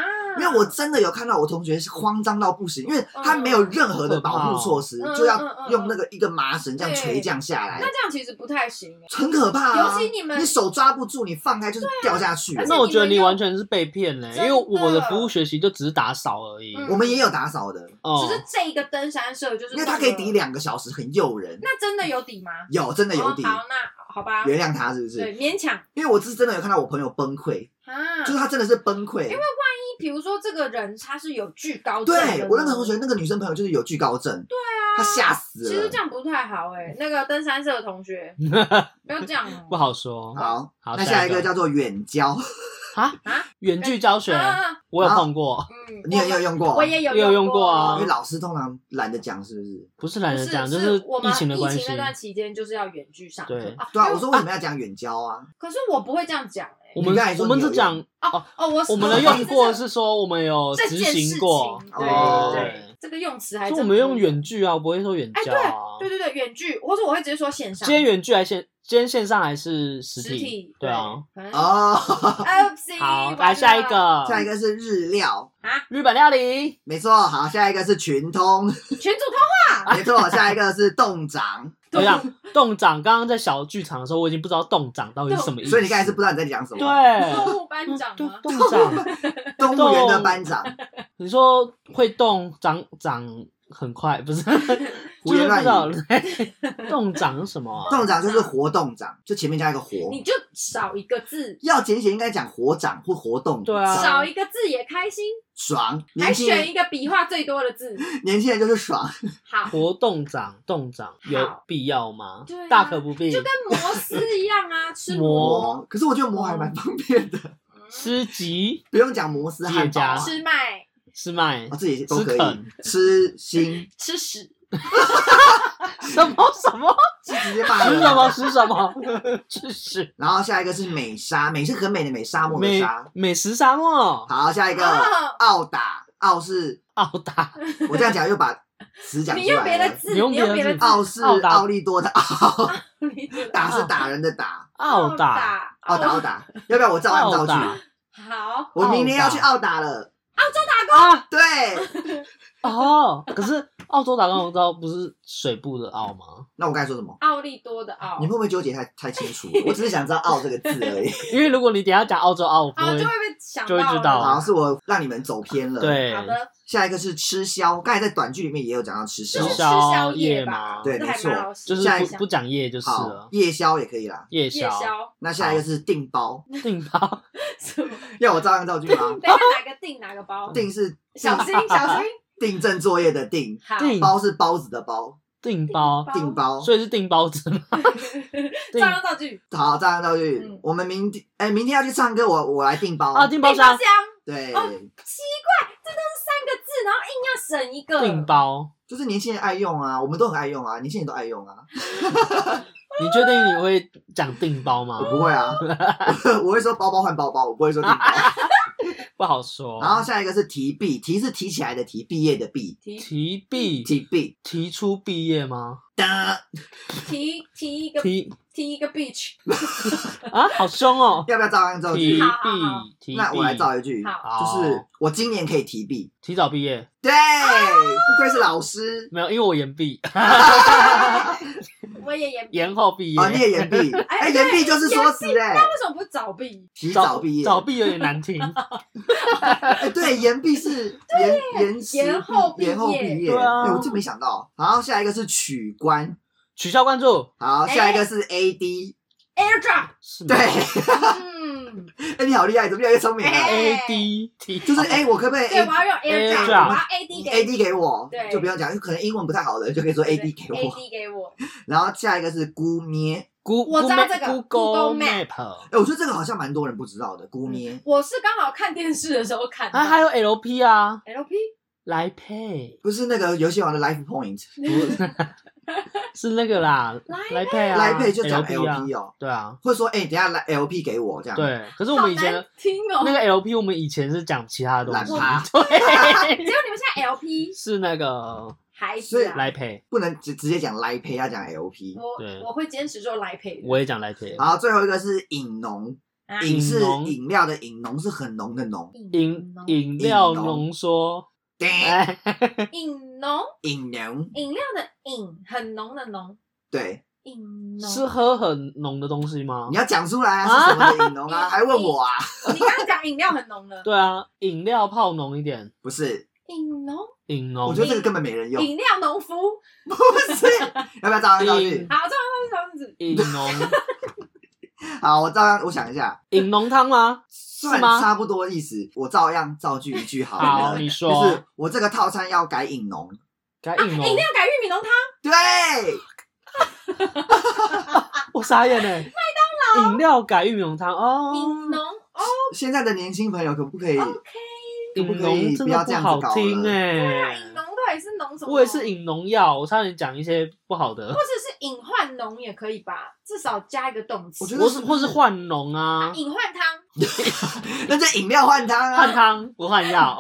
Speaker 1: 因为我真的有看到我同学是慌张到不行，因为他没有任何的保护措施，
Speaker 2: 嗯
Speaker 1: 就
Speaker 2: 嗯嗯嗯
Speaker 1: 要
Speaker 2: 嗯
Speaker 1: 用那个一个麻绳这样
Speaker 2: 对
Speaker 1: 垂降下来
Speaker 2: 那，这样其实不太行欸，
Speaker 1: 很可怕、啊。
Speaker 2: 尤其你们啊
Speaker 1: 手抓不住，你放开就是掉下去。
Speaker 2: 而且
Speaker 3: 那我觉得
Speaker 2: 你们
Speaker 3: 你
Speaker 2: 又
Speaker 3: 完全是被骗嘞，因
Speaker 2: 真
Speaker 3: 为我
Speaker 2: 的
Speaker 3: 的服务学习就只是打扫而已。
Speaker 2: 嗯
Speaker 1: 我们也有打扫的，
Speaker 3: 哦
Speaker 2: 只，是这一个登山社就是
Speaker 1: 因为它可以抵
Speaker 2: 两，
Speaker 1: 两个小时，很诱人。
Speaker 2: 嗯那真的有底吗？
Speaker 1: 有真的有底
Speaker 2: 哦，好，那好吧，
Speaker 1: 原谅他是不是？
Speaker 2: 对，勉强
Speaker 1: 因为我是真的有看到我朋友崩溃，
Speaker 2: 啊。
Speaker 1: 就是他真的是崩溃
Speaker 2: 因为。比如说这个人他是有惧高症的
Speaker 1: 对
Speaker 2: 呢
Speaker 1: 我那个同学，那个女生朋友就是有惧高症，对啊，她吓死了。
Speaker 2: 其实这样不太好哎、那个登山社的 同学，不要这样哦、
Speaker 3: 不好说
Speaker 1: 好，
Speaker 3: 好
Speaker 1: 那
Speaker 3: 下
Speaker 1: 下
Speaker 3: 一
Speaker 1: 一个
Speaker 3: 个
Speaker 1: 叫做远交，
Speaker 3: 啊
Speaker 2: 啊。
Speaker 3: 远距教学
Speaker 2: 啊
Speaker 3: 我有
Speaker 1: 啊
Speaker 3: 碰过，
Speaker 2: 嗯，
Speaker 1: 你也有用过？
Speaker 2: 我也有
Speaker 3: 也有用过啊
Speaker 2: 哦
Speaker 1: 因为老师通常懒得讲，是不是？
Speaker 3: 不是懒
Speaker 2: 不
Speaker 3: 得
Speaker 2: 是
Speaker 3: 讲，就是
Speaker 2: 我们
Speaker 3: 疫情的关系。
Speaker 2: 那段期间就是要远距上课
Speaker 3: 对
Speaker 2: 啊。
Speaker 1: 对啊，
Speaker 2: 因为
Speaker 1: 我说为什么要讲远交啊？
Speaker 2: 可是我不会这样讲哎、
Speaker 3: 我
Speaker 1: 你
Speaker 3: 们
Speaker 1: 刚才说
Speaker 3: 我们
Speaker 1: 你有
Speaker 3: 只讲
Speaker 1: 用
Speaker 2: 哦哦，我
Speaker 3: 我们的用过是说我们有
Speaker 2: 这
Speaker 3: 执
Speaker 2: 件事
Speaker 3: 行
Speaker 2: 情，
Speaker 3: 过，
Speaker 2: 对
Speaker 1: 哦
Speaker 2: 对对，这个用词还
Speaker 3: 所
Speaker 2: 真
Speaker 3: 以我们用
Speaker 2: 不一样
Speaker 3: 远距啊，我不会说远
Speaker 2: 哎，
Speaker 3: 教啊。
Speaker 2: 对对对对，远距，或者我会直接说线上
Speaker 3: 今，天远距还线，今天线上还是实
Speaker 2: 实体
Speaker 3: 对啊。，哦
Speaker 2: 可能
Speaker 1: 哦，
Speaker 2: Oopsie，
Speaker 3: 好，
Speaker 2: 完
Speaker 3: 来
Speaker 2: 了
Speaker 3: 下一个，
Speaker 1: 下一个是日料，
Speaker 3: 日本料理，
Speaker 1: 没错。好，下一个是群通，
Speaker 2: 群主通
Speaker 1: 没错。下一个是洞长，
Speaker 3: 我想洞长刚刚在小剧场的时候，我已经不知道洞长到底是什么意思，
Speaker 1: 所以你刚才是不知道你在讲什么。，
Speaker 3: 对。
Speaker 2: 动物 班长
Speaker 3: 洞
Speaker 2: 吗？
Speaker 3: 洞长，
Speaker 1: 动物园的班长，
Speaker 3: 你说会动，长长很快，不 是？
Speaker 1: 胡言乱语
Speaker 3: 就是不知道洞长是什么啊？
Speaker 1: 洞长就是活动长，就前面加一个活。
Speaker 2: 你就少一个字，
Speaker 1: 要简写应该讲活长或活动，
Speaker 3: 对啊
Speaker 2: 少一个字也开心，
Speaker 1: 爽。
Speaker 2: 还
Speaker 1: 年轻
Speaker 2: 选
Speaker 1: 人
Speaker 2: 一个笔画最多的字。
Speaker 1: 年轻人就是爽，
Speaker 2: 好，
Speaker 3: 活动长，洞长有
Speaker 2: 好
Speaker 3: 必要吗？
Speaker 2: 对啊
Speaker 3: 大可不必。
Speaker 2: 就跟摩斯一样啊，吃
Speaker 3: 摩
Speaker 1: 可是我觉得磨还蛮方便的，
Speaker 3: 吃鸡、
Speaker 1: 不用讲摩斯汉堡啊，
Speaker 3: 芥
Speaker 2: 吃麦
Speaker 3: 吃麦
Speaker 1: 哦，自己都可
Speaker 3: 吃啃
Speaker 1: 以吃心，
Speaker 2: 吃屎，
Speaker 3: 什么什么
Speaker 1: 是直接骂
Speaker 3: 吃
Speaker 1: 人
Speaker 3: 什么
Speaker 1: 啊。
Speaker 3: 吃什么吃屎。
Speaker 1: 然后下一个是美沙，美是很美的美，沙漠的
Speaker 3: 美
Speaker 1: 沙。
Speaker 3: 美食沙漠，
Speaker 1: 好，下一个
Speaker 2: 哦
Speaker 1: 奥打，奥是
Speaker 3: 澳大
Speaker 1: 我这样讲又把词讲
Speaker 2: 哦你
Speaker 1: 出
Speaker 2: 用别
Speaker 1: 来
Speaker 2: 的
Speaker 1: 了。
Speaker 2: 字，
Speaker 3: 你用
Speaker 2: 你用别
Speaker 3: 别
Speaker 2: 的
Speaker 3: 的
Speaker 2: 字
Speaker 3: 字，
Speaker 1: 奥是
Speaker 3: 奥打嗯
Speaker 1: 奥利多的奥，
Speaker 2: 你
Speaker 1: 打是打人的打，
Speaker 3: 澳大
Speaker 2: 打
Speaker 1: 奥打奥打，要不要我照按造句？
Speaker 3: 澳
Speaker 2: 好，
Speaker 1: 我明年要去
Speaker 3: 澳
Speaker 1: 澳打了。
Speaker 3: 啊
Speaker 1: 对，
Speaker 3: 哦，可是澳洲打工红招不是水部的澳吗？
Speaker 1: 那我刚才说什么？
Speaker 2: 奥利多的奥
Speaker 1: 你，会不会纠结太太清楚？我只是想知道“澳”这个字而已。
Speaker 3: 因为如果你等一下讲澳洲澳，我不
Speaker 2: 啊，
Speaker 3: 会
Speaker 2: 就。会被想
Speaker 3: 就会
Speaker 2: 到
Speaker 3: 知
Speaker 2: 了
Speaker 3: 道
Speaker 1: 好，是我让你们走偏了。，
Speaker 3: 对，
Speaker 2: 好的，
Speaker 1: 下一个是吃宵，刚才在短剧里面也有讲到吃宵
Speaker 2: 就，是吃
Speaker 3: 宵
Speaker 2: 宵
Speaker 3: 夜
Speaker 2: 吧
Speaker 3: 嘛，
Speaker 1: 对
Speaker 2: 这
Speaker 1: 没
Speaker 2: 还
Speaker 1: 错
Speaker 2: 蛮好
Speaker 3: 就是
Speaker 1: 下一
Speaker 3: 不不讲夜就是啊
Speaker 1: 好
Speaker 3: 了，
Speaker 1: 夜宵也可以啦。
Speaker 3: 夜
Speaker 2: 夜
Speaker 3: 宵、
Speaker 2: 宵，
Speaker 1: 那下一个是订包，
Speaker 3: 订包、
Speaker 2: 什么？
Speaker 1: 要我照样造句吗
Speaker 2: 等一？下哪个订哪个包，
Speaker 1: 订是
Speaker 2: 小心小 心，
Speaker 1: 订正作业的订，
Speaker 2: 好，
Speaker 3: 订
Speaker 1: 包是包子的包，
Speaker 3: 订包，
Speaker 2: 包
Speaker 1: 订包。
Speaker 3: 所以是订包子吗？
Speaker 2: 照
Speaker 3: 订
Speaker 2: 样造句，
Speaker 1: 好，照样造句
Speaker 2: 嗯。
Speaker 1: 我们明天哎，明天要去唱歌，我我来订包。
Speaker 3: 啊，订包
Speaker 2: 包
Speaker 3: 厢
Speaker 2: 厢，
Speaker 1: 对，
Speaker 2: 哦奇怪，这都是三个字，然后硬要省一个，
Speaker 3: 订包，
Speaker 1: 就是年轻人爱用啊，我们都很爱用啊，年轻人都爱用啊。
Speaker 3: 你确定你会讲订包吗
Speaker 2: 哦
Speaker 1: 我？不会 啊，我会说包包换包包，我不会说订
Speaker 2: 啊
Speaker 1: 包。
Speaker 3: 不好说。
Speaker 1: 然后下一个是提毕，提是提起来的提，毕业的毕，
Speaker 2: 提
Speaker 3: 提毕
Speaker 1: 提毕。
Speaker 3: 提出毕业吗？
Speaker 1: 哒，
Speaker 2: 提提一个
Speaker 3: 提
Speaker 2: 提一个 bitch，
Speaker 3: 啊，好 凶哦！
Speaker 1: 要不要照样造
Speaker 3: 提
Speaker 1: 句
Speaker 3: 毕？
Speaker 2: 好好好
Speaker 3: 提
Speaker 1: 那我来造一句，
Speaker 2: 好
Speaker 1: 就是我今年可以提毕。
Speaker 3: 提早毕业，
Speaker 1: 对，
Speaker 2: 啊
Speaker 1: 不愧是老师。
Speaker 3: 没有，因为我延毕，
Speaker 2: 我也也
Speaker 3: 延后毕业。
Speaker 1: 哦，你也延毕，哎，延毕就是说辞哎，
Speaker 2: 为什么不是早毕？
Speaker 1: 提早毕业。
Speaker 3: 早毕有点 难听。
Speaker 1: 哎，对，延毕是延延迟
Speaker 2: 延后毕业
Speaker 1: 延后毕业。
Speaker 3: 对啊
Speaker 1: 哎，我真没想到。然后下一个是取关，
Speaker 3: 取消关注
Speaker 1: 好，
Speaker 2: 哎
Speaker 1: 下一个是 AD。
Speaker 2: AirDrop，
Speaker 3: 是吗
Speaker 1: 对，
Speaker 2: 嗯，
Speaker 1: 哎，你好厉害，怎么越来越聪明了？
Speaker 2: 哎
Speaker 3: ，A D T，
Speaker 1: 就是哎，我可不可以
Speaker 2: 对，
Speaker 1: A
Speaker 2: 我要用 AirDrop，
Speaker 3: AirDrop
Speaker 2: 我要 AD 给
Speaker 1: AD 给我？
Speaker 2: 对
Speaker 1: 就不用讲，可能英文不太好的就可以说 AD 给我。
Speaker 2: AD 给我，
Speaker 1: 然后下一个是姑咩，
Speaker 3: Gu-
Speaker 2: 我知道
Speaker 3: Google-
Speaker 2: 这个
Speaker 3: Google
Speaker 2: Google Map
Speaker 3: Map，
Speaker 1: 哎，我觉得这个好像蛮多人不知道的，
Speaker 2: 嗯
Speaker 1: 姑咩。
Speaker 2: 我是刚好看电视的时候看到
Speaker 3: 啊，还有 L P 啊，
Speaker 2: LP
Speaker 3: 来配
Speaker 1: 不是那个游戏王的 Life Point，
Speaker 2: 啊
Speaker 3: 是那个啦，来
Speaker 2: 来
Speaker 3: 配啊，
Speaker 1: 来配就讲
Speaker 3: LP 啊，
Speaker 1: LP 哦，
Speaker 3: 对啊，
Speaker 1: 会说哎，等一下来 LP 给我这样。
Speaker 3: 对。可是我们以前
Speaker 2: 好难听哦，
Speaker 3: 那个 L P，我们以前是讲其他的东西
Speaker 1: 懒，
Speaker 3: 对，
Speaker 2: 只有你们现在 LP
Speaker 3: 是那个
Speaker 2: 孩
Speaker 1: 所以
Speaker 2: 子啊，
Speaker 3: 来配，
Speaker 1: 不能直直接讲来配，要讲 LP。
Speaker 3: 对
Speaker 2: 我我会坚持做来陪的，
Speaker 3: 我也讲来配，
Speaker 1: 好，最后一个是饮浓，
Speaker 2: 啊
Speaker 1: 饮是
Speaker 3: 浓
Speaker 1: 饮料的饮，浓是很浓的浓。
Speaker 3: 饮
Speaker 2: 浓
Speaker 3: 饮料
Speaker 1: 饮浓
Speaker 3: 浓缩，
Speaker 1: 对，
Speaker 3: 哎，
Speaker 2: 饮浓
Speaker 1: 饮浓，
Speaker 2: 饮料的饮很浓的浓
Speaker 1: 对，
Speaker 2: 饮浓
Speaker 3: 是啊喝很浓的东西吗
Speaker 1: 你？要讲出来啊，是什么的饮浓啊？
Speaker 2: 啊
Speaker 1: 还问我啊？
Speaker 2: 你刚刚讲饮料很浓了，
Speaker 3: 对啊，饮料泡浓一点，
Speaker 1: 不是，
Speaker 2: 饮浓
Speaker 3: 饮浓
Speaker 1: 我觉得这个根本没人用。
Speaker 2: 饮料农夫，
Speaker 1: 不是，要不要照样造句
Speaker 3: 饮？
Speaker 2: 好，这样这样这样子，
Speaker 3: 饮浓
Speaker 1: 好，我照样，我想一下，
Speaker 3: 饮浓汤吗？
Speaker 1: 算
Speaker 3: 吗
Speaker 1: 差不多意思，我照样造句一句好
Speaker 3: 好，
Speaker 1: 了。
Speaker 3: 你
Speaker 1: 就
Speaker 3: 说，
Speaker 1: 是哎我这个套餐要改饮浓，
Speaker 3: 改
Speaker 2: 啊
Speaker 3: 饮浓
Speaker 2: 饮，料改玉米浓汤，
Speaker 1: 对，
Speaker 3: 我傻眼哎，麦当劳饮料改玉米浓汤哦，
Speaker 2: 饮浓哦
Speaker 1: 现在的年轻朋友可不可以？
Speaker 2: ，OK，
Speaker 1: 可不
Speaker 3: 饮
Speaker 1: 可
Speaker 3: 浓
Speaker 1: 以
Speaker 3: 真
Speaker 1: 不
Speaker 3: 的
Speaker 1: 要这
Speaker 3: 不
Speaker 1: 样子
Speaker 3: 好
Speaker 1: 搞
Speaker 3: 听
Speaker 1: 了
Speaker 3: 哎
Speaker 2: 那，饮浓到底是浓什么？
Speaker 3: 我也是，饮农药，我差点讲一些不好的
Speaker 2: 或，者是隐患浓也可以吧，至少加一个动词，
Speaker 1: 我觉得
Speaker 3: 我是或是换浓啊，
Speaker 2: 隐患汤，
Speaker 1: 那就饮料换汤
Speaker 3: 换
Speaker 1: 啊！
Speaker 3: 汤不换 药，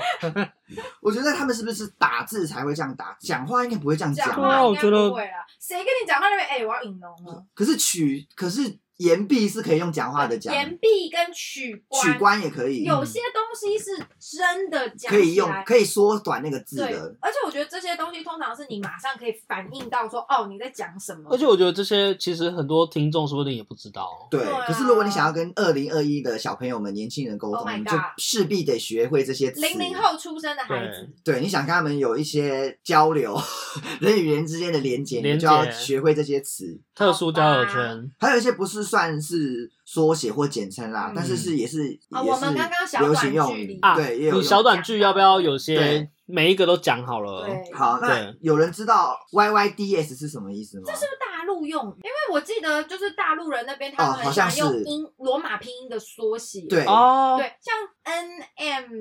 Speaker 1: 我觉得他们是不是打字才会这样打，讲话应该不会这样讲
Speaker 2: 讲
Speaker 1: 吧。
Speaker 2: 话应
Speaker 3: 对啊我觉
Speaker 2: 该
Speaker 3: 得
Speaker 2: 不会啦，谁跟你讲话那边？哎，我要饮浓了，
Speaker 1: 可是取，可是言必是可以用讲话的讲，
Speaker 2: 岩壁跟取
Speaker 1: 取关也可以，
Speaker 2: 有些东西是真的讲
Speaker 1: 可以
Speaker 2: 起
Speaker 1: 用
Speaker 2: 来，
Speaker 1: 可以缩短那个字
Speaker 2: 对
Speaker 1: 的。，
Speaker 2: 而且我觉得这些东西通常是你马上可以反应到说，哦，你在讲什么。
Speaker 3: 而且我觉得这些其实很多听众说不定也不知道，
Speaker 1: 对
Speaker 2: 对啊，
Speaker 1: 可是如果你想要跟二零二一的小朋友们、年轻人沟
Speaker 2: Oh
Speaker 1: 通，
Speaker 2: my
Speaker 1: 你
Speaker 2: God
Speaker 1: 就势必得学会这些词。
Speaker 2: 零零，后出生的孩子，
Speaker 1: 对，你想跟他们有一些交流， 人与人之间的连接，
Speaker 3: 连
Speaker 1: 你
Speaker 3: 结
Speaker 1: 就要学会这些词。
Speaker 3: 特殊交友圈，
Speaker 1: 还有一些不是算是缩写或简称啦，
Speaker 2: 嗯
Speaker 1: 但是是也是
Speaker 2: 啊
Speaker 1: 也
Speaker 2: 我们刚刚
Speaker 1: 是
Speaker 2: 小
Speaker 1: 流
Speaker 2: 短
Speaker 1: 行用
Speaker 2: 距
Speaker 1: 语
Speaker 2: 离
Speaker 3: 啊
Speaker 1: 对，也有
Speaker 3: 你
Speaker 1: 用
Speaker 3: 小短剧要不要有些
Speaker 1: 对
Speaker 3: 每一个都讲好了？
Speaker 2: 对，
Speaker 1: 好，那
Speaker 3: 对
Speaker 1: 有人知道 Y Y D S 是什么意思吗？
Speaker 2: 是大陆用语，因为我记得就是大陆人那边他
Speaker 1: 哦
Speaker 2: 们
Speaker 1: 好
Speaker 2: 很喜
Speaker 1: 像
Speaker 2: 欢用
Speaker 1: 是
Speaker 2: 英罗马拼音的缩写，
Speaker 1: 对
Speaker 3: 哦，
Speaker 2: 对，像 N M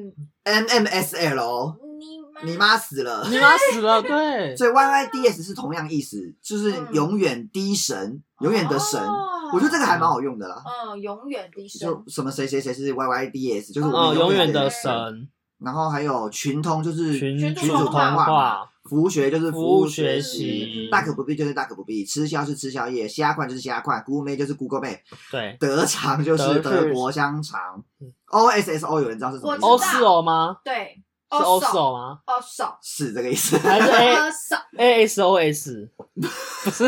Speaker 1: N M S L，哦
Speaker 2: 你妈
Speaker 1: 你妈死了。
Speaker 3: 你妈死了，对，
Speaker 1: 所以 Y Y D S 是同样意思，就是
Speaker 2: 嗯
Speaker 1: 永远低神，永远的神。
Speaker 2: 哦
Speaker 1: 我觉得这个还蛮好用的啦，
Speaker 2: 嗯，永远的
Speaker 1: 就
Speaker 2: 神，
Speaker 1: 什么谁谁谁是 Y Y D S，就是我
Speaker 3: 哦，
Speaker 1: 们
Speaker 3: 永远
Speaker 1: 的
Speaker 3: 的
Speaker 2: 的
Speaker 3: 神，
Speaker 1: 然后还有群通就是
Speaker 3: 群
Speaker 2: 群主
Speaker 1: 主
Speaker 2: 通
Speaker 1: 通
Speaker 2: 话
Speaker 1: 话，
Speaker 3: 话，
Speaker 1: 服务学就是
Speaker 3: 服务
Speaker 1: 务
Speaker 3: 学
Speaker 1: 习
Speaker 3: 习，，
Speaker 1: 大可不必就是大可不必，吃宵是吃宵夜，虾块就是虾块，姑妹就是 Google 妹，
Speaker 3: 对，
Speaker 1: 德肠就是
Speaker 3: 德
Speaker 1: 德
Speaker 3: 式
Speaker 1: 国香肠
Speaker 3: 嗯，
Speaker 1: O S S O 有人知道是什么意思吗？
Speaker 2: 我
Speaker 3: 欧
Speaker 2: 知道
Speaker 3: 四欧吗？
Speaker 2: 对，
Speaker 3: 是
Speaker 2: 哦
Speaker 3: 欧四
Speaker 2: 手
Speaker 3: 欧吗？
Speaker 2: 哦手
Speaker 1: 是这个意思。
Speaker 3: 还是 A
Speaker 2: 哦手
Speaker 3: A S O S？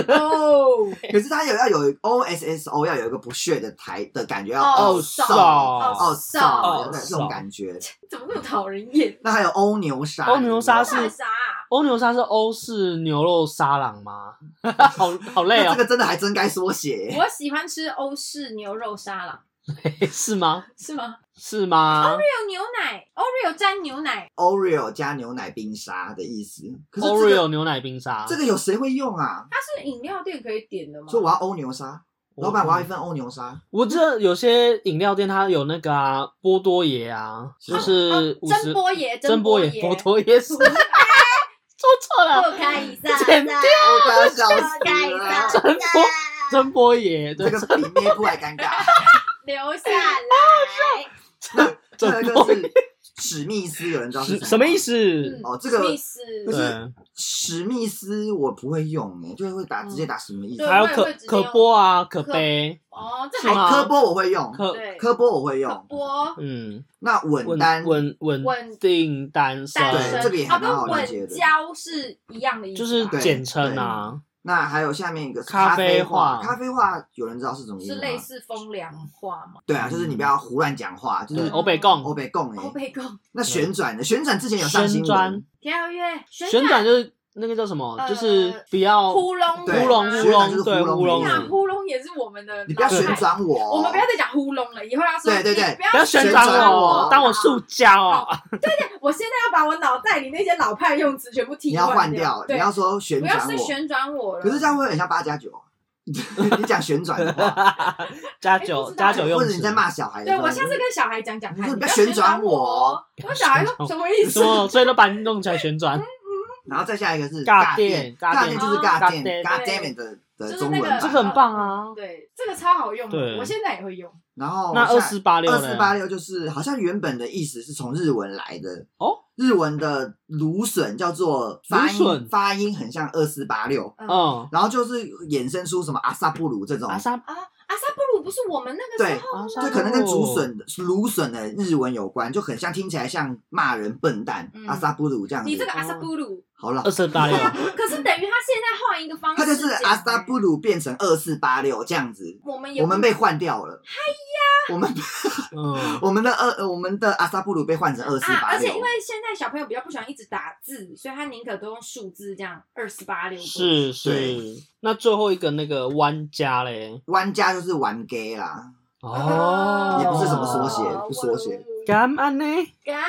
Speaker 2: 哦
Speaker 1: 可是它有要有 O S S O 要有一个不屑的台的感觉，要
Speaker 2: 哦
Speaker 1: 少
Speaker 2: 少
Speaker 1: 哦
Speaker 2: 哦
Speaker 1: 少
Speaker 2: 少
Speaker 1: 对这种感觉。
Speaker 2: 怎么那么讨人厌？
Speaker 1: 那还有欧牛沙，
Speaker 3: 欧牛沙
Speaker 1: 你知道吗
Speaker 2: 干
Speaker 3: 是
Speaker 2: 啥啊？
Speaker 3: 欧牛沙是欧式牛肉沙朗吗？ 好好累
Speaker 1: 那这
Speaker 3: 哦，
Speaker 1: 个真的还真该缩写。
Speaker 2: 我喜欢吃欧式牛肉沙拉，
Speaker 3: 是吗？
Speaker 2: 是吗
Speaker 3: 是吗
Speaker 2: ？Oreo 牛奶，Oreo 沾牛奶，
Speaker 1: Oreo 加牛奶冰沙的意思。可是、这个、
Speaker 3: ？Oreo 牛奶冰沙，
Speaker 1: 这个有谁会用啊？
Speaker 2: 它是饮料店可以点的吗？
Speaker 1: 说我要欧牛沙，
Speaker 3: 我
Speaker 1: 老板我要一份欧牛沙，
Speaker 3: 我这有些饮料店它有那个啊，波多爷啊，就
Speaker 2: 哦
Speaker 3: 是五
Speaker 2: 真
Speaker 3: 十
Speaker 2: 波爷，
Speaker 3: 真
Speaker 2: 波
Speaker 3: 波
Speaker 2: 爷，
Speaker 3: 爷，波多爷是，说 错了，
Speaker 2: 不可以 上，
Speaker 3: 剪掉
Speaker 1: 我快要笑
Speaker 2: 不可
Speaker 1: 死
Speaker 2: 以
Speaker 1: 了
Speaker 2: 上。
Speaker 3: 真波真波爷，
Speaker 1: 这
Speaker 3: 对，
Speaker 1: 个比面部还尴 尬，
Speaker 2: 留下来。
Speaker 1: 这
Speaker 3: 真
Speaker 1: 个
Speaker 3: 波
Speaker 1: 是史密斯，有人知道是
Speaker 3: 是什么意
Speaker 1: 思？
Speaker 3: 思
Speaker 2: 嗯？
Speaker 1: 哦这个
Speaker 2: 意思
Speaker 1: 不是
Speaker 3: 对，
Speaker 1: 史密斯我不会用诶，就是会打直接打什么意思
Speaker 2: 对？
Speaker 3: 还有
Speaker 2: 我也
Speaker 3: 可
Speaker 2: 会直接
Speaker 3: 可
Speaker 2: 用
Speaker 3: 波啊，可
Speaker 2: 可
Speaker 3: 杯，
Speaker 2: 哦，这
Speaker 3: 是
Speaker 2: 还
Speaker 3: 吗
Speaker 1: 哦，科波我会用，
Speaker 3: 可
Speaker 2: 对，
Speaker 1: 科波我会用。
Speaker 2: 波
Speaker 3: 嗯，
Speaker 1: 那
Speaker 3: 稳
Speaker 1: 稳单
Speaker 3: 稳稳
Speaker 2: 稳
Speaker 3: 定单身，
Speaker 2: 单
Speaker 1: 对这个也
Speaker 2: 身
Speaker 1: 还
Speaker 2: 哦，
Speaker 1: 蛮好
Speaker 2: 跟
Speaker 1: 理解的
Speaker 2: 稳交是一样的意思吧，
Speaker 3: 就是
Speaker 1: 对
Speaker 3: 简称啊，
Speaker 1: 那还有下面一个是
Speaker 3: 咖
Speaker 1: 咖啡
Speaker 3: 啡
Speaker 1: 话，
Speaker 3: 话
Speaker 1: 咖啡话有人知道是什么意思
Speaker 2: 是
Speaker 1: 吗？
Speaker 2: 类似风凉话嘛？
Speaker 1: 对啊，就是你不要胡乱讲话，就
Speaker 3: 对，
Speaker 1: 是
Speaker 2: 嗯
Speaker 3: 欧北贡
Speaker 1: 欧北共
Speaker 2: 欧
Speaker 1: 哎。
Speaker 2: 贝贡
Speaker 1: 那旋转的旋转之前有上新
Speaker 3: 旋转
Speaker 1: 闻，
Speaker 2: 跳跃
Speaker 3: 旋转就是那个叫什么，
Speaker 2: 呃
Speaker 3: 就是比较
Speaker 2: 呼隆
Speaker 1: 对
Speaker 3: 乌龙
Speaker 1: 旋
Speaker 3: 乌
Speaker 1: 转就
Speaker 3: 龙
Speaker 1: 是
Speaker 3: 对
Speaker 1: 呼隆
Speaker 3: 乌龙
Speaker 1: 呼
Speaker 2: 那
Speaker 1: 隆
Speaker 3: 舞，
Speaker 2: 呼隆也是我们的，
Speaker 1: 你不要旋，转我哦，
Speaker 2: 我们不要再讲呼隆了，以后要说
Speaker 1: 对对对
Speaker 2: 你
Speaker 3: 不
Speaker 2: 不
Speaker 3: 要
Speaker 2: 要
Speaker 3: 旋
Speaker 1: 转
Speaker 3: 转我
Speaker 1: 我，
Speaker 3: 当我塑胶啊，
Speaker 2: 我现在要把我脑袋里那些老派用词全部
Speaker 1: 你
Speaker 2: 替
Speaker 1: 要换
Speaker 2: 掉
Speaker 1: 掉，，
Speaker 2: 对
Speaker 1: 你，要说旋
Speaker 2: 不要
Speaker 1: 转
Speaker 2: 是
Speaker 1: 我，
Speaker 2: 旋转我了，
Speaker 1: 可是这样会很像八加九。啊 你讲旋转的话，
Speaker 3: 加
Speaker 2: 哎不
Speaker 3: 酒
Speaker 2: 知道
Speaker 3: 加酒用
Speaker 1: 或者
Speaker 3: 词
Speaker 1: 你在骂小孩的
Speaker 2: 对
Speaker 1: 时候，
Speaker 2: 我下次跟小孩讲讲看，
Speaker 1: 你说你
Speaker 2: 你
Speaker 1: 不
Speaker 2: 不
Speaker 1: 要
Speaker 2: 要
Speaker 1: 旋转
Speaker 2: 转
Speaker 1: 我
Speaker 2: 我，我小孩说什么意
Speaker 3: 什
Speaker 2: 思？
Speaker 3: 么，所以都把你弄起来旋转，
Speaker 1: 然后再下一个是
Speaker 3: 尬
Speaker 1: 电，
Speaker 3: 电
Speaker 1: 嗯尬
Speaker 3: 尬
Speaker 1: 电
Speaker 3: 电
Speaker 1: 就是
Speaker 2: 哦
Speaker 1: 尬
Speaker 3: 尬
Speaker 1: 电，
Speaker 3: 电
Speaker 1: 尬
Speaker 2: 对
Speaker 1: damn 的
Speaker 2: 就
Speaker 1: 的
Speaker 2: 是
Speaker 1: 中
Speaker 2: 那
Speaker 1: 文
Speaker 2: 个
Speaker 1: 版。
Speaker 3: 这个很棒啊。
Speaker 2: 对，这个超好用的，
Speaker 3: 对
Speaker 2: 我现在也会用。
Speaker 1: 然后
Speaker 3: 那
Speaker 1: 哦下
Speaker 3: 二四八六
Speaker 1: 二四
Speaker 3: 呢？
Speaker 1: 八六就是好像原本的意思是从日文来的
Speaker 3: 哦，
Speaker 1: 日文的芦笋叫做发
Speaker 3: 芦
Speaker 1: 音
Speaker 3: 笋
Speaker 1: 发音很像二四八六，
Speaker 3: 嗯，
Speaker 1: 然后就是衍生出什么阿萨布鲁这种
Speaker 3: 阿，萨
Speaker 2: 啊，阿萨布鲁不是我们那个时候
Speaker 3: 阿萨
Speaker 1: 就
Speaker 3: 布
Speaker 1: 可能跟竹
Speaker 3: 鲁
Speaker 1: 笋芦笋的日文有关，就很像听起来像骂人笨蛋
Speaker 2: 嗯
Speaker 1: 阿萨布鲁这样子。
Speaker 2: 你这个阿萨布鲁，
Speaker 1: 好了
Speaker 3: 二，四八 六
Speaker 2: 对，啊，可是等于他现在换一个方式
Speaker 1: 他
Speaker 2: 讲，
Speaker 1: 就是阿萨布鲁变成二四八六这样子，
Speaker 2: 我们也
Speaker 1: 我们被换掉了。嗨呀，我们
Speaker 3: 嗯，
Speaker 1: 我们的二呃我们的阿萨布鲁被换成二四
Speaker 2: 啊，
Speaker 1: 八
Speaker 2: 而且
Speaker 1: 六
Speaker 2: 因，为现在小朋友比较不喜欢一直打字，所以他宁可都用数字这样二四八六。
Speaker 3: 是是。那最后一个那个弯加嘞，
Speaker 1: 玩家就是玩 gay 啦。
Speaker 3: 哦，
Speaker 1: 也不是什么缩写不缩写
Speaker 3: 干嘛呢？
Speaker 2: 干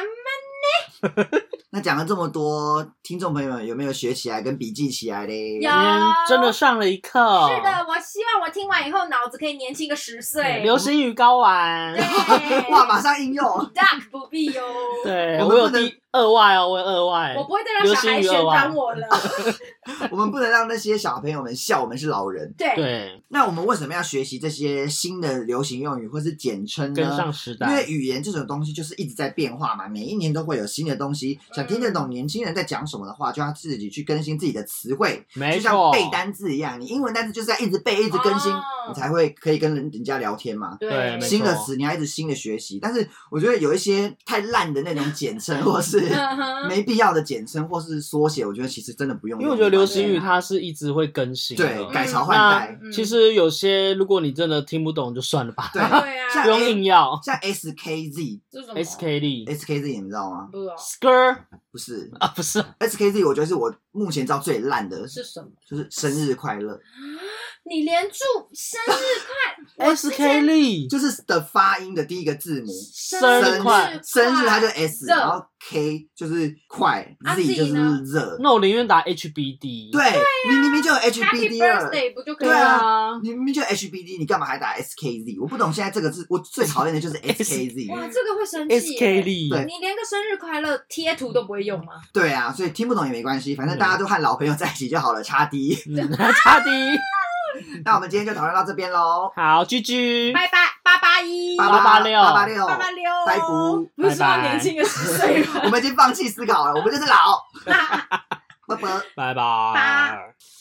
Speaker 1: 那讲了这么多，听众朋友们有没有学起来跟笔记起来嘞？
Speaker 3: 今天真的上了一课，
Speaker 2: 是的，我希望我听完以后脑子可以年轻个十岁。
Speaker 3: 流星雨睾丸，
Speaker 2: 对
Speaker 1: 哇，马上应用。
Speaker 2: duck 不必哟。
Speaker 3: 对
Speaker 1: 我们
Speaker 3: 我有
Speaker 1: 不能
Speaker 3: 第二外哦，我有二外
Speaker 2: 我，不会再让小孩旋转我了。
Speaker 1: 我们不能让那些小朋友们笑我们是老人。
Speaker 2: 对，
Speaker 3: 对，
Speaker 1: 那我们为什么要学习这些新的流行用语或是简称
Speaker 3: 跟
Speaker 1: 呢
Speaker 3: 上？时
Speaker 1: 因为
Speaker 3: 代，
Speaker 1: 语言这种东西就是一直在变化嘛，每一年都会有新的东西。想听得懂年轻人在讲什么的话，就要自己去更新自己的词汇，
Speaker 3: 没
Speaker 1: 就像
Speaker 3: 错，
Speaker 1: 背单字一样，你英文单词就是要一直背，一直更新，
Speaker 2: 哦
Speaker 1: 你才会可以跟人人家聊天嘛。
Speaker 3: 对没错
Speaker 1: 新的词，你要一直新的学习。但是我觉得有一些太烂的那种简称，或是
Speaker 2: 嗯哼
Speaker 1: 没必要的简称或是缩写，我觉得其实真的不用。
Speaker 3: 因为我觉得流行语它是一直会更新的，
Speaker 1: 对改
Speaker 2: 嗯
Speaker 1: 朝换代，
Speaker 2: 嗯
Speaker 3: 其实有些如果你真的听不懂就算了吧，
Speaker 1: 对
Speaker 2: 对啊，
Speaker 1: 像
Speaker 3: 不用硬要。
Speaker 1: 像 SKZ
Speaker 2: 这是什么
Speaker 3: SKD
Speaker 1: SKZ 你们知道吗？
Speaker 2: 不哦知道
Speaker 3: Skr
Speaker 1: 不是
Speaker 3: 啊，不是
Speaker 1: SKZ，我觉得是我目前知道最烂的，
Speaker 2: 是什么。
Speaker 1: 就是生日快乐，
Speaker 2: 你连祝生 日快我之前
Speaker 3: SKD
Speaker 1: 就是的发音的第一个字母。
Speaker 3: 生日快，
Speaker 1: 生日它就 S，
Speaker 2: 热
Speaker 1: 然后 K 就是快
Speaker 2: 啊
Speaker 1: ，Z 就
Speaker 2: 自己
Speaker 1: 是
Speaker 2: 呢啊
Speaker 1: 热。
Speaker 3: 那我宁愿打 HBD。
Speaker 1: 对，你明明就有
Speaker 2: Happy
Speaker 1: HBD 了。
Speaker 2: birthday 不就可以
Speaker 3: 对
Speaker 1: 对
Speaker 2: 了？
Speaker 3: 啊，
Speaker 1: 你明明就 HBD，你干嘛还打 SKZ？我不懂现在这个字，我最讨厌哎的就是
Speaker 2: 哇，
Speaker 1: SKZ。
Speaker 2: 这个会生气耶。
Speaker 1: 对
Speaker 3: SKD，
Speaker 2: 你连个生日快乐贴图都不会用吗？
Speaker 1: 对啊，所以听不懂也没关系，反正大家都和老朋友在一起就好了。差 D，
Speaker 3: 嗯， 差低，
Speaker 1: 那我们今天就讨论到这边喽，
Speaker 3: 好，GG，
Speaker 2: 拜拜八八一
Speaker 1: 八
Speaker 3: 八
Speaker 1: 八
Speaker 3: 六
Speaker 1: 八八六，
Speaker 2: 八八六，
Speaker 1: 拜不
Speaker 2: 不是说
Speaker 3: 拜拜
Speaker 2: 年轻个十岁吗？啊
Speaker 1: 我们已经放弃思考了，我们就是老，拜拜。
Speaker 3: 拜
Speaker 2: 八
Speaker 3: 拜。